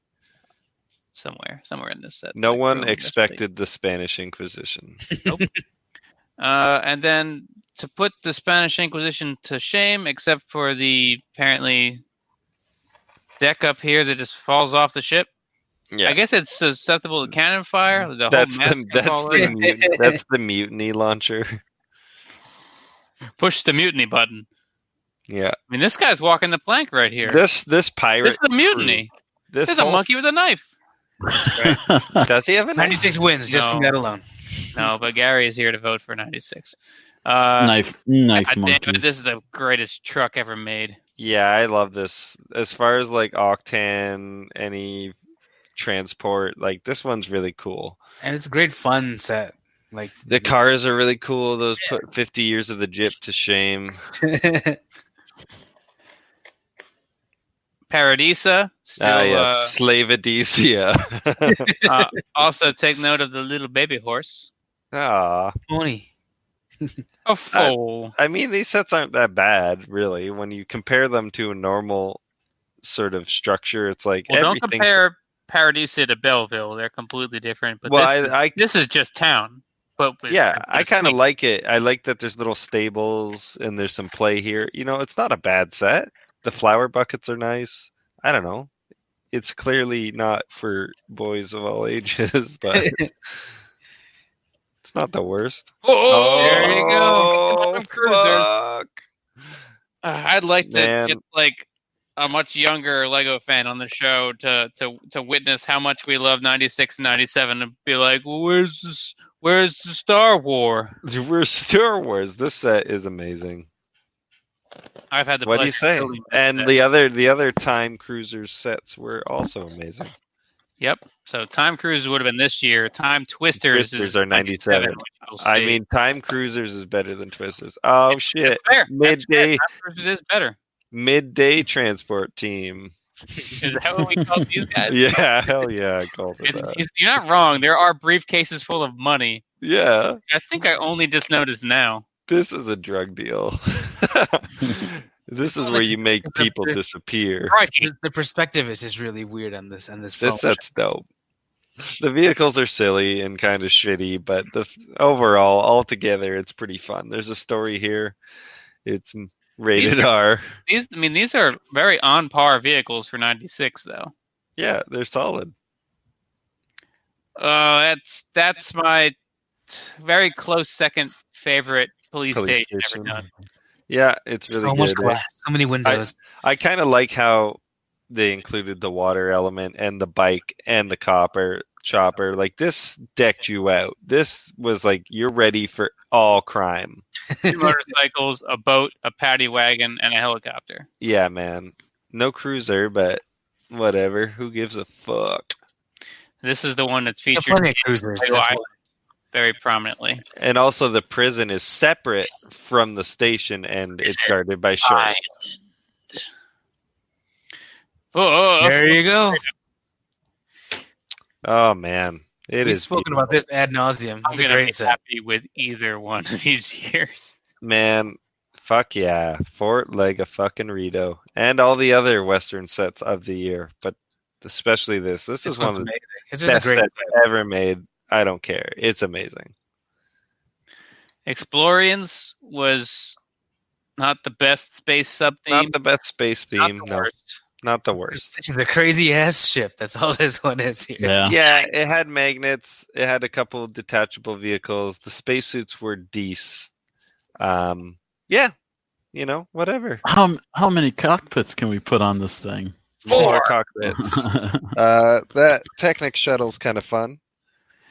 [SPEAKER 1] somewhere, somewhere in this set.
[SPEAKER 2] No
[SPEAKER 1] Like,
[SPEAKER 2] one
[SPEAKER 1] really messed up.
[SPEAKER 2] expected the Spanish Inquisition.
[SPEAKER 1] Uh, and then to put the Spanish Inquisition to shame, except for the apparently deck up here that just falls off the ship.
[SPEAKER 2] Yeah,
[SPEAKER 1] I guess it's susceptible to cannon fire. The
[SPEAKER 2] that's
[SPEAKER 1] whole mast
[SPEAKER 2] the
[SPEAKER 1] can
[SPEAKER 2] that's
[SPEAKER 1] fall
[SPEAKER 2] the
[SPEAKER 1] in.
[SPEAKER 2] mut- that's the mutiny launcher. *laughs*
[SPEAKER 1] Push the mutiny button.
[SPEAKER 2] Yeah,
[SPEAKER 1] I mean, this guy's walking the plank right here. This,
[SPEAKER 2] this this pirate.
[SPEAKER 1] is a mutiny.
[SPEAKER 2] This
[SPEAKER 1] There's a
[SPEAKER 2] whole-
[SPEAKER 1] monkey with a knife.
[SPEAKER 3] *laughs*
[SPEAKER 1] Uh,
[SPEAKER 2] Does he have a knife?
[SPEAKER 4] 96 wins just from
[SPEAKER 1] No.
[SPEAKER 4] that alone.
[SPEAKER 1] No, but Gary is here to vote for 96. Uh,
[SPEAKER 3] knife, knife
[SPEAKER 1] God
[SPEAKER 3] monkey.
[SPEAKER 1] damn it, this is the greatest truck ever made.
[SPEAKER 2] Yeah, I love this. As far as like Octan, any transport, like this one's really cool.
[SPEAKER 4] And it's a great fun set. Like
[SPEAKER 2] The
[SPEAKER 4] *laughs*
[SPEAKER 1] Mm-hmm.
[SPEAKER 2] cars are really cool. Those put 50 years of the Jip to shame.
[SPEAKER 1] Paradisa. Still,
[SPEAKER 2] ah, yes,
[SPEAKER 1] uh,
[SPEAKER 2] *laughs* Slavadesia.
[SPEAKER 1] uh, also, take note of the little baby horse.
[SPEAKER 2] Ah,
[SPEAKER 4] pony.
[SPEAKER 2] Uh,
[SPEAKER 1] A foal.
[SPEAKER 2] I mean these sets aren't that bad, really. When you compare them to a normal sort of structure, it's like
[SPEAKER 1] well, don't
[SPEAKER 2] everything's-
[SPEAKER 1] compare Paradisa to Belleville. They're completely different. But
[SPEAKER 2] well,
[SPEAKER 1] this,
[SPEAKER 2] I, I
[SPEAKER 1] this is just town. But with,
[SPEAKER 2] yeah,
[SPEAKER 1] with
[SPEAKER 2] I
[SPEAKER 1] a
[SPEAKER 2] kind of
[SPEAKER 1] snake.
[SPEAKER 2] like it. I like that there's little stables and there's some play here. You know, it's not a bad set. The flower buckets are nice. I don't know. It's clearly not for boys of all *laughs* ages, *laughs* but
[SPEAKER 1] *laughs*
[SPEAKER 2] it's not the worst.
[SPEAKER 1] Oh, there you go. It's a modern cruiser.
[SPEAKER 2] oh, fuck.
[SPEAKER 1] Uh, I'd like to
[SPEAKER 2] Man.
[SPEAKER 1] get like a much younger Lego fan on the show to to to witness how much we love 96 and 97 and be like, "Where's this, where's the Star War?"
[SPEAKER 2] Dude, *laughs* We're Star Wars. This set is amazing.
[SPEAKER 1] I've had the
[SPEAKER 2] What do you
[SPEAKER 1] pleasure of
[SPEAKER 2] say?
[SPEAKER 1] building this
[SPEAKER 2] And
[SPEAKER 1] set.
[SPEAKER 2] the other the other time cruiser sets were also amazing.
[SPEAKER 1] Yep. So Time Cruises would have been this year. Time Twisters,
[SPEAKER 2] Twisters
[SPEAKER 1] is
[SPEAKER 2] are 97.
[SPEAKER 1] which we'll
[SPEAKER 2] I
[SPEAKER 1] see.
[SPEAKER 2] mean, Time Cruisers is better than Twisters. Oh shit!
[SPEAKER 1] fair. That's fair.
[SPEAKER 2] Midday
[SPEAKER 1] Time Cruises is better. *laughs*
[SPEAKER 2] midday transport team.
[SPEAKER 1] Is that what we call
[SPEAKER 2] *laughs*
[SPEAKER 1] these guys?
[SPEAKER 2] Yeah, hell yeah, I called it
[SPEAKER 1] It's,
[SPEAKER 2] that.
[SPEAKER 1] it's- you're not wrong. There are briefcases full of money.
[SPEAKER 2] Yeah,
[SPEAKER 1] I think I only just noticed now.
[SPEAKER 2] this is a drug deal. *laughs* this is where you make people disappear.
[SPEAKER 1] Crikey.
[SPEAKER 4] *laughs* The, the perspective is just really weird on this on this
[SPEAKER 2] This
[SPEAKER 4] phone.
[SPEAKER 2] set's dope. The vehicles are silly and kind of shitty, but the overall, altogether, it's pretty fun. There's a story here. It's rated R.
[SPEAKER 1] These, I mean, these are very on par vehicles for '96, though.
[SPEAKER 2] Yeah, they're solid.
[SPEAKER 1] Uh, that's that's my t- very close second favorite police,
[SPEAKER 2] Police
[SPEAKER 1] station,
[SPEAKER 2] station.
[SPEAKER 1] ever done.
[SPEAKER 2] Yeah, it's
[SPEAKER 4] so
[SPEAKER 2] really
[SPEAKER 4] much
[SPEAKER 2] good.
[SPEAKER 4] glass, so many windows.
[SPEAKER 2] I kind of like how they included the water element and the bike and the copper chopper. Like this decked you out. This was like you're ready for all crime.
[SPEAKER 1] Two
[SPEAKER 4] *laughs*
[SPEAKER 1] motorcycles, a boat, a paddy wagon, and a helicopter.
[SPEAKER 2] Yeah, man. No cruiser, but whatever. Who gives a fuck?
[SPEAKER 1] This is the one that's
[SPEAKER 4] There are
[SPEAKER 1] featured
[SPEAKER 4] plenty of cruisers.
[SPEAKER 1] Lego
[SPEAKER 4] that's
[SPEAKER 1] Island
[SPEAKER 4] why.
[SPEAKER 1] very prominently.
[SPEAKER 2] And also, the prison is separate from the station, and it's guarded by sharks.
[SPEAKER 1] Oh, oh, oh.
[SPEAKER 4] There you go.
[SPEAKER 2] Oh man, it
[SPEAKER 4] We've
[SPEAKER 2] is
[SPEAKER 4] spoken about this ad nauseum.
[SPEAKER 1] I'm
[SPEAKER 4] It's a
[SPEAKER 1] gonna
[SPEAKER 4] great
[SPEAKER 1] be
[SPEAKER 4] set.
[SPEAKER 1] happy with either one of these *laughs* years.
[SPEAKER 2] Man, fuck yeah. Fort Lega fucking Rito. And all the other Western sets of the year, but especially this. This
[SPEAKER 4] This
[SPEAKER 2] is one
[SPEAKER 4] one's
[SPEAKER 2] of the
[SPEAKER 4] amazing. It's
[SPEAKER 2] best
[SPEAKER 4] just a great.
[SPEAKER 2] sets ever made. I don't care. It's amazing.
[SPEAKER 1] Explorians was not the best space sub
[SPEAKER 2] Not
[SPEAKER 1] theme.
[SPEAKER 2] the best space
[SPEAKER 1] not
[SPEAKER 2] theme,
[SPEAKER 1] the
[SPEAKER 2] no.
[SPEAKER 1] worst.
[SPEAKER 2] Not the worst.
[SPEAKER 4] She's a crazy ass ship. That's all this one is here.
[SPEAKER 3] yeah.
[SPEAKER 2] Yeah, it had magnets. It had a couple detachable vehicles. The spacesuits were dece. Um, yeah, you know, whatever.
[SPEAKER 3] How how many cockpits can we put on this thing?
[SPEAKER 2] More
[SPEAKER 1] Four.
[SPEAKER 2] cockpits. uh, that Technic shuttle's kind of fun.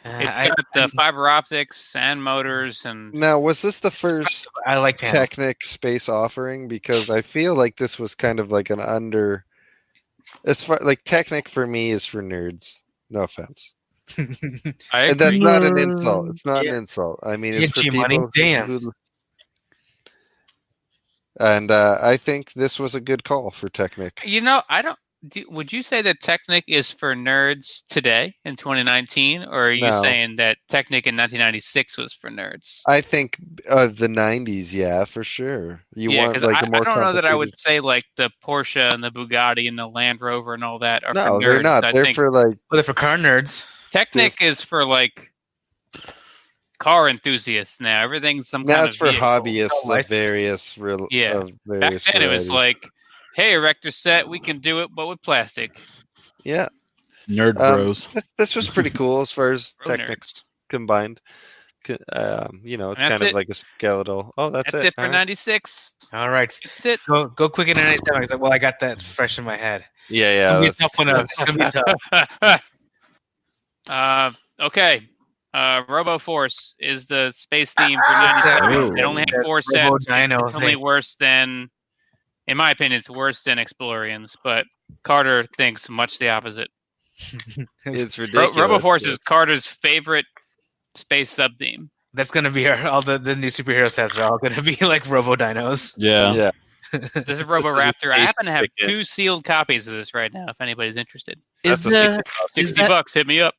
[SPEAKER 4] Uh,
[SPEAKER 1] It's
[SPEAKER 4] I,
[SPEAKER 1] got the fiber optics and motors and
[SPEAKER 2] Now, was this the first
[SPEAKER 4] I like panels.
[SPEAKER 2] Technic space offering because I feel like this was kind of like an under. It's far, like Technic for me is for nerds. No offense,
[SPEAKER 1] I
[SPEAKER 2] and that's
[SPEAKER 1] agree.
[SPEAKER 2] not an insult. It's not
[SPEAKER 4] Yeah.
[SPEAKER 2] an insult. I mean,
[SPEAKER 4] Get
[SPEAKER 2] it's for
[SPEAKER 4] your
[SPEAKER 2] people.
[SPEAKER 4] money,
[SPEAKER 2] who-
[SPEAKER 4] damn.
[SPEAKER 2] who- and uh, I think this was a good call for Technic.
[SPEAKER 1] you know, I don't do, would you say that Technic is for nerds today in 2019, or are you
[SPEAKER 2] No.
[SPEAKER 1] saying that Technic in 1996 was for nerds?
[SPEAKER 2] I think of the '90s, yeah, for sure. You
[SPEAKER 1] yeah,
[SPEAKER 2] want
[SPEAKER 1] because
[SPEAKER 2] like
[SPEAKER 1] I,
[SPEAKER 2] a more
[SPEAKER 1] I don't know that I
[SPEAKER 2] complicated-
[SPEAKER 1] would say like the Porsche and the Bugatti and the Land Rover and all that are
[SPEAKER 2] No,
[SPEAKER 1] for nerds.
[SPEAKER 2] they're not.
[SPEAKER 1] I
[SPEAKER 2] They're
[SPEAKER 1] think
[SPEAKER 2] for like
[SPEAKER 4] Well, they're for car nerds.
[SPEAKER 1] Technic is for like car enthusiasts now. Everything's some
[SPEAKER 2] now
[SPEAKER 1] kind
[SPEAKER 2] it's
[SPEAKER 1] of
[SPEAKER 2] for
[SPEAKER 1] vehicle.
[SPEAKER 2] hobbyists of
[SPEAKER 4] License.
[SPEAKER 2] various, rel
[SPEAKER 1] Yeah.
[SPEAKER 2] of
[SPEAKER 1] Back
[SPEAKER 2] various
[SPEAKER 1] then, it was
[SPEAKER 2] varieties.
[SPEAKER 1] like, hey, Erector set, we can do it, but with plastic.
[SPEAKER 2] yeah,
[SPEAKER 3] *laughs* Nerd
[SPEAKER 2] Um,
[SPEAKER 3] Bros.
[SPEAKER 2] this, this was pretty cool as far as
[SPEAKER 1] Road
[SPEAKER 2] technics combined. C- Um, you know, it's
[SPEAKER 1] And that's
[SPEAKER 2] kind
[SPEAKER 1] it.
[SPEAKER 2] of like a skeletal. Oh, that's,
[SPEAKER 1] That's it, for
[SPEAKER 2] All right.
[SPEAKER 1] 96.
[SPEAKER 4] All right,
[SPEAKER 1] That's it.
[SPEAKER 4] go go quick into ninety seven. Like, well, I got that fresh in my head.
[SPEAKER 2] Yeah,
[SPEAKER 4] It's
[SPEAKER 2] yeah.
[SPEAKER 4] gonna be a
[SPEAKER 2] that's-
[SPEAKER 4] tough one. up. It's gonna
[SPEAKER 2] *laughs*
[SPEAKER 4] be tough.
[SPEAKER 1] *laughs* uh, okay. Uh, Robo Force is the space theme for
[SPEAKER 2] Ah,
[SPEAKER 1] 97.
[SPEAKER 3] Ooh.
[SPEAKER 1] It only had four
[SPEAKER 4] Robo
[SPEAKER 1] sets.
[SPEAKER 4] Dino
[SPEAKER 1] It's only
[SPEAKER 4] thing.
[SPEAKER 1] worse than, in my opinion, it's worse than Explorians, but Carter thinks much the opposite.
[SPEAKER 2] It's
[SPEAKER 1] Ro-
[SPEAKER 2] ridiculous.
[SPEAKER 1] Robo Force
[SPEAKER 2] yes.
[SPEAKER 1] is Carter's favorite space sub
[SPEAKER 2] *laughs*
[SPEAKER 1] theme.
[SPEAKER 4] That's gonna be our, all the, the new superhero sets are all gonna be *laughs* like Robo Dinos.
[SPEAKER 3] Yeah.
[SPEAKER 2] yeah.
[SPEAKER 1] This is
[SPEAKER 2] is a
[SPEAKER 1] Robo Raptor. I
[SPEAKER 2] space
[SPEAKER 1] happen to have
[SPEAKER 2] ticket.
[SPEAKER 1] two sealed copies of this right now if anybody's interested.
[SPEAKER 4] Is
[SPEAKER 2] That's a
[SPEAKER 4] the Is
[SPEAKER 1] 60
[SPEAKER 4] that-
[SPEAKER 1] bucks, hit me up.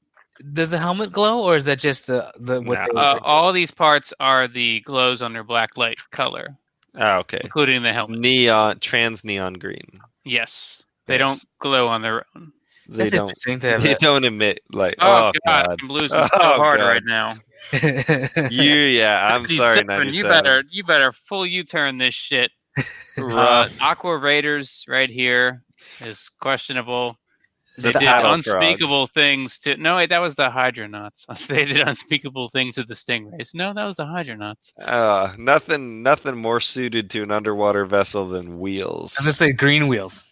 [SPEAKER 4] does the helmet glow or is that just the the what?
[SPEAKER 2] Nah.
[SPEAKER 4] they-
[SPEAKER 1] Uh, all these parts are the glows under black light color,
[SPEAKER 2] Oh, okay.
[SPEAKER 1] including the helmet.
[SPEAKER 2] Neon, trans neon green.
[SPEAKER 1] Yes. They
[SPEAKER 2] Yes.
[SPEAKER 1] don't glow on their own.
[SPEAKER 2] They
[SPEAKER 4] that's
[SPEAKER 2] don't.
[SPEAKER 4] interesting
[SPEAKER 2] *laughs*
[SPEAKER 4] to have.
[SPEAKER 2] They
[SPEAKER 4] *laughs*
[SPEAKER 2] don't emit like.
[SPEAKER 1] Oh,
[SPEAKER 2] Oh,
[SPEAKER 1] god,
[SPEAKER 2] god.
[SPEAKER 1] I'm losing so
[SPEAKER 2] Oh,
[SPEAKER 1] hard
[SPEAKER 2] God.
[SPEAKER 1] right now.
[SPEAKER 4] that.
[SPEAKER 2] You yeah.
[SPEAKER 1] *laughs*
[SPEAKER 2] I'm sorry.
[SPEAKER 1] 97,
[SPEAKER 2] 97.
[SPEAKER 1] You better you better full U turn this shit. *laughs* Uh,
[SPEAKER 2] Rough.
[SPEAKER 1] Aqua Raiders right here is questionable. They
[SPEAKER 2] The
[SPEAKER 1] did
[SPEAKER 2] Battle Frog.
[SPEAKER 1] unspeakable things to no wait, that was the Hydronauts. *laughs* They did unspeakable things to the Stingrays. No, that was the Hydronauts.
[SPEAKER 2] Uh, nothing. Nothing more suited to an underwater vessel than wheels.
[SPEAKER 4] I was gonna say green wheels.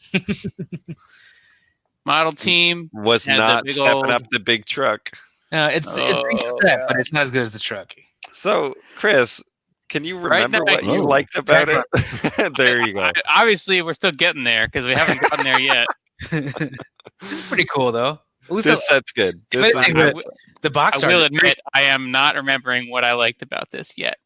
[SPEAKER 1] Model team.
[SPEAKER 2] was
[SPEAKER 1] Had the
[SPEAKER 2] not
[SPEAKER 1] big
[SPEAKER 2] stepping
[SPEAKER 1] old-
[SPEAKER 2] up the big truck.
[SPEAKER 4] No, it's it's pretty
[SPEAKER 1] Oh,
[SPEAKER 4] set, but it's not as good as the truck.
[SPEAKER 2] So, Chris, can you
[SPEAKER 1] Right
[SPEAKER 2] remember
[SPEAKER 1] now,
[SPEAKER 2] what you
[SPEAKER 3] Oh.
[SPEAKER 2] liked about it? *laughs* there
[SPEAKER 1] *laughs*
[SPEAKER 2] you go.
[SPEAKER 1] I- obviously we're still getting there because we haven't gotten there
[SPEAKER 2] *laughs*
[SPEAKER 1] yet.
[SPEAKER 4] it's pretty cool though. At least
[SPEAKER 2] This set's good.
[SPEAKER 4] if
[SPEAKER 2] This
[SPEAKER 1] I,
[SPEAKER 4] anything,
[SPEAKER 2] is
[SPEAKER 1] I
[SPEAKER 2] good.
[SPEAKER 4] but-
[SPEAKER 1] w-
[SPEAKER 4] the, the box
[SPEAKER 1] I will
[SPEAKER 4] art.
[SPEAKER 1] admit I am not remembering what I liked about this yet.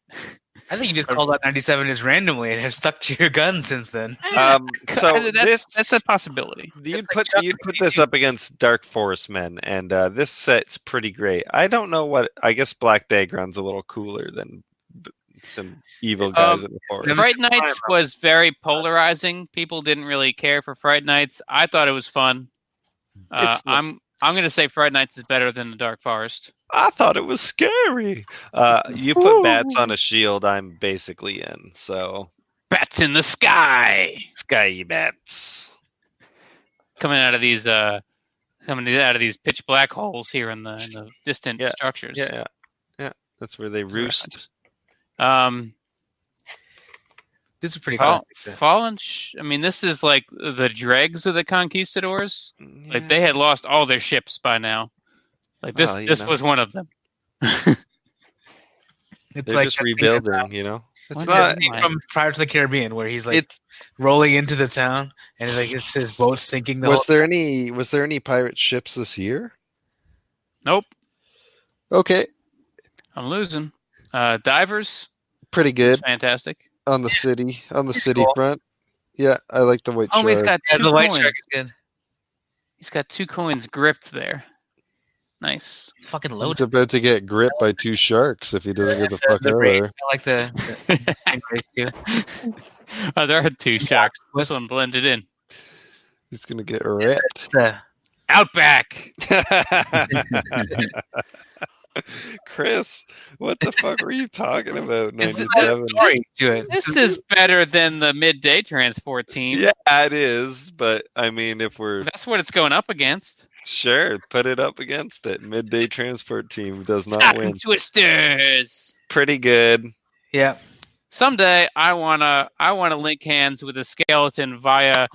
[SPEAKER 4] I think you just called out 97 just randomly and have stuck to your gun since then.
[SPEAKER 1] *laughs*
[SPEAKER 2] Um, so
[SPEAKER 1] that's
[SPEAKER 2] this
[SPEAKER 1] that's a possibility.
[SPEAKER 2] you'd
[SPEAKER 4] like
[SPEAKER 2] put
[SPEAKER 4] Chuck
[SPEAKER 2] you'd put
[SPEAKER 4] E.
[SPEAKER 2] this up against Dark Forest Men, and uh, this set's pretty great. I don't know what I guess Black Dagron's a little cooler than b- some evil guys in the forest.
[SPEAKER 4] never-
[SPEAKER 1] Fright
[SPEAKER 4] Mr.
[SPEAKER 1] Nights
[SPEAKER 4] Primer.
[SPEAKER 1] was very polarizing. People didn't really care for Fright Nights. I thought it was fun. Uh,
[SPEAKER 2] It's not-
[SPEAKER 1] I'm I'm gonna say Fright Nights is better than the Dark Forest.
[SPEAKER 2] I thought it was scary. Uh, you put bats on a shield. I'm basically in. So
[SPEAKER 1] Bats in the sky
[SPEAKER 2] sky bats.
[SPEAKER 1] coming out of these uh coming out of these pitch black holes here in the, in the distant
[SPEAKER 2] Yeah,
[SPEAKER 1] structures.
[SPEAKER 2] Yeah, yeah, yeah. That's where they roost.
[SPEAKER 1] Um,
[SPEAKER 4] This is pretty
[SPEAKER 1] Fall-
[SPEAKER 4] cool.
[SPEAKER 1] Fallen. Sh- I mean, this is like the dregs of the conquistadors. Like
[SPEAKER 2] Yeah.
[SPEAKER 1] they had lost all their ships by now. Like this,
[SPEAKER 2] Well, you
[SPEAKER 1] this
[SPEAKER 2] know.
[SPEAKER 1] was one of them.
[SPEAKER 4] It's
[SPEAKER 2] They're
[SPEAKER 4] like
[SPEAKER 2] just
[SPEAKER 4] that thing
[SPEAKER 2] rebuilding, you know. It's
[SPEAKER 1] Wonder-
[SPEAKER 2] not.
[SPEAKER 4] that thing from Pirates of the Caribbean where he's like
[SPEAKER 2] It's
[SPEAKER 4] rolling into the town and like it's his boat sinking. The
[SPEAKER 2] was there any was there any pirate ships this year?
[SPEAKER 1] Nope,
[SPEAKER 2] Okay,
[SPEAKER 1] I'm losing. Uh, divers,
[SPEAKER 2] pretty
[SPEAKER 1] is
[SPEAKER 2] good
[SPEAKER 1] fantastic.
[SPEAKER 2] on the city on the
[SPEAKER 4] Pretty
[SPEAKER 2] city
[SPEAKER 4] cool.
[SPEAKER 2] front. Yeah, I like the white
[SPEAKER 1] Oh, he's
[SPEAKER 2] shark.
[SPEAKER 1] got
[SPEAKER 4] whole,
[SPEAKER 1] two
[SPEAKER 4] yeah, the white
[SPEAKER 1] coins.
[SPEAKER 4] shark is good.
[SPEAKER 1] He's got two coins gripped there. Nice.
[SPEAKER 4] It's fucking
[SPEAKER 2] He's
[SPEAKER 4] loaded.
[SPEAKER 2] about to get gripped by two sharks if he
[SPEAKER 1] *laughs*
[SPEAKER 2] doesn't get the fuck
[SPEAKER 4] the
[SPEAKER 2] out of
[SPEAKER 4] rays.
[SPEAKER 2] there.
[SPEAKER 4] I like the, the rays too.
[SPEAKER 1] oh, there are two sharks. This
[SPEAKER 4] What's-
[SPEAKER 1] one blended in.
[SPEAKER 2] He's gonna get ripped.
[SPEAKER 1] *laughs*
[SPEAKER 2] *laughs*
[SPEAKER 4] It's, uh,
[SPEAKER 1] Outback.
[SPEAKER 2] Chris, what the fuck were you talking about?
[SPEAKER 1] Is it-
[SPEAKER 2] Ninety-seven.
[SPEAKER 4] story to it.
[SPEAKER 1] This is better than the midday transport team.
[SPEAKER 2] Yeah, it is. But I mean, if we're
[SPEAKER 1] That's what it's going up against.
[SPEAKER 2] Sure, put it up against it. Midday transport team does not
[SPEAKER 1] Satin
[SPEAKER 2] win.
[SPEAKER 1] Twisters.
[SPEAKER 2] Pretty good. *laughs*
[SPEAKER 4] yeah.
[SPEAKER 1] Someday I wanna I wanna link hands with a skeleton via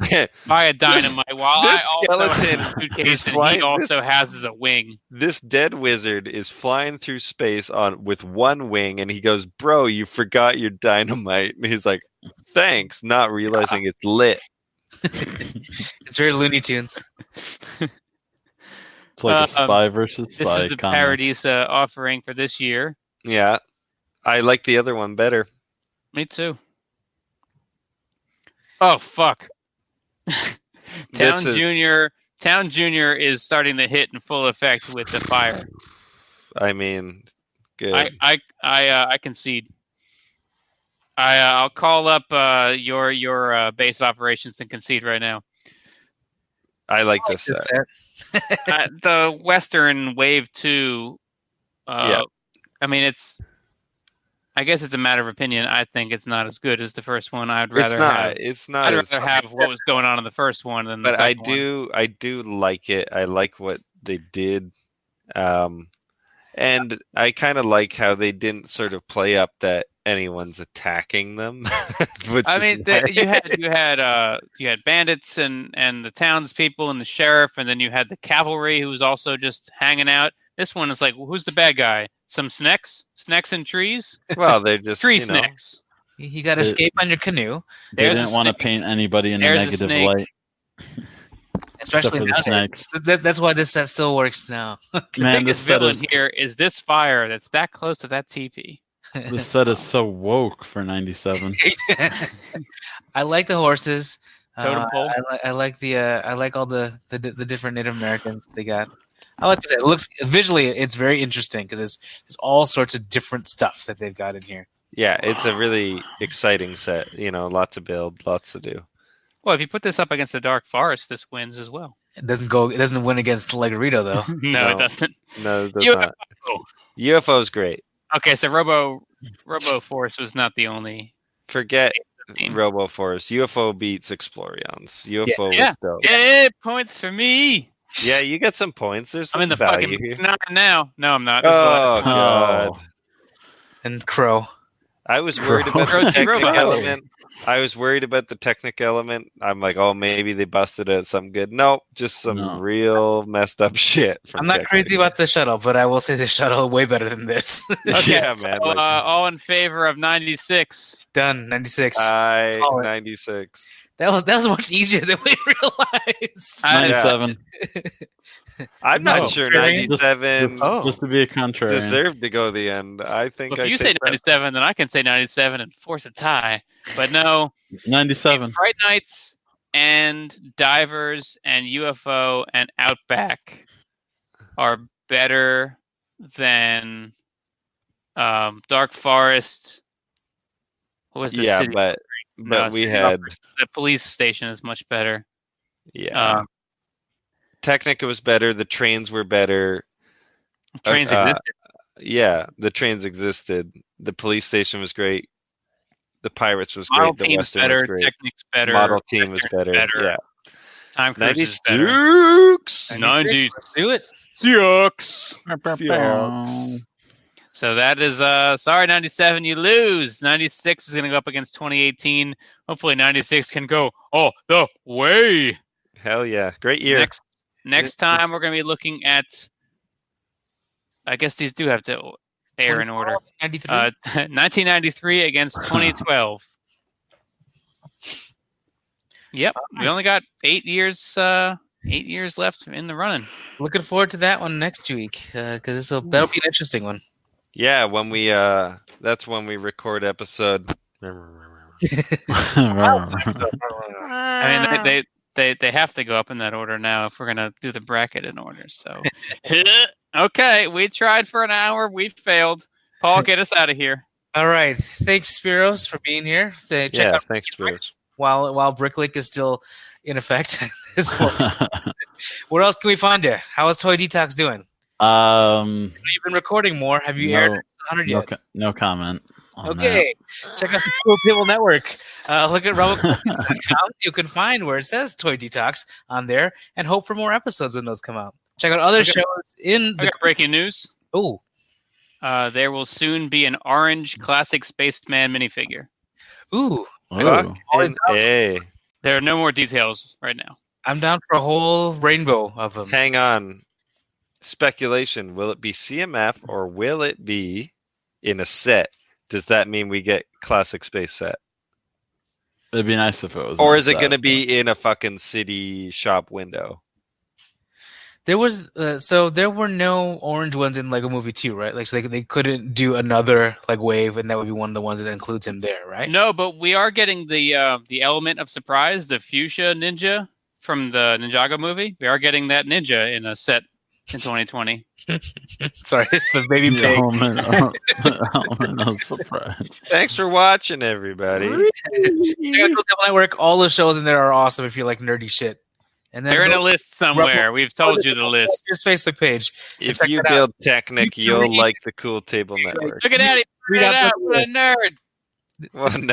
[SPEAKER 1] via dynamite while
[SPEAKER 2] this
[SPEAKER 1] I also
[SPEAKER 2] skeleton
[SPEAKER 1] have a
[SPEAKER 2] is
[SPEAKER 1] suitcase and
[SPEAKER 2] flying-
[SPEAKER 1] he also has as a wing.
[SPEAKER 2] this dead wizard is flying through space on with one wing, and he goes, "Bro, you forgot your dynamite." And he's like, "Thanks," not realizing it's lit.
[SPEAKER 4] It's very Looney Tunes.
[SPEAKER 3] It's like a
[SPEAKER 1] Uh, um,
[SPEAKER 3] spy versus
[SPEAKER 1] This
[SPEAKER 3] spy
[SPEAKER 1] is the
[SPEAKER 3] combo.
[SPEAKER 1] Paradisa offering for this year.
[SPEAKER 2] Yeah, I like the other one better. *laughs*
[SPEAKER 1] Me too. Oh fuck. Town
[SPEAKER 2] This is-
[SPEAKER 1] Junior. Town Junior is starting to hit in full effect with the fire.
[SPEAKER 2] I mean, good.
[SPEAKER 1] I I I, uh, I concede. I uh, I'll call up uh, your your uh, base of operations and concede right now.
[SPEAKER 2] I like this
[SPEAKER 4] That's
[SPEAKER 2] set.
[SPEAKER 4] it.
[SPEAKER 2] *laughs*
[SPEAKER 1] uh, the Western Wave Two. Uh,
[SPEAKER 2] Yeah.
[SPEAKER 1] I mean, it's. I guess it's a matter of opinion. I think it's not as good as the first one. I'd rather
[SPEAKER 2] It's not.
[SPEAKER 1] have.
[SPEAKER 2] it's not.
[SPEAKER 1] I'd
[SPEAKER 2] as,
[SPEAKER 1] rather have what was going on in the first one than. the
[SPEAKER 2] but I
[SPEAKER 1] second one.
[SPEAKER 2] do. I do like it. I like what they did, um, and I kind of like how they didn't sort of play up that anyone's attacking them. *laughs* which
[SPEAKER 1] I
[SPEAKER 2] is
[SPEAKER 1] mean,
[SPEAKER 2] nice.
[SPEAKER 1] the, you had you had uh you had bandits and and the townspeople and the sheriff, and then you had the cavalry who was also just hanging out. This one is like, who's the bad guy? Some snakes, snakes and trees,
[SPEAKER 2] *laughs* well, they're just
[SPEAKER 1] tree
[SPEAKER 2] you know,
[SPEAKER 1] snakes.
[SPEAKER 4] You you got
[SPEAKER 3] It-
[SPEAKER 4] escape on your canoe,
[SPEAKER 3] They
[SPEAKER 1] There's a
[SPEAKER 3] didn't want to
[SPEAKER 1] snake.
[SPEAKER 3] paint anybody in a
[SPEAKER 1] There's a
[SPEAKER 3] negative
[SPEAKER 1] snake.
[SPEAKER 3] light.
[SPEAKER 4] especially
[SPEAKER 3] for the
[SPEAKER 4] nowadays.
[SPEAKER 3] snakes.
[SPEAKER 4] Th- That, that's why this set still works now. *laughs*
[SPEAKER 1] The
[SPEAKER 3] Man, this
[SPEAKER 1] biggest
[SPEAKER 3] set,
[SPEAKER 1] villain
[SPEAKER 3] is,
[SPEAKER 1] here is this fire that's that close to that TV.
[SPEAKER 3] this set is so woke for 97.
[SPEAKER 4] I like the horses.
[SPEAKER 1] Totem
[SPEAKER 4] Uh,
[SPEAKER 1] pole.
[SPEAKER 4] I, li- I like the uh, I like all the, the di- the different Native Americans they got. I like to say it looks visually it's very interesting because it's it's all sorts of different stuff that they've got in here.
[SPEAKER 2] Yeah, it's a really exciting set. You know, lots to build, lots to do.
[SPEAKER 1] Well, if you put this up against the Dark Forest, this wins as well.
[SPEAKER 4] It doesn't go it doesn't win against Legorito though.
[SPEAKER 1] Oh, *laughs* No,
[SPEAKER 2] No.
[SPEAKER 1] it doesn't.
[SPEAKER 2] No, that's
[SPEAKER 1] UFO.
[SPEAKER 2] not. UFO's great.
[SPEAKER 1] Okay, so Robo Robo Force was not the only.
[SPEAKER 2] Forget
[SPEAKER 1] Name.
[SPEAKER 2] Robo Force. UFO beats Explorions. UFO is
[SPEAKER 1] Yeah.
[SPEAKER 2] dope.
[SPEAKER 1] Yeah, points for me.
[SPEAKER 2] Yeah, you get some points. There's some
[SPEAKER 1] I'm in the
[SPEAKER 2] value
[SPEAKER 1] fucking *laughs*
[SPEAKER 2] here.
[SPEAKER 1] nine now. No, I'm not. This is the last-
[SPEAKER 2] *laughs* Oh god.
[SPEAKER 4] and Crow.
[SPEAKER 2] I was worried
[SPEAKER 1] *laughs*
[SPEAKER 3] Gross.
[SPEAKER 2] about the
[SPEAKER 1] Gross
[SPEAKER 2] technic
[SPEAKER 1] robot.
[SPEAKER 2] element. I was worried about the technic element. I'm like, oh, maybe they busted out some good. Nope, just some
[SPEAKER 3] No.
[SPEAKER 2] real messed up *laughs* shit. From
[SPEAKER 4] I'm not
[SPEAKER 2] Technic.
[SPEAKER 4] crazy about the shuttle, but I will say the shuttle way better than this. *laughs*
[SPEAKER 2] *laughs*
[SPEAKER 1] Okay,
[SPEAKER 2] Oh, yeah,
[SPEAKER 1] so,
[SPEAKER 2] man.
[SPEAKER 1] uh,
[SPEAKER 2] like,
[SPEAKER 1] all in favor of 96.
[SPEAKER 4] Done. Ninety six.
[SPEAKER 1] Uh,
[SPEAKER 2] I
[SPEAKER 4] call it.
[SPEAKER 2] 96.
[SPEAKER 4] that was that was much easier than we *laughs* realized.
[SPEAKER 1] I-
[SPEAKER 3] 97.
[SPEAKER 2] I'm not
[SPEAKER 3] No.
[SPEAKER 2] sure
[SPEAKER 4] Contrarian.
[SPEAKER 2] 97
[SPEAKER 1] Oh.
[SPEAKER 3] Just to be a contrary.
[SPEAKER 2] deserved to go to the end. I think
[SPEAKER 1] Well,
[SPEAKER 2] I
[SPEAKER 1] if you say
[SPEAKER 2] take that.
[SPEAKER 1] 97, then I can say 97 and force a tie. But no,
[SPEAKER 3] 97.
[SPEAKER 1] Bright Knights and Divers and UFO and Outback are better than um, Dark Forest. What was the
[SPEAKER 2] Yeah,
[SPEAKER 1] city?
[SPEAKER 2] but
[SPEAKER 1] No,
[SPEAKER 2] but we
[SPEAKER 1] city
[SPEAKER 2] had
[SPEAKER 1] operations. the police station is much better.
[SPEAKER 2] yeah.
[SPEAKER 1] Um,
[SPEAKER 2] Technica was better. The trains were better.
[SPEAKER 1] Trains
[SPEAKER 2] uh,
[SPEAKER 1] existed.
[SPEAKER 2] Yeah, the trains existed. The police station was great. The pirates was
[SPEAKER 1] Model
[SPEAKER 2] great. The
[SPEAKER 1] team's
[SPEAKER 2] western was
[SPEAKER 1] better.
[SPEAKER 2] great.
[SPEAKER 1] Technics better.
[SPEAKER 2] Model team was
[SPEAKER 1] Western's
[SPEAKER 2] better. Yeah,
[SPEAKER 1] Time
[SPEAKER 2] ninety
[SPEAKER 1] cruises better.
[SPEAKER 2] six.
[SPEAKER 1] 96.
[SPEAKER 4] Do it.
[SPEAKER 1] Six.
[SPEAKER 2] *laughs* Seahawks.
[SPEAKER 1] So that is uh sorry 97 you lose. 96 is going to go up against 2018. Hopefully 96 can go all the way.
[SPEAKER 2] Hell yeah, great year.
[SPEAKER 1] Next next time we're going to be looking at I guess these do have to air in order.
[SPEAKER 4] Ninety three.
[SPEAKER 1] Uh *laughs* 1993 against 2012. Yep, we only got 8 years uh 8 years left in the running.
[SPEAKER 4] Looking forward to that one next week because this will that'll be an interesting one.
[SPEAKER 2] Yeah, when we uh, that's when we record episode.
[SPEAKER 1] I mean, they, they they they have to go up in that order now if we're gonna do the bracket in order. So, okay, we tried for an hour, we failed. Paul, get us out of here.
[SPEAKER 4] All right. Thanks, Spiros, for being here. Say, check
[SPEAKER 2] Yeah,
[SPEAKER 4] out
[SPEAKER 2] thanks, Bruce.
[SPEAKER 4] while while Bricklink is still in effect. *laughs* This one. Where else can we find you? How is Toy Detox doing?
[SPEAKER 3] *laughs* um,
[SPEAKER 4] You've been recording more. Have you
[SPEAKER 3] No. Oh,
[SPEAKER 4] aired 100
[SPEAKER 3] no,
[SPEAKER 4] yet?
[SPEAKER 3] co- no comment. on
[SPEAKER 4] Okay. Check out the Cool People Network. Uh, look at RoboCool.com. you can find where it says Toy Detox on there and hope for more episodes when those come out. Check out other
[SPEAKER 1] Okay.
[SPEAKER 4] shows in
[SPEAKER 1] I
[SPEAKER 4] the.
[SPEAKER 1] got breaking news.
[SPEAKER 4] Oh,
[SPEAKER 1] Uh, there will soon be an orange classic spaceman minifigure.
[SPEAKER 4] ooh.
[SPEAKER 3] that. Ooh.
[SPEAKER 2] Fuck
[SPEAKER 4] Always
[SPEAKER 2] and A.
[SPEAKER 1] There are no more details right now.
[SPEAKER 4] I'm down for a whole rainbow of them.
[SPEAKER 2] Hang on. Speculation. Will it be CMF or will it be in a set? Does that mean we get classic space set?
[SPEAKER 3] It'd be nice if it was.
[SPEAKER 2] Or is it
[SPEAKER 3] nice,
[SPEAKER 2] going to
[SPEAKER 3] uh,
[SPEAKER 2] be in a fucking city shop window?
[SPEAKER 4] There was uh, so there were no orange ones in Lego Movie Two, right? Like so they they couldn't do another like wave, and that would be one of the ones that includes him there, right?
[SPEAKER 1] No, but we are getting the uh, the element of surprise, the fuchsia ninja from the Ninjago movie. We are getting that ninja in a set
[SPEAKER 4] *laughs*
[SPEAKER 1] in 2020.
[SPEAKER 4] *laughs* Sorry, it's the baby pig.
[SPEAKER 3] Home and, *laughs* home and no surprise.
[SPEAKER 2] Thanks for watching, everybody.
[SPEAKER 4] Check out Real Devil Network. All the shows in there are awesome if you like nerdy shit. And then
[SPEAKER 1] They're in
[SPEAKER 4] go
[SPEAKER 1] a list somewhere. We've told you the list.
[SPEAKER 4] to his Facebook page.
[SPEAKER 2] If
[SPEAKER 4] Check
[SPEAKER 2] you
[SPEAKER 4] it out.
[SPEAKER 2] build Technic,
[SPEAKER 4] You can
[SPEAKER 2] you'll
[SPEAKER 1] *laughs*
[SPEAKER 4] read-
[SPEAKER 2] like the Cool Table Network.
[SPEAKER 1] Look at that. He
[SPEAKER 4] Read
[SPEAKER 1] figured it
[SPEAKER 4] out
[SPEAKER 1] out.
[SPEAKER 4] the
[SPEAKER 1] What a
[SPEAKER 4] list.
[SPEAKER 1] nerd.
[SPEAKER 2] Well,